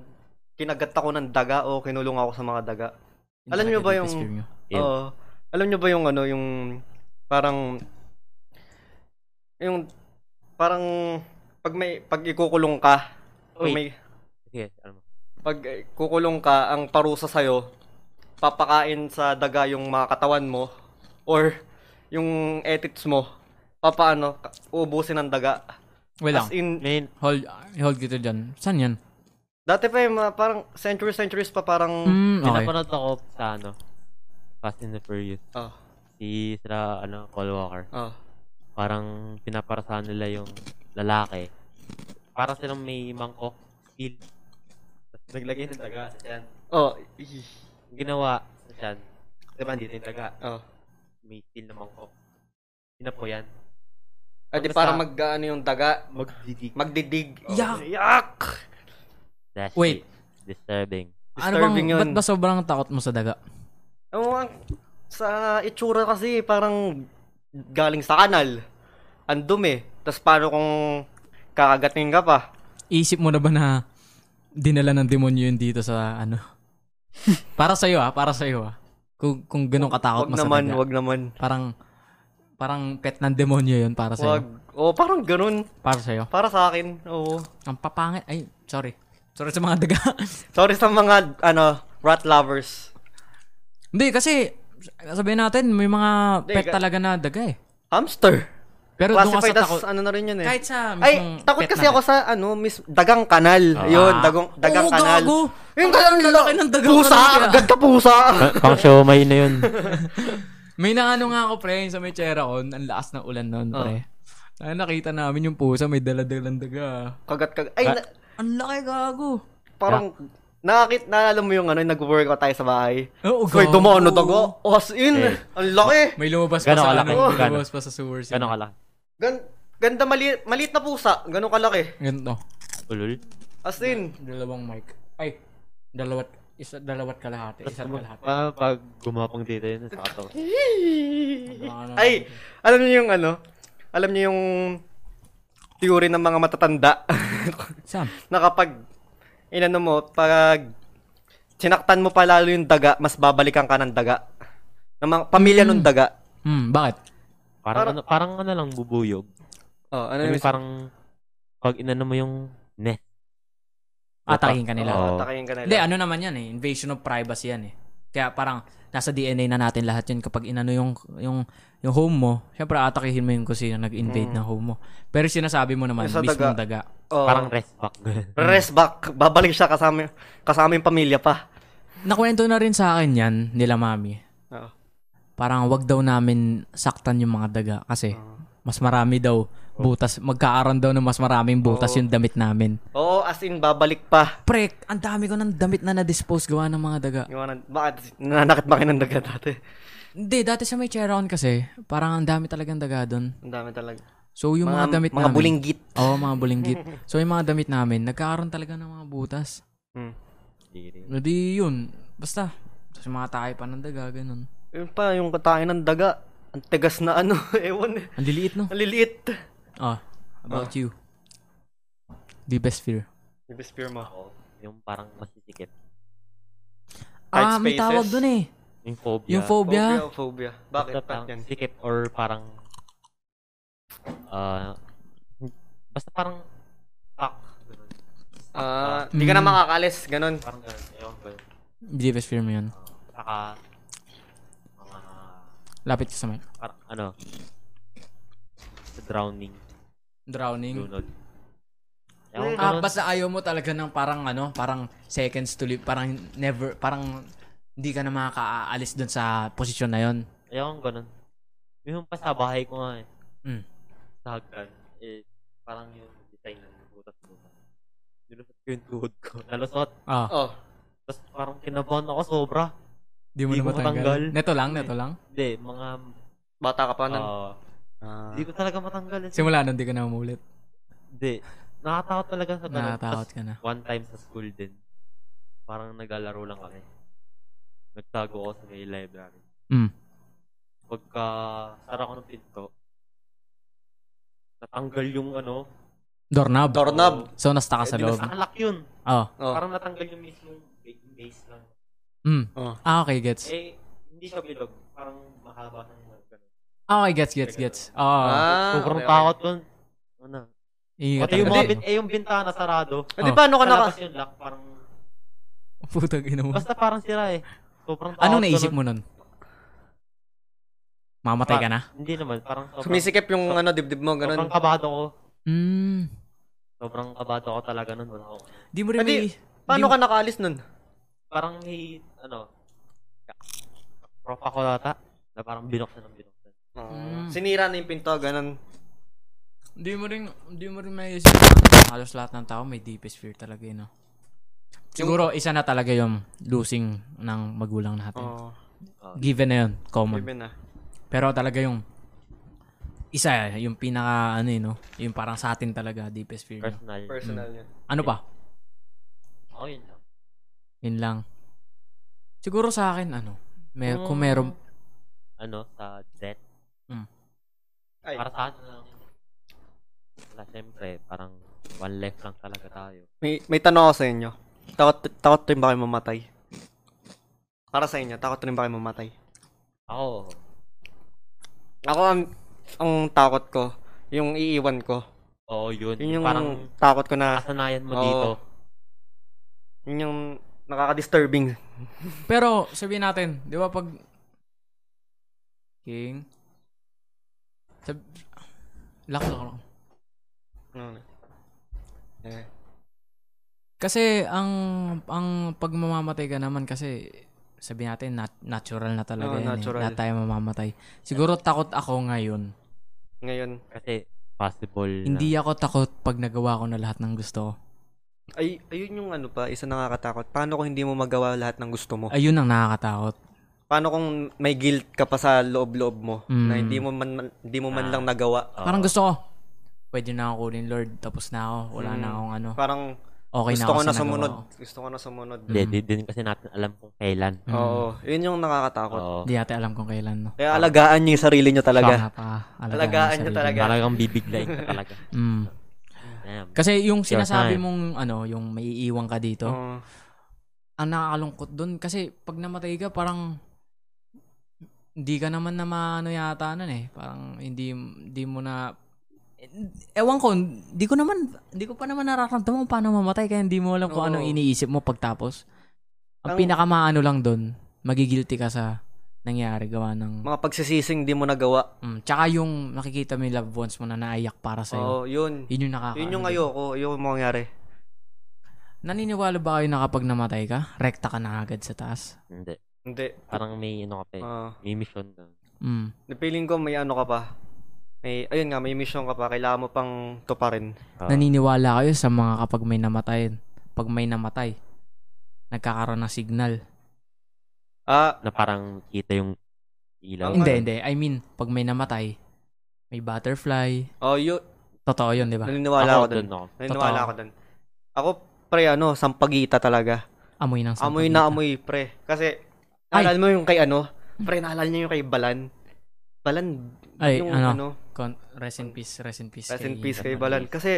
A: kinagat ako ng daga o kinulong ako sa mga daga,
C: Yun
A: alam
C: talaga
A: niyo ba
C: deepest
A: yung-
C: fear niyo.
B: Yeah.
A: Oo. Alam nyo ba yung ano, yung parang yung parang pag may pag ikukulong ka, pag
B: Wait.
A: may
B: Sige, alam mo.
A: pag eh, kukulong ka, ang parusa sa'yo, papakain sa daga yung mga katawan mo or yung edits mo, papaano, ka- uubusin ng daga.
C: Wait lang,
A: As in,
B: May
C: hold, hold kita dyan. Saan yan?
A: dati pa yung mga parang centuries-centuries pa parang,
C: Mm, okay.
B: pinapanood ako sa ano, Fast and the Furious.
A: Ah.
B: Si sila, ano, Paul Walker.
A: ah,
B: Parang pinaparasahan nila yung lalaki. Para silang may mangkok steel. Tapos naglagay ng daga sa tiyan.
A: oh, ih,
B: Ang ginawa sa tiyan. Diba dito yung daga?
A: oh.
B: May steel na mangkok. Sinapoyan.
A: Ay, di
B: Basta-
A: parang mag-ano yung daga,
B: Magdidig.
A: magdidig.
C: Yak!
A: Yak!
B: That's it.
C: Wait.
B: Disturbing.
C: Ano bang,
A: Disturbing yun.
C: ba't ba sobrang takot mo sa daga?
A: Oo, ang, sa itsura kasi parang galing sa kanal. Ang dumi. Tapos paano kung kakagatin ka pa?
C: Isip mo na ba na dinala ng demonyo yun dito sa
A: [laughs]
C: ano? para sa'yo ah, para sa'yo ah. Kung, kung ganun
A: Wag
C: katakot mo sa
A: naman,
C: daga.
A: wag naman.
C: Parang, parang pet ng demonyo yun para
A: Wag.
C: sa'yo.
A: Oo, parang ganun.
C: Para sa'yo.
A: Para sa akin. Oo.
C: Ang papangit. Ay, sorry. Sorry sa mga daga. [laughs]
A: Sorry sa mga, ano, rat lovers.
C: Hindi, kasi sabihin natin, may mga
A: Hindi,
C: pet
A: ka-
C: talaga na daga eh.
A: Hamster.
C: Pero doon ka sa
A: Classified as,
C: takot.
A: ano na rin yun eh.
C: Kahit sa
A: Ay,
C: mismong
A: takot
C: pet
A: kasi
C: na
A: ako sa, ano, mis, dagang kanal. Yun, dagong, dagang
C: Oo,
A: kanal.
C: gago.
A: Yung kanal,
C: Ang lalaki ng dagang
A: pusa,
C: kanal, kaya.
A: ang ganda pusa.
B: Pang show may na yun.
C: May naano nga ako, pre, yung sa may tsera ko, ang lakas ng ulan noon, pre. Ay, nakita namin yung pusa, may daladalang daga.
A: Kagat, kagat. Ay, na-
C: Ang laki, gago.
A: parang, nakakit, naalala mo yung ano, yung nag-workout tayo sa bahay.
C: Oo,
A: So,
C: gago.
A: dumano dago. Oh, as in,
B: Eh.
A: ang laki.
C: May lumabas
B: Gano'ng
C: pa sa
B: kalaki?
C: ano, may
B: Gano'ng?
C: lumabas pa sa sewers.
B: Gano'ng kalaki?
A: Gan ganda mali maliit na pusa, ganun kalaki.
C: Ganito.
B: Ulul.
A: As in,
C: Dalawang mic. Ay, dalawat, isa, dalawat kalahati. Isang kalahati.
B: Pa, Ah, pag gumapang dito yun, sa ato.
C: Ano?
A: ay, alam niyo yung ano, alam niyo yung theory ng mga matatanda [laughs]
C: Sam.
A: na kapag inano mo, pag sinaktan mo pa lalo yung daga, mas babalikan ka ng daga. Ng mga pamilya ng daga.
C: Hmm, bakit?
B: Parang,
A: Parang-
B: ano, parang ano lang bubuyog.
A: Oh, ano
B: Ano
A: yung
B: parang pag inano mo yung nest.
C: Atakin ka nila.
B: Oo.
A: Atakayin ka
C: Hindi,
A: nila.
C: ano naman yan eh. Invasion of privacy yan eh. Kaya parang nasa DNA na natin lahat yun kapag inano yung yung yung home mo, syempre atakihin mo yung kung sino nag-invade ng home mo. Pero sinasabi mo naman,
A: Yung sa
C: mismong
A: daga.
C: daga.
A: Oh,
B: Parang rest back.
A: [laughs]
B: ganun.
A: rest back, babalik siya kasama kasama yung pamilya pa.
C: Nakwento na rin sa akin yan nila mami.
A: Oo.
C: Parang wag daw namin saktan yung mga daga kasi mas marami daw butas, magkaaron daw ng mas maraming butas yung damit namin.
A: Oo, as in babalik pa.
C: Pre, ang dami ko ng damit na na-dispose gawa ng mga daga.
A: Yung ano, bakit nananakit ba kayo ng daga dati?
C: Hindi, dati sa may Cheron kasi, parang ang dami talagang daga doon.
A: Ang dami talaga.
C: So yung mga, damit
A: mga
C: namin.
A: bulinggit.
C: Oo, mga bulinggit. so, yung mga damit namin, nagkakaroon talaga ng mga butas.
A: Hmm.
B: Hindi.
C: O di yun. Basta. Tapos yung mga tayo pa ng daga, ganun.
A: Yun pa, yung katain ng daga. Ang tigas na ano, [laughs] ewan. eh.
C: Ang liliit, no?
A: Ang liliit.
C: Oh, about you. The best fear.
A: Ibispear mo.
B: Ako, yung parang masisikip.
A: Tight
C: ah, may
A: spaces.
C: tawag dun eh.
B: Yung phobia.
C: Yung phobia.
A: Phobia, phobia. Bakit?
B: Basta
A: Bakit
B: parang
A: yan?
B: Sikip or parang... ah basta parang... Fuck.
A: Ah, di ka na
C: Mm.
A: makakalis, ganun.
B: Parang ganun. Ewan ko.
C: Believe sphere mo yun.
B: Saka, mga,
C: Lapit ka sa mic.
B: parang ano, sa drowning,
C: Drowning.
B: lunod.
A: Hmm.
B: Ewan ko
C: Ah,
B: nun.
C: basta ayaw mo talaga ng parang ano, parang seconds to live, parang never, parang hindi ka na makakaalis dun sa posisyon na yon.
B: Ayoko ganun. Yung pa sa bahay ko nga eh.
C: Mm.
B: Sa hagdan, eh, parang yung design ng butas-butas. Nilusot ko yung tuhod ko. Nalusot.
C: Ah,
A: Oh.
B: Tapos parang kinabahan ako sobra.
C: di mo
B: Di
C: na
B: ko matanggal.
C: matanggal. Neto lang, neto lang.
B: Hindi, mga...
A: Bata ka pa nun.
B: ah,
A: Ah.
B: Hindi ko talaga matanggal. eh.
C: Simula nun, di ka na umulit.
B: Hindi. Nakatakot talaga sa ganun.
C: Natatakot
B: Tas
C: ka na.
B: one time sa school din, parang naglalaro lang kami. Nagtago ako sa may library.
C: Mm.
B: Pagka sara ko ng pinto, natanggal yung ano.
C: Doorknob.
A: Doorknob.
C: So, nasta ka sa
B: eh, di
C: loob.
B: nasalak yun.
C: Oh.
A: Oh.
B: Parang natanggal yung mismong ba- base lang.
C: Mm.
A: Oh.
C: Ah, okay, gets.
B: Eh, hindi siya bilog. Parang mahaba ng ganun.
C: Ah, okay, gets, gets, gets. Oo.
A: Ah,
B: Sobrang
A: okay, okay.
B: takot nun. Ano?
C: Iingat
B: Pati yung mga
C: talaga.
B: bin- eh, yung bintana sarado.
A: Eh, di
C: Oh.
A: paano ka naka...
B: Kalabas yung lock, parang...
C: Putang ina mo.
B: Basta parang sira eh. Sobrang takot.
C: Anong
B: ko
C: naisip
B: nun.
C: mo nun? Mamatay ka na?
B: Hindi naman, parang sobrang...
A: Sumisikip yung ano, dibdib mo, ganun.
B: Sobrang kabado ko.
C: Mm.
B: Sobrang kabado ko talaga nun. Wala ako.
C: Di mo rin
A: Hindi.
C: may...
A: Paano
C: di-
A: ka nakaalis nun?
B: Parang may, ano, prop ako nata, na parang binuksan ng binuksan.
A: Ah.
C: Mm.
A: Sinira na yung pinto, ganun.
C: Di mo rin, di mo rin may isip. na Halos lahat ng tao may deepest fear talaga yun. No? Siguro, isa na talaga yung losing ng magulang natin.
A: Oo.
C: Given na yun,
A: Oh.
C: common.
A: Given na.
C: Pero talaga yung isa yung pinaka ano eh, no? Yung parang sa atin talaga deepest fear. no?
B: Personal.
A: Personal yun.
C: Ano pa?
B: Ako yun lang.
C: Yun lang. Siguro sa akin ano, may, kung
B: Mm.
C: meron
B: Ano, sa death.
A: Ay.
B: Para sa akin lang. Wala, syempre, parang one life lang talaga tayo.
A: May, may tanong ako sa inyo. Takot, takot rin ba kayo mamatay? Para sa inyo, takot rin ba kayo mamatay?
B: Ako,
A: Ako, ang, ang takot ko, yung iiwan ko.
B: oo yun.
A: Yun yung
B: Parang
A: takot ko na,
B: kasanayan mo
A: Oo.
B: dito.
A: yun yung nakaka-disturbing.
C: Pero sabihin natin, 'di ba pag King Sab... Lock, lock, lock.
A: Ano? Eh,
C: Kasi ang ang pag mamamatay ka naman kasi sabi natin nat- natural na talaga
A: Oo,
C: yan. eh.
A: natural.
C: Lahat tayo mamamatay. Siguro takot ako ngayon.
A: ngayon,
B: Kasi, possible
C: Hindi
B: na.
C: ako takot pag nagawa ko na lahat ng gusto ko.
A: ay, ayun yung ano pa, isa nakakatakot. Paano kung hindi mo magawa lahat ng gusto mo?
C: Ayun ang nakakatakot.
A: Paano kung may guilt ka pa sa loob-loob mo na
C: Mm.
A: hindi mo man, man- hindi mo man
B: Ah.
A: lang nagawa?
B: Oo.
C: Parang gusto ko, pwede na ako kunin Lord, tapos na ako, wala na
A: Mm.
C: akong ano,
A: Parang
C: okay na
A: gusto
C: ako
A: ko na
C: sa
A: sumunod.
C: nagawa ko.
A: Gusto ko na sumunod.
B: Hindi,
C: Mm.
B: di din kasi natin alam kung kailan.
C: Mm.
A: Oo, yun yung nakakatakot.
B: Oo.
C: Hindi natin alam kung kailan, no?
A: Kaya alagaan niyo yung sarili niyo talaga.
C: Baka pa, alagaan
A: Alagaan
C: mo
A: niyo
C: sarili.
A: talaga.
B: Talagang bibiglayin ka
C: [laughs]
B: talaga.
C: Mm.
B: Ayan.
C: Kasi yung sinasabi
B: time.
C: mong, ano, yung may iiwan ka dito,
A: Oo.
C: ang nakakalungkot doon, kasi pag namatay ka, parang, hindi ka naman na maano yata nun eh. Parang hindi, hindi mo na, ewan ko, hindi ko naman, hindi ko pa naman nararamdaman kung paano mamatay, kaya hindi mo alam kung
A: Oo.
C: anong iniisip mo pagtapos. Ang,
A: Ang-
C: pinakamaano lang doon, magigilty ka sa nangyari gawa ng,
A: Mga pagsisising di mo nagawa.
C: Mm, tsaka yung nakikita mo yung loved ones mo na naiyak para sa'yo.
A: Oo, yun.
C: Yun yung nakaka
A: Yun yung
C: ano
A: ayoko. Ayoko yung mangyari.
C: doon. Naniniwala ba kayo na kapag namatay ka, rekta ka na agad sa taas?
B: Hindi.
A: Hindi.
B: Parang may ano ka pa eh.
C: Ah.
A: Oo.
B: May mission ka.
C: Mm.
A: Napiling ko may ano ka pa. May, ayun nga, may mission ka pa. Kailangan mo pang tuparin.
B: Oo.
C: Naniniwala kayo sa mga kapag may namatay, pag may namatay, nagkakaroon ng signal.
A: Ah,
B: na parang kita yung ilaw.
A: Ang
C: Hindi,
A: ano?
C: hindi. I mean, pag may namatay, may butterfly.
A: oh, yun.
C: Totoo yun, di ba?
A: Naniniwala ako dun.
B: dun ako.
A: Naniniwala
C: Totoo.
A: ako dun. Ako, pre, ano, sampagita talaga.
C: Amoy ng sampagita.
A: Amoy na amoy, pre. Kasi,
C: Ay!
A: naalala mo yung kay ano? Pre, naalala niyo yung kay Balan? Balan,
C: Ay,
A: yung
C: ano,
A: ano,
C: Con- rest in peace, rest in peace.
A: Rest
C: kay
A: in peace kay
C: Batman.
A: Balan. Kasi,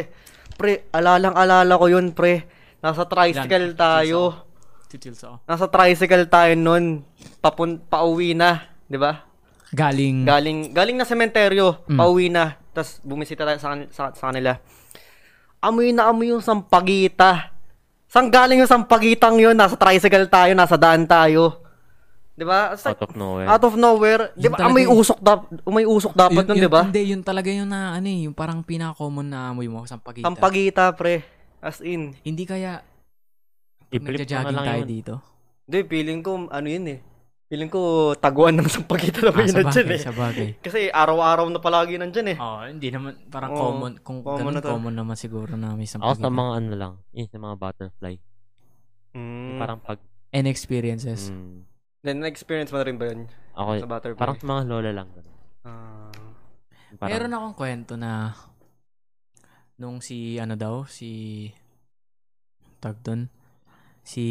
A: pre, alalang-alala ko yun, pre. Nasa tricycle
C: Ilan?
A: tayo.
C: Tutils ako.
A: Nasa tricycle tayo nun. Papun pauwi na, 'di ba?
C: Galing,
A: Galing galing na sementeryo,
C: Mm.
A: pauwi na. Tapos bumisita tayo sa, kan- sa, sa kanila. Amoy na amoy yung sampagita. Saan galing yung sampagitang yun? Nasa tricycle tayo, nasa daan tayo. Di ba? Sa-
B: Out of nowhere.
A: out of nowhere. Di
C: Yun
A: ba? Ah,
C: talaga
A: may
C: yun.
A: usok, da- may usok dapat nun,
C: yun-
A: di ba?
C: Hindi, yun talaga yung na, ano eh, yung parang pinaka-common na amoy mo sa pagkita.
A: Sampagita, pre. As in.
C: Hindi kaya
B: I-flip mo na
C: nagja-jogging
B: lang
C: tayo
B: yun.
C: dito.
A: Hindi, feeling ko, ano yun eh. Feeling ko, taguan ng sampagita na
C: Ah,
A: ba yun
C: sa
A: nandiyan
C: bagay,
A: eh.
C: sa bagay.
A: Kasi araw-araw na palagi nandyan eh.
C: Oh, hindi naman, parang
A: Oo,
C: common, kung
A: common
C: ganun,
A: na to.
C: common naman siguro na may isang
B: Ako sa mga ano lang, yun sa mga butterfly.
C: Ah.
A: Mm.
B: Parang pag,
C: And experiences.
B: mm,
A: Then, na-experience mo na rin ba yun?
C: Eh,
B: ako,
A: Sa butterfly?
B: parang sa mga lola lang. ganun.
A: Ah.
B: Parang,
C: Meron akong kwento na nung si, ano daw, si, tag doon, si,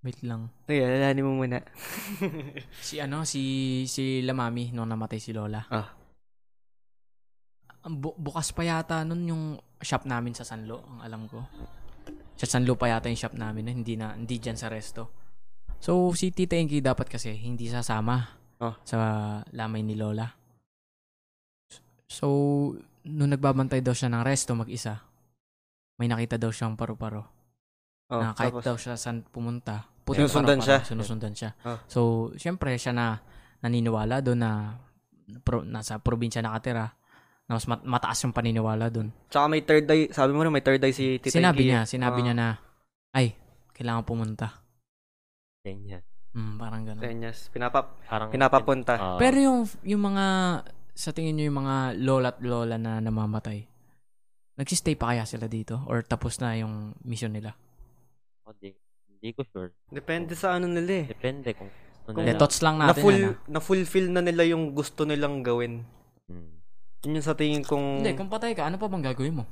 C: wait lang,
A: Sige, alalahanin mo muna.
C: Si ano, si si Lamami nung namatay si Lola.
A: Ah.
C: Ang bu- bukas pa yata nun yung shop namin sa Sanlo, ang alam ko. Sa Sanlo pa yata yung shop namin, nun, hindi na hindi diyan sa resto. So si Tita Enki dapat kasi hindi sasama
A: Ah.
C: sa lamay ni Lola. So nung nagbabantay daw siya ng resto mag-isa, may nakita daw siyang paru-paro
A: Oh,
C: na Ah, kahit
A: tapos.
C: daw siya saan pumunta, puti
A: Sinusundan
C: para-
A: siya.
C: para Sinusundan siya.
A: Ah.
C: So, syempre siya na naniniwala doon na pro, nasa probinsya nakatira. Na mas mat- mataas yung paniniwala doon.
A: Tsaka may third eye, sabi mo na may third eye si Tita
C: Sinabi
A: Iggy,
C: niya,
A: eh.
C: sinabi
A: Ah,
C: niya na ay, kailangan pumunta.
B: ganyan.
C: Mm, parang ganun.
A: Senyas, pinapa,
B: Parang,
A: pinapapunta.
B: Oo.
C: Pero yung yung mga sa tingin niyo yung mga lola't lola na namamatay. Nagsistay pa kaya sila dito or tapos na yung mission nila?
B: hindi, hindi Oh, ko sure.
A: Depende sa ano nila eh.
B: Depende kung ano gusto
A: Kung-
B: nila.
C: Hindi, thoughts lang
A: Na
C: natin.
A: full
C: ano.
A: na fulfill na nila yung gusto nilang gawin.
B: Mm.
A: Yun yung sa tingin kong
C: Hindi, kung patay ka, ano pa bang gagawin mo?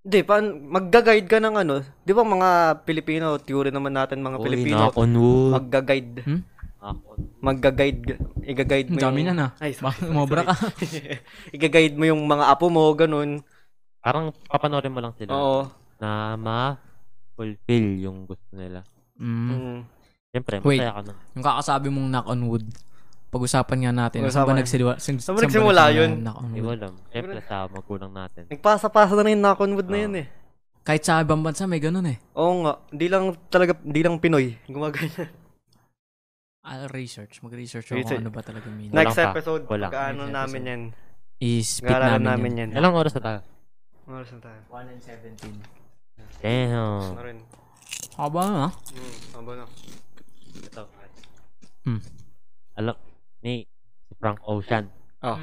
A: Hindi, paan magga-guide ka ng ano? 'Di ba mga Pilipino, theory naman natin mga
B: Uy,
A: Pilipino,
B: knock on wood.
A: magga-guide.
B: Knock on wood.
A: Magga-guide, i-guide mo.
C: Ang dami
A: yung- [laughs]
C: na na.
A: Ay, sorry.
C: Bakit umobra ka?
A: [laughs] i-guide mo yung mga apo mo, ganun.
B: Parang papanorin mo lang sila
A: Oo.
B: na ma-fulfill yung gusto nila.
C: Mm.
A: Mm.
B: Siyempre,
C: Wait.
B: masaya ka na.
C: Yung kakasabi mong knock on wood, pag-usapan nga natin. Saan ba
A: Pag-usapan.
C: nagsimula, sin,
A: Saan ba nagsimula yun?
C: Knock on
B: Hindi ko
C: wood.
B: alam. Siyempre, sa magulang natin.
A: Nagpasa-pasa na rin knock on wood na
B: Oo.
A: yun eh.
C: Kahit sa ibang bansa may ganun eh.
A: Oo nga, hindi lang talaga, hindi lang Pinoy. Gumaganyan.
C: I'll research. Mag-research ako
A: Research.
C: kung ano ba talaga meaning.
A: Next
B: pa.
A: episode,
B: Wala.
A: pag-ano
C: Next
A: namin
C: episode.
A: yan.
C: I-speak
A: Galalan
C: namin,
A: namin
C: yun.
A: yan.
B: Ilang oras na tayo?
A: Oras na tayo.
C: 1 and 17.
A: Oras
B: Damn.
A: na rin.
C: Haba na.
A: Mm, haba na.
B: Ito.
C: Hmm.
B: Alam, ni si Frank Ocean.
A: Oh.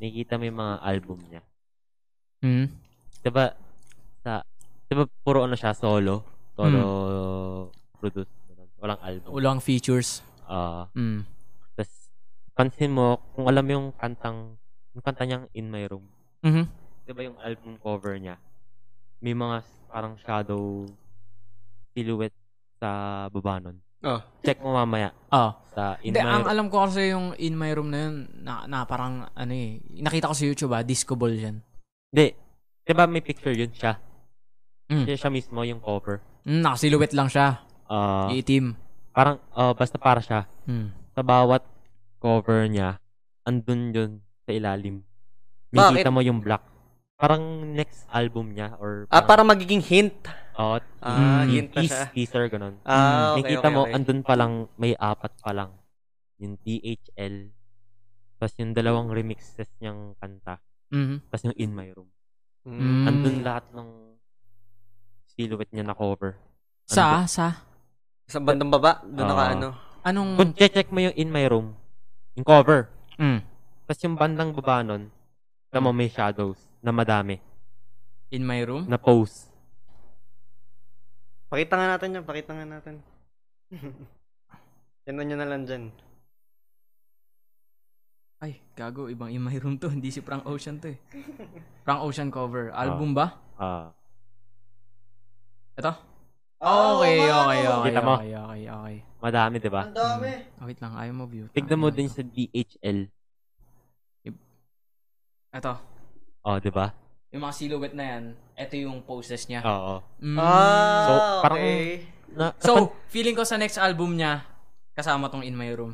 B: Nakikita mo yung mga album niya.
C: Hmm.
B: Diba, sa, diba puro ano siya, solo? Solo produce. ganun. Walang album.
C: Walang features.
B: Ah,
C: Hmm.
B: Tapos, pansin mo, kung alam mo yung kantang, yung kanta niyang In My Room,
C: Mhm.
B: di ba yung album cover niya, may mga s- parang shadow silhouette sa baba nun.
A: Oh.
B: Check mo mamaya
C: Ah.
B: sa In
C: Hindi,
B: My
C: ang
B: Room.
C: alam ko kasi yung in my room na yun, na, na parang ano eh. Nakita ko sa YouTube ah, disco ball yan.
B: Hindi. Di ba may picture yun siya?
C: Mm.
B: Siya, siya mismo yung cover.
C: Hmm, nakasiluwet lang siya.
B: Ah,
C: Iitim.
B: parang, ah, basta para siya.
C: Hmm.
B: Sa bawat cover niya, andun yun sa ilalim.
A: Bakit?
B: Makikita mo yung black. Parang next album niya or
A: Ah, para magiging hint.
B: Oo,
A: Ah,
C: Mm.
A: hint na
B: teas-
A: siya.
B: teaser, ganun.
A: Ah, okay,
B: Nakikita
A: okay,
B: Mm, mo,
A: okay.
B: andun pa lang, may apat pa lang. Yung DHL, tapos yung dalawang remixes niyang kanta,
C: Mhm.
B: tapos yung In My Room.
A: Mm.
B: Andun
C: Mm.
B: lahat ng silhouette niya na cover.
C: Sa, sa,
A: Sa bandang baba, doon
B: Ah.
A: naka ano.
B: Kung
C: anong,
B: check mo yung In My Room, yung cover,
C: Mm.
B: tapos yung bandang baba nun, kita mo may shadows na madami,
C: in my room?
B: na pose.
A: Pakita nga natin yan, pakita nga natin. [laughs] Tinan nyo na lang dyan.
C: Ay, gago, ibang in my room to. [laughs] Hindi si Frank Ocean to eh. Frank Ocean cover. Album ba?
B: Ah,
C: Ito?
A: Ah,
C: Okay,
A: oo nga,
C: okay,
A: oo.
C: okay,
B: Kita mo?
C: okay, okay, okay.
B: madami, di ba?
A: Ang dami.
C: Oh, wait lang, ayaw mo view.
B: Tignan mo din sa DHL.
C: Ito,
B: Oh, di ba?
C: yung mga silhouette na yan, ito yung poses niya.
B: Oo.
C: Mm.
A: Ah,
B: So, parang-
A: okay.
B: Na,
C: So, feeling ko sa next album niya, kasama tong In My Room.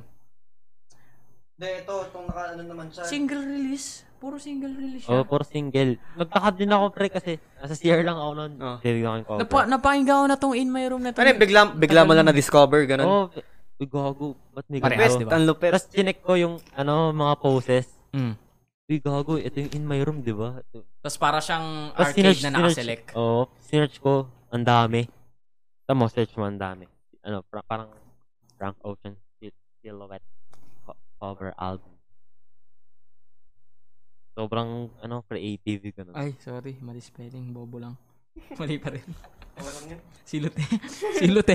A: Hindi, ito, itong naka ano naman siya.
C: Single release? Puro single reel siya.
B: Oh, for single. Nagtaka din ako pre kasi nasa CR lang ako noon.
A: Oh.
B: Tinignan ko.
C: Napa, napakinggan ko na tong in my room na to.
A: Ano yun, bigla, bigla mo lang na-discover, ganun.
B: Oh, eh, gago. Ba't may
C: Parehas,
B: gago?
C: di ba?
A: ang lupit.
B: Tapos chinek ko yung ano, mga poses.
C: Mm.
B: Uy, gago. Ito yung in my room, di ba? Ito.
C: Tapos para siyang
B: Tapos
C: arcade
B: sinerch-
C: na
B: sinerch-
C: nakaselect.
B: Oo. Oh, sinerch ko. Ang dami. Tama mo, search mo ang dami. Ano, pra- parang Frank Ocean Sil- Silhouette co- cover album. Sobrang, ano, creative yung ganun.
C: Ay, sorry. Mali spelling. Bobo lang. [laughs] Mali pa rin. Silute. [laughs] Silute.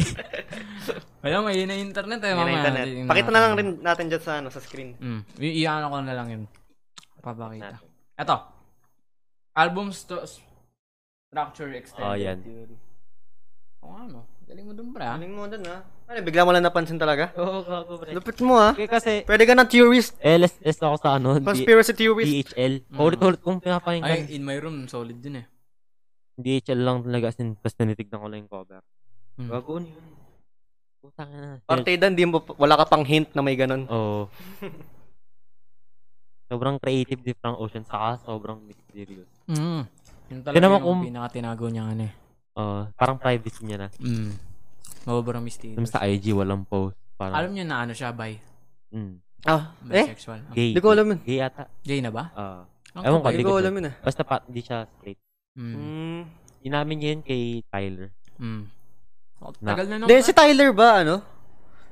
C: Wala, may na internet
A: Yan
C: eh.
A: ang
C: mamaya.
A: internet.
C: Tingnan
A: Pakita na
C: natin.
A: lang rin natin dyan sa, ano, sa screen.
C: Mm. I- iano ko na lang yun. Papakita. Ito. Album sto- structure extended.
B: Oh, yan.
C: theory. Oo nga, no? Galing mo dun, pre. ah.
A: Galing mo dun, ha? Ano, bigla mo lang napansin talaga?
B: Oo, gago, pre.
A: Lupit mo, ha?
B: Okay, kasi,
A: Pwede ka na theorist.
B: LSS ako sa ano, D-
A: Conspiracy theorist.
B: DHL.
C: Mm.
B: Ulit-ulit kong pinapakinggan.
C: Ay, in my room, solid yun eh.
B: DHL lang talaga as in tapos tinitignan ko lang yung cover.
C: Mm.
B: Bagoon yun. Putang ina.
A: Partida, hindi mo, wala ka pang hint na may ganun. [laughs]
B: Oo. sobrang creative di Frank Ocean saka sobrang mysterious.
C: Mm. Yung talaga
B: Tinan mo
C: yung
B: kung-
C: pinakatinago niya ano eh.
B: Oo. parang privacy niya na.
C: Mm. Mababarang mysterious.
B: Yung sa IG walang post. Parang
C: Alam niyo na ano siya, bi.
B: mm,
A: Ah, eh?
C: Bisexual. Eh?
B: gay.
A: Hindi ko alam yun.
B: Gay ata.
C: Gay na ba?
B: Ah.
C: Ang
B: Ewan
C: kabay.
A: Hindi
B: Hindi
A: ko
B: ko
A: alam yun, ah.
B: basta pa, di siya straight.
C: Mm.
A: Mm.
B: Inamin niya yun kay Tyler.
C: Mm. Oh,
B: Na-
C: tagal na nung...
A: Hindi, si Tyler ba, ano?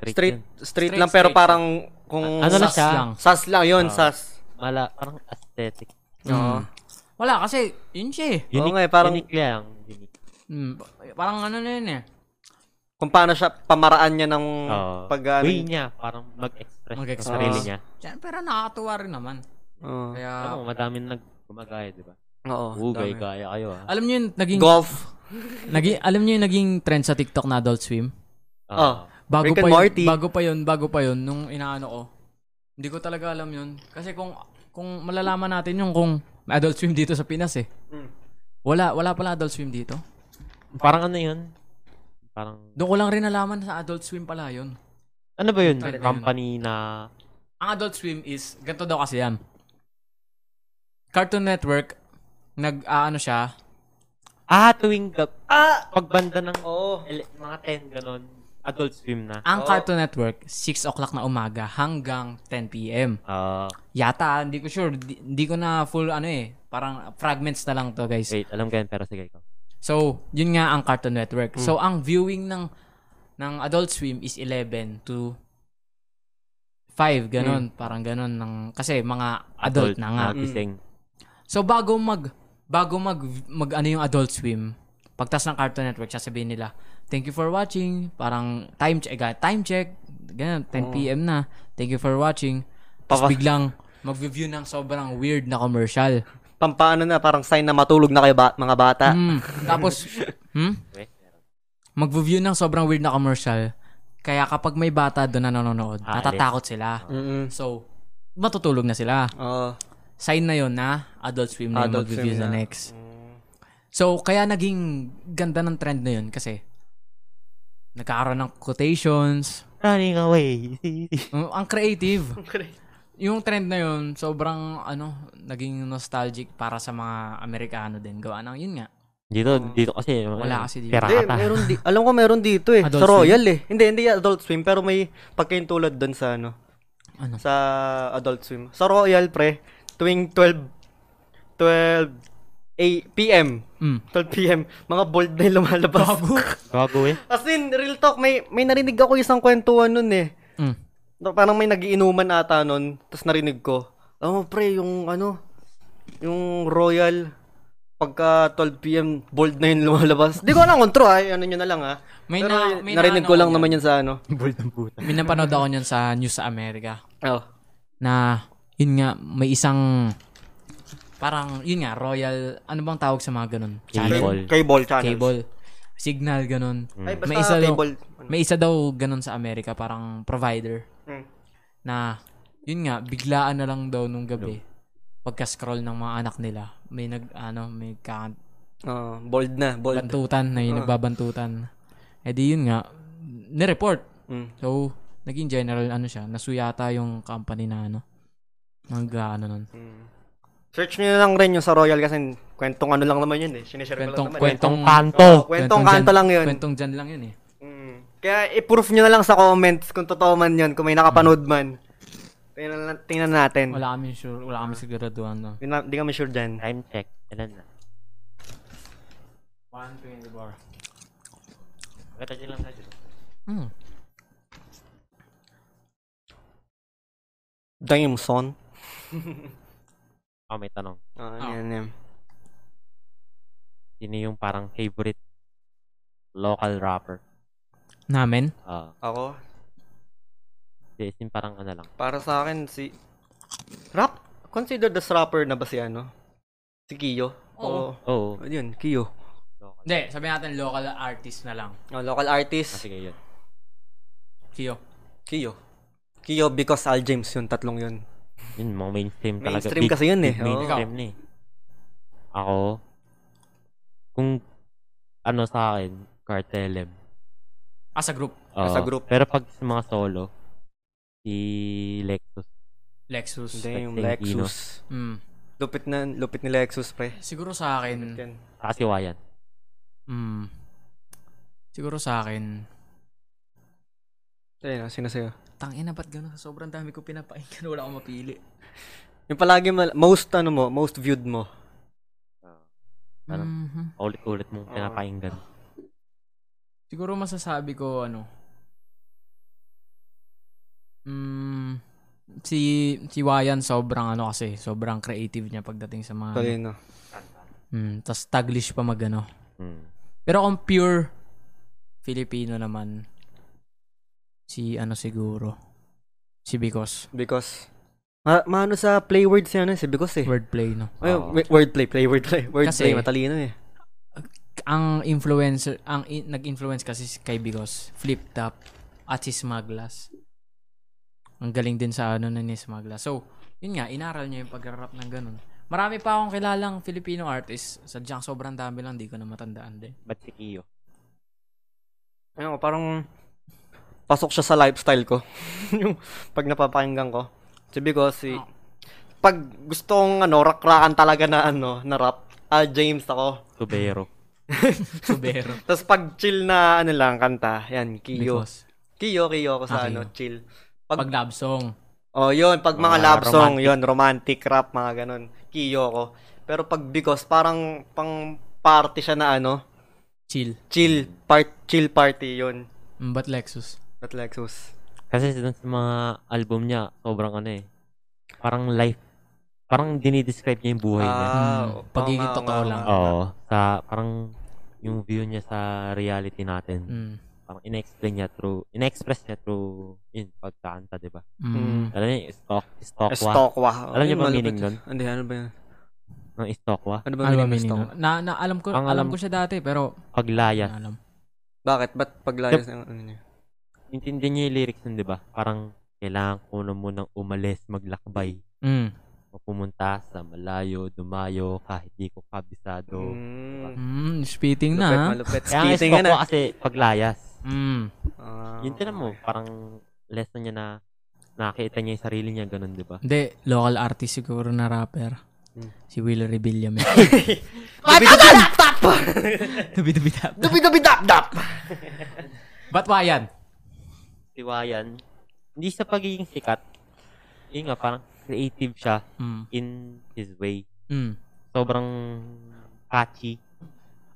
B: Straight.
A: Straight,
B: yun.
A: straight
C: Straight,
A: lang, pero
C: straight.
A: parang, kung,
B: Ano lang
C: Sus
B: siya?
C: lang.
A: Sas lang, yun,
B: Ah.
A: sas.
B: Mala, parang aesthetic.
A: Oo.
C: Mm. Wala, kasi yun siya eh.
A: Oo
B: Unique,
A: nga eh, parang-
B: unique lang. Unique.
C: Mm. Parang ano na yun eh.
A: Kung paano siya, pamaraan niya ng
B: Oo.
A: pag, ano
B: way niya, parang mag-express,
C: Mag-express.
B: ng sarili niya.
C: Diyan, pero nakakatuwa rin naman.
A: Oo.
C: Kaya,
B: Alam mo, madami nag gumagaya, di ba?
C: Ah,
A: Oo,
B: Oo,
A: dami.
B: gaya kayo ah.
C: alam niyo yung naging,
A: Golf.
C: naging, alam niyo yung naging trend sa TikTok na Adult Swim? ah.
B: Ah.
A: Oh.
C: Bago
A: Rick
C: pa
A: and
C: yun,
A: Morty.
C: bago pa yun, bago pa yun, nung inaano ko. Hindi ko talaga alam yun. Kasi kung, kung malalaman natin yung kung may Adult Swim dito sa Pinas eh.
A: Mm.
C: Wala, wala pala Adult Swim dito.
B: Parang ano yun? Parang,
C: Doon ko lang rin nalaman sa Adult Swim pala yun.
B: ano ba yun?
C: Talaga yun.
B: Company na,
C: Ang Adult Swim is, ganito daw kasi yan. Cartoon Network, nag-aano siya,
B: ah, tuwing gab,
A: Ah!
B: pagbanda ng
A: Oo.
B: ele- mga 10, ganun, adult swim na.
C: ang
A: Oo.
C: Cartoon Network, 6 o'clock na umaga hanggang 10 p.m.
B: Ah,
C: Yata, hindi ko sure. Di- Hindi ko na full ano eh. Parang fragments na lang to guys.
B: wait, alam ko yan, pero sige ko.
C: So, yun nga ang Cartoon Network. So, ang viewing ng ng Adult Swim is 11 to 5, ganun. Parang ganun. Ng, kasi mga adult, na nga. Mm.
B: Gising.
C: So, bago mag, bago mag, mag ano yung Adult Swim, pagtas ng Cartoon Network, sasabihin nila, thank you for watching. Parang time check, eh, time check. Ganun, 10 p.m. na. Thank you for watching.
A: Oh.
C: Tapos
A: Papa-
C: biglang, mag-view ng sobrang weird na commercial.
A: Pampaano na, parang sign na matulog na kayo ba- mga bata.
C: Mm. Tapos, hmm?
B: Wait,
C: Mag-view ng sobrang weird na commercial. Kaya kapag may bata doon na nanonood,
B: Ah,
C: natatakot sila.
A: Mm-mm.
C: So, matutulog na sila.
A: Oo.
C: Sign na yon na Adult Swim na yung
A: Adult
C: mag-view
A: Swim
C: sa
A: na.
C: next. So, kaya naging ganda ng trend na yun kasi nagkakaroon ng quotations.
B: Running away. [laughs]
C: Mm, Ang creative. Yung trend na yun, sobrang ano, naging nostalgic para sa mga Amerikano din. Gawa ng yun nga.
B: dito, dito kasi.
C: Ah. Wala kasi dito.
A: Hindi,
B: Pirata.
A: meron di- alam ko meron dito eh.
C: Adult
A: sa
C: Swim?
A: Royal eh. Hindi, hindi Adult Swim, pero may pagkain tulad dun sa ano.
C: Ano?
A: Sa Adult Swim. Sa Royal, pre, tuwing 12, 12 a- p.m.
C: Mm.
A: 12 p.m. Mga bold na yung lumalabas.
B: Gago
C: [laughs]
B: eh.
A: [laughs] As in, real talk, may, may narinig ako isang kwentuhan nun eh.
C: Mm.
A: Na Parang may nagiinuman ata nun, tapos narinig ko. Alam mo pre, yung ano, yung Royal, pagka 12pm, bold na yun lumalabas. Di ko alam kung true, ay, ano nyo na lang ha.
C: May
A: Pero
C: na- may
A: narinig
C: na-
A: ko
C: ano
A: lang
C: yan.
A: naman yun sa ano.
B: Bold ng puta.
C: May napanood ako niyan sa News sa America.
A: Oh.
C: na yun nga may isang parang yun nga royal ano bang tawag sa mga ganun channel
B: Cable.
A: Cable channel.
C: cable signal ganun
A: Ay, basta
C: May isa daw-
A: cable.
C: may isa daw ganun sa Amerika parang provider
A: Mm.
C: na yun nga biglaan na lang daw nung gabi pagka-scroll ng mga anak nila may nag ano may
A: Oh, bold na, bold.
C: kabantutan na
A: Ah.
C: yung nagbabantutan eh di yun nga nireport
A: Mm.
C: so naging general ano siya nasuyata yung company na ano nag ano nun
A: Mm. Search nyo na lang rin yung sa Royal kasi kwentong ano lang naman yun eh. Sinishare ko lang
C: Kwentong-
A: naman. eh.
B: Kwentong
C: Kwentong-
A: Oo,
B: kanto.
A: kwentong kanto
C: dyan-
A: lang yun.
C: Kwentong dyan lang yun eh.
A: Mm. Kaya i-proof nyo na lang sa comments kung totoo man yun, kung may nakapanood man. Tingnan, na- tingnan natin.
C: Wala kami sure, wala kami siguraduhan no.
A: Hindi na- Hindi kami sure dyan.
B: Time check. Ilan na?
C: 124.
B: Kata lang tayo.
C: Hmm.
A: Damn, son.
B: Oh, may tanong.
A: Oo,
C: Ah.
A: yan, yan.
B: Sino yung parang favorite local rapper?
C: Namin?
B: Ah,
A: Ako,
B: uh, yung parang ano lang.
A: para sa akin, si... Rap? Considered as rapper na ba si ano? Si Kiyo?
C: Oo.
B: Oo.
A: O, yun, Kiyo.
B: local.
C: Hindi, sabi natin local artist na lang.
A: Oh, local
B: Ah,
A: artist.
B: sige, yun.
C: Kiyo.
A: Kiyo. Kiyo because Al James yun, tatlong yun.
B: Yun, mga mainstream talaga.
A: Mainstream kasi yun eh.
B: big
A: Oo.
B: mainstream na eh. Ako, kung ano sa akin, Cartel M.
C: As a group,
B: Oo.
A: Ah, Sa group.
B: Pero pag sa mga solo, si Lexus.
C: Lexus.
A: Hindi, yung
B: Thank you,
A: Lexus.
C: Mm.
A: Lupit na, lupit ni Lexus, pre.
C: Siguro sa akin,
A: Yan.
B: Saka si Wayan.
C: mm. Siguro sa akin,
A: Ayun, sino sa'yo?
C: tangina ba't ganun? Sobrang dami ko pinapakinggan, [laughs] wala akong mapili.
A: Yung palagi, mal- most ano mo, most viewed mo.
C: Mm-hmm.
B: Ano?
C: Mhm.
B: Ulit-ulit mong
A: Oo.
B: pinapakinggan.
C: Siguro masasabi ko ano. Mm, si si Wayan sobrang ano kasi, sobrang creative niya pagdating sa mga ano.
A: Talino.
C: Mm, tas taglish pa magano.
B: Hmm.
C: Pero kung pure Filipino naman si ano siguro si Bicos
A: Because, ma maano sa play words yan eh, si Because eh.
C: wordplay no.
A: Ay,
B: Oo.
A: w- wordplay, play wordplay. Wordplay,
C: oh. Kasi-
A: matalino eh.
C: Ang influencer ang in- nag-influence kasi si- kay Bicos, Flip Top at si Smaglas. Ang galing din sa ano na ni Smaglas. So, yun nga, inaral niya yung pag-rap ng ganun. Marami pa akong kilalang Filipino artist. Sadyang sobrang dami lang, di ko na matandaan din.
B: Ba't si Kiyo?
A: Ayun,
C: oh,
A: ko, parang pasok siya sa lifestyle ko. [laughs] yung pag napapakinggan ko. Si Because, si...
C: Oh.
A: Pag gustong ano, rakrakan talaga na ano, na rap, Al James ako.
B: Tubero.
C: Subero.
A: Tapos pag chill na ano lang, kanta, yan, Kiyo.
C: Bicos.
A: Kiyo, Kiyo ako sa
C: Ah, Kiyo.
A: ano, chill. Pag,
C: Pag love song.
A: oh, yun, pag mga
B: Mga
A: love song,
B: romantic.
A: yun, romantic rap, mga ganun. Kiyo ako. Pero pag Because, parang pang party siya na ano,
C: Chill.
A: chill, part, chill party, yun.
C: Mm, But Lexus.
A: At Lexus.
B: Kasi sa sa mga album niya, sobrang ano eh. Parang life. Parang dinidescribe niya yung buhay niya.
A: Ah,
C: Mm, pagiging
A: oo nga,
C: totoo
A: oo nga,
C: lang.
A: oo nga.
B: Oo. Sa, parang yung view niya sa reality natin.
C: Mm.
B: Parang in-explain niya through, in-express niya through, yun, pagkanta, di ba?
C: Mm.
B: Alam niyo, stock, stock wa.
A: Estokwa.
B: Alam niyo ba ang meaning nun?
A: Hindi, ano ba yun?
B: Ang stock wa?
A: Ano ba
C: Ano ba
A: ang meaning
C: meaning
A: ng
C: nun? Na, na, alam ko,
B: Ang
C: alam,
B: alam-
C: ko siya dati, pero
B: Paglayas.
C: alam.
A: Bakit? Ba't paglayas ng ano niya?
B: Intindihan niyo yung lyrics nun, di ba? Parang, kailangan ko na munang umalis, maglakbay.
C: Mm.
B: O pumunta sa malayo, dumayo, kahit di ko kabisado.
A: Mm.
C: Mm, spitting na.
A: Lupet,
C: ah.
A: malupet.
B: Kaya ang
A: Spitting
B: stock
A: na.
B: wa kasi paglayas.
C: Mm.
A: Ah,
B: Yun tinan mo,
A: okay.
B: parang lesson niya na nakita niya yung sarili niya, ganun, di ba?
C: Hindi, local artist siguro na rapper.
B: Hmm.
A: Mm.
C: Si Will Rebilla.
B: [laughs]
A: Dubi-dubi-dap-dap! [laughs]
C: Dubi-dubi tap.
A: Dubi-dubi-dap-dap!
C: Ba't wayan?
B: Siwayan. Hindi sa pagiging sikat. Yun nga, parang creative siya
C: Mm.
B: in his way.
C: Mm.
B: Sobrang catchy.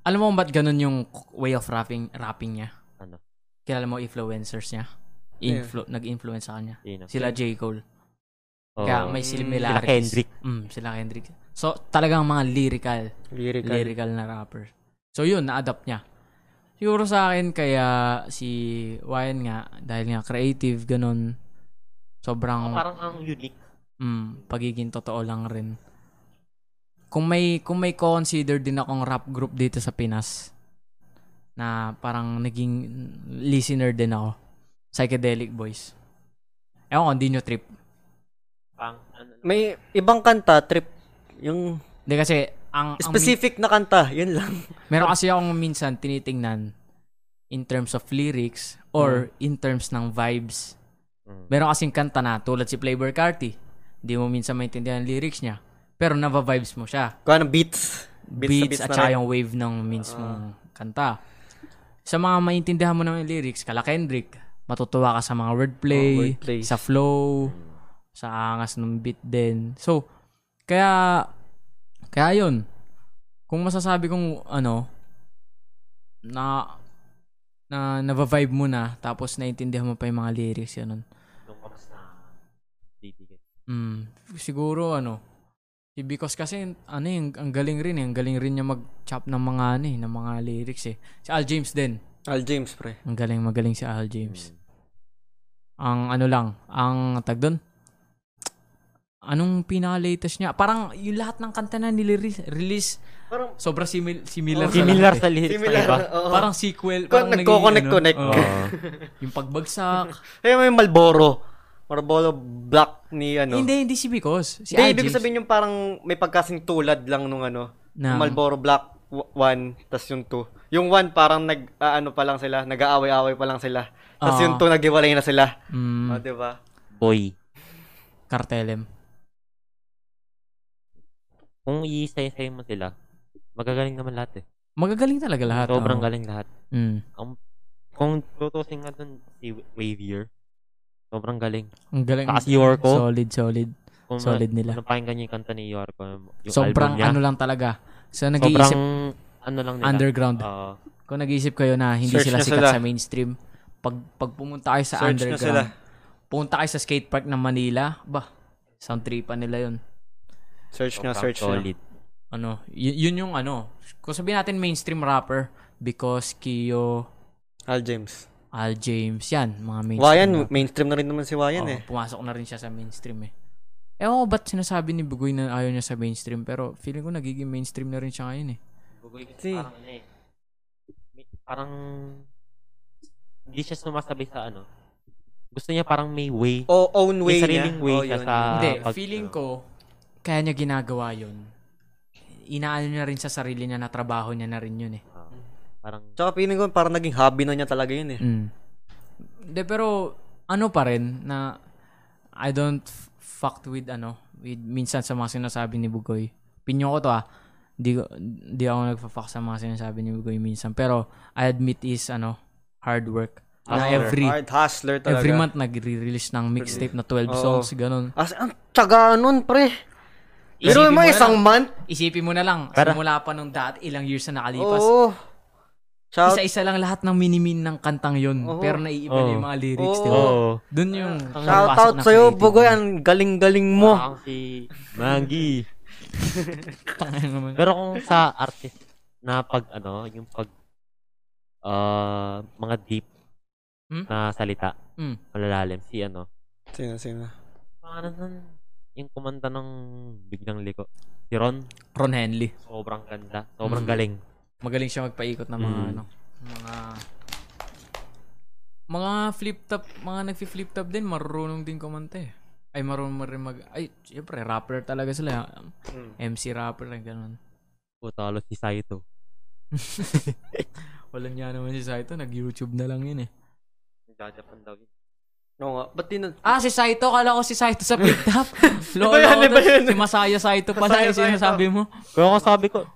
C: Alam mo kung ba't ganun yung way of rapping, rapping niya?
B: Ano?
C: Kilala mo influencers niya? Influ- Nag-influence sa kanya.
B: Yun,
C: Sila J. Cole.
B: Oo.
C: Kaya may similarities.
B: Oh. Sila Kendrick.
C: Mm, sila Kendrick. So, talagang mga lyrical.
A: Lyrical.
C: lyrical na rapper. So yun, na-adapt niya. Siguro sa akin kaya si Wayan nga, dahil nga creative, ganun, sobrang
B: Parang ang unique.
C: mm, pagiging totoo lang rin. Kung may, kung may consider din akong rap group dito sa Pinas, na parang naging listener din ako, Psychedelic Boys. Ewan ko, hindi nyo trip.
B: Pang, ano,
A: May ibang kanta, trip. Yung
C: Hindi kasi, ang, ang
A: specific na kanta, yun lang.
C: Meron kasi akong minsan tinitingnan in terms of lyrics or in terms ng vibes.
B: Mm.
C: Meron kasing kanta na tulad si Playboy Carti. Hindi mo minsan maintindihan ang lyrics niya. Pero nava-vibes mo siya.
A: Kuha ng beats. na
C: Beats,
A: na
C: at saka
A: rin. Ah.
C: yung wave ng mismong kanta. Sa mga maintindihan mo naman yung lyrics, kala Kendrick, matutuwa ka sa mga wordplay,
A: Oh, wordplay.
C: sa
B: Mm.
C: flow, sa angas ng beat din. So, kaya, kaya yun. Kung masasabi kong, ano, na, na nava-vibe mo na, tapos naintindihan mo pa yung mga lyrics, yun.
B: Nung kapas na titigit.
C: Mm, siguro ano, si Bicos kasi ano yung ang galing rin eh, ang galing rin niya mag-chop ng mga ano eh, ng mga lyrics eh. Si Al James din,
A: Al James, pre.
C: ang galing magaling si Al
B: Mm.
C: James. Ang ano lang, ang tag doon. Anong pinaka-latest niya? Parang yung lahat ng kanta na nilirelease, release,
A: Parang
C: sobra simil- similar. sa
B: Oh. Similar
C: lahat eh.
B: sa lyrics ng iba.
A: oo.
C: [laughs] Parang sequel.
A: Kung
C: parang naging
A: nagko-connect-connect.
C: ano, oo. yung pagbagsak.
A: Eh, may Malboro. Marlboro Black ni ano.
C: Hindi, hindi si Bicos. Si
A: Hindi,
C: Al
A: ibig
C: James.
A: sabihin yung parang may pagkasing tulad lang nung ano.
C: Ng-
A: Malboro Black 1, tas yung 2. Yung 1 parang nag, ah, ano pa lang sila, nag-aaway-aaway pa lang sila. Tas
C: Ah.
A: yung 2 naghiwalay na sila. Ah, diba? O,
C: Mm,
A: di ba?
B: Boy.
C: Kartelem.
B: Kung iisay-isay mo sila, magagaling naman lahat eh.
C: Magagaling talaga lahat.
B: Sobrang
C: oo.
B: galing lahat.
C: Mm.
B: Kung tutusin nga dun si Wavier, sobrang galing.
C: Ang galing.
B: Saka si Yorko,
C: Solid, solid.
B: kung ma-
C: Solid nila.
B: napakinggan niyo yung kanta ni Yorko, yung album
C: Sobrang
B: niya,
C: ano lang talaga. So
B: sobrang
C: nag-iisip
B: ano lang nila.
C: underground.
B: Oo.
C: Kung nag-iisip kayo na hindi
A: Ah. Search
C: sila
A: na
C: sikat
A: sila.
C: sa mainstream, pag, pag pumunta kayo sa
A: Search na
C: underground,
A: sila.
C: pumunta kayo sa skate park ng Manila, bah, sound tripan nila yun.
A: Search na,
C: Oh,
B: sobrang
A: search na.
B: solid.
C: Ano, y- yun yung ano, kung sabihin natin mainstream rapper, because Kio,
A: Al James.
C: Al James, yan, mga mainstream.
A: Wayan,
C: rapper.
A: mainstream na rin naman si Wayan
C: Oo,
A: eh.
C: Pumasok na rin siya sa mainstream eh. Ewan ko ba't sinasabi ni Bugoy na ayaw niya sa mainstream, pero feeling ko nagiging mainstream na rin siya ngayon eh.
B: Gugoy kasi
A: Kasi-
B: parang ano eh. may- Parang hindi siya sumasabay sa ano. Gusto niya parang may way.
A: O, own
B: May
A: way niya.
B: sariling way
A: Oo,
B: siya
A: yun.
B: sa
C: Hindi,
B: pag-
C: feeling
B: ano.
C: ko, kaya niya ginagawa yun. Inaano niya rin sa sarili niya na trabaho niya na rin yun eh.
B: Oo. Ah, parang
A: Tsaka feeling ko parang naging hobby na niya talaga yun eh.
C: Hindi, pero ano pa rin na I don't f- fucked with ano, with minsan sa mga sinasabi ni Bugoy. Pinyo ko to ah. Di, ko- di ako nagfa-fuck sa mga sinasabi ni Bugoy minsan. Pero I admit is ano, hard work. Na
B: Hustler.
C: every
A: Hard hustler talaga.
C: every month nagre-release ng mixtape na 12
A: Oo.
C: songs, ganun.
A: As, ang tsaga nun, pre. Pero
C: Isipin
A: mo
C: mo ah. na
A: isang
C: lang.
A: month.
C: Isipin mo na lang,
B: Para-
C: simula pa nung dati, ilang years na nakalipas.
A: Oo. Shout.
C: Isa-isa lang lahat ng minimin ng kantang yun.
A: Oo.
C: Pero naiiba na yung
B: Oo.
C: mga lyrics,
A: Oo.
C: di ba?
B: Oo.
C: Doon yung...
A: Shout out sa'yo,
C: [laughs]
A: Bugoy. Ang galing-galing mo.
C: Ah.
B: Parang si Mangi.
C: Tangan naman.
B: Pero kung sa artist na pag ano, yung pag ah, mga deep
C: Hmm?
B: na salita,
C: Hmm.
B: malalalim si ano.
A: Sino, sino?
B: Paano nun? Yung kumanta ng Biglang Liko. Si Ron,
C: Ron Henley.
B: sobrang ganda. Sobrang
C: Mm.
B: galing.
C: Magaling siya magpaikot ng mga
B: Mm.
C: ano. Mga... Mga flip-top, mga nagfi-flip-top din, marunong din kumanta eh. Ay, marunong mo rin mag... Ay, syempre, rapper talaga sila. MC rapper, eh, ganun.
B: Putalo si Saito.
C: Walang niya naman si Saito, nag-YouTube na lang yun eh.
B: Jajapan daw yun.
A: Oo nga. Ba't di na...
C: Ah, si Saito. Kala ko si Saito [laughs] sa pick-up.
A: Iba yun, iba yun.
C: Si Masaya Saito pala.
A: Masaya
C: Masaya,
A: Saito.
C: sinasabi mo.
B: Kaya ako sabi ko,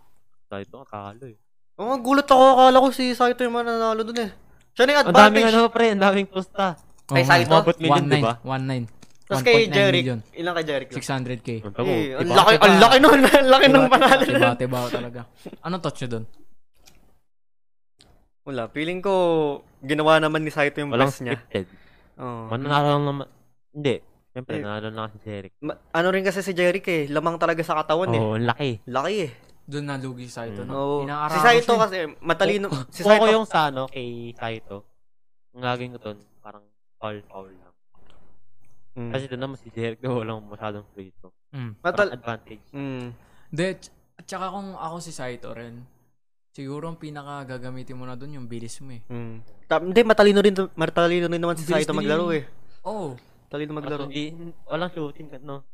B: Saito, akalo eh.
A: Oo nga, gulat ako. Akala ko si Saito yung mananalo dun eh. Siya na yung
B: Ang daming
A: advantage.
B: ano pre, ang daming pusta.
A: Kay Saito?
B: Umabot Oh, million, di ba?
C: 1.9.
A: Tapos kay
C: 1.9
A: Jeric.
C: million.
A: Ilang kay Jeric?
C: 600k.
A: Eh, ang
B: Diba?
A: laki, ang laki nun. [laughs] Ang laki nung panalo.
C: Tiba, tiba talaga. Anong touch nyo doon?
A: Wala, feeling ko ginawa naman ni Saito yung
B: Walang
A: best niya.
B: scripted.
A: Oo.
B: Mananalo lang naman. Hindi. Siyempre,
A: Eh.
B: nanalo na si Derek.
A: Ma- ano rin kasi si Jeric eh, lamang talaga sa katawan eh.
B: Oo, ang laki.
A: Laki eh.
C: Doon na lugi si Saito.
A: Oo.
C: No?
A: Mm. Si Saito kasi matalino.
C: Oh,
A: Si
B: Kung ako
A: Saito.
B: yung sa ano, kay Saito, ang gagawin ko doon, parang foul foul lang.
A: Mm.
B: Kasi doon naman si Derek na walang masyadong free throw. Parang
A: Matal-
B: advantage.
A: mm.
C: De, at saka kung ako si Saito rin, siguro ang pinaka gagamitin mo na doon yung bilis mo eh.
A: Mm. Ta- hindi, matalino rin, matalino rin naman si Saito
C: Bilis din
A: maglaro
C: yun.
A: eh.
C: Oh,
A: Talino maglaro.
B: Parang hindi, walang shooting, no?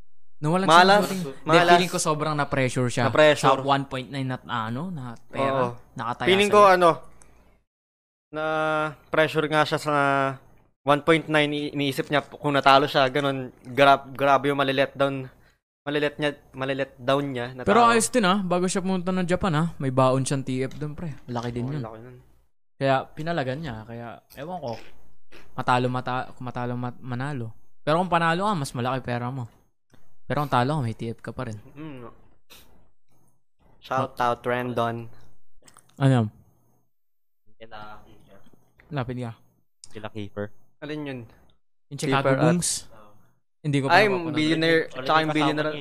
C: nawalan
A: Malas.
C: siya ng shooting. De,
A: Malas.
C: feeling ko sobrang na-pressure siya.
A: Na-pressure.
C: Sa 1.9 na ano, na pera.
A: Oo.
C: Nakataya
A: Feeling
C: sa'yo.
A: ko ano, na pressure nga siya sa 1.9 i- iniisip niya kung natalo siya, ganun, grab, grabe yung mali-letdown malilet niya, malilet down niya na
C: Pero
A: tao.
C: ayos din ah, bago siya pumunta ng Japan ah, may baon siyang TF doon pre. Laki din
A: Oo,
C: yun.
A: laki nun.
C: Kaya pinalagan niya, kaya ewan ko. Matalo mata kung matalo mat- manalo. Pero kung panalo ka, mas malaki pera mo. Pero kung talo ka, may TF ka pa rin.
A: Mm. Shout out Randon.
C: Ano?
B: Kila,
C: Lapit ka.
B: kila Kiefer.
A: Alin yun?
C: Yung Chicago
A: Keeper at-
C: Bulls. Hindi ko pa
A: Ay,
C: napapanood.
A: billionaire. Tsaka yung eh. billionaire.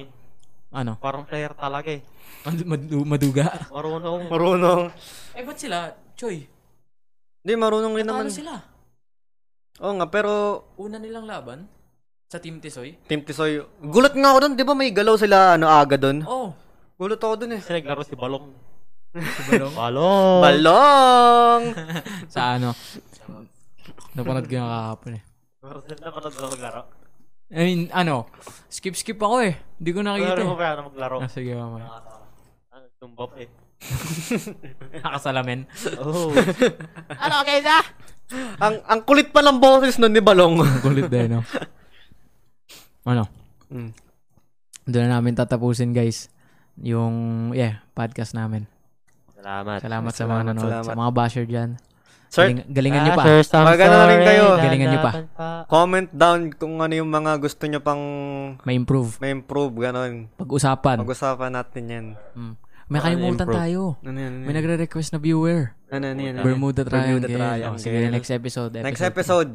C: Ano?
B: eh. Parang player talaga eh.
C: Mad- madu- maduga.
B: Marunong.
A: Marunong.
C: [laughs] Eh, ba't sila? Choy,
A: Hindi, marunong rin naman.
C: talo sila.
A: Oo nga, pero
C: Una nilang laban sa Team [laughs] Tisoy.
A: Team Tisoy, gulat nga ako doon, di ba may galaw sila ano aga doon?
C: Oh,
A: Gulat ako doon eh.
B: Kasi naglaro si Balong.
C: si Balong.
A: Oh.
B: Balong!
A: Balong!
C: sa ano? Napanood ko yung kahapon eh.
B: Marcel na panood na maglaro.
C: I mean, ano? Skip-skip ako eh. Hindi ko nakita.
B: Pero ko
C: Eh.
B: kaya na maglaro.
C: Ah, sige, mamaya.
B: Ang tumbap eh.
C: Nakasalamin.
B: Oh.
A: ang ang kulit pa ng boses noon ni [laughs] Balong.
C: Ang kulit din, no? Ano?
A: Mm.
C: Doon na namin tatapusin, guys. Yung, yeah, podcast namin.
B: Salamat.
C: Salamat, sa mga
A: Salamat,
C: nanonood. Sa
A: salamat.
C: mga basher dyan.
A: Sir,
C: Galing- galingan nyo pa.
A: Magana na rin kayo.
C: Galingan nyo pa.
A: comment down kung ano yung mga gusto nyo pang
C: May improve.
A: may improve, ganon. Ano?
C: Pag-usapan.
A: Pag-usapan natin yan.
C: Mm. May kalimutan
B: improve.
C: tayo.
A: Ano yan? Ano
C: May
A: yan?
C: nagre-request na viewer.
A: Ano yan? ano yan?
C: Bermuda Triangle.
A: Bermuda Triangle.
C: Oh, sige, next episode.
A: Next episode.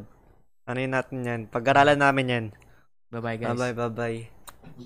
A: Ano yun natin yan? Pag-aralan namin yan.
C: Bye-bye, guys.
A: Bye-bye, bye-bye.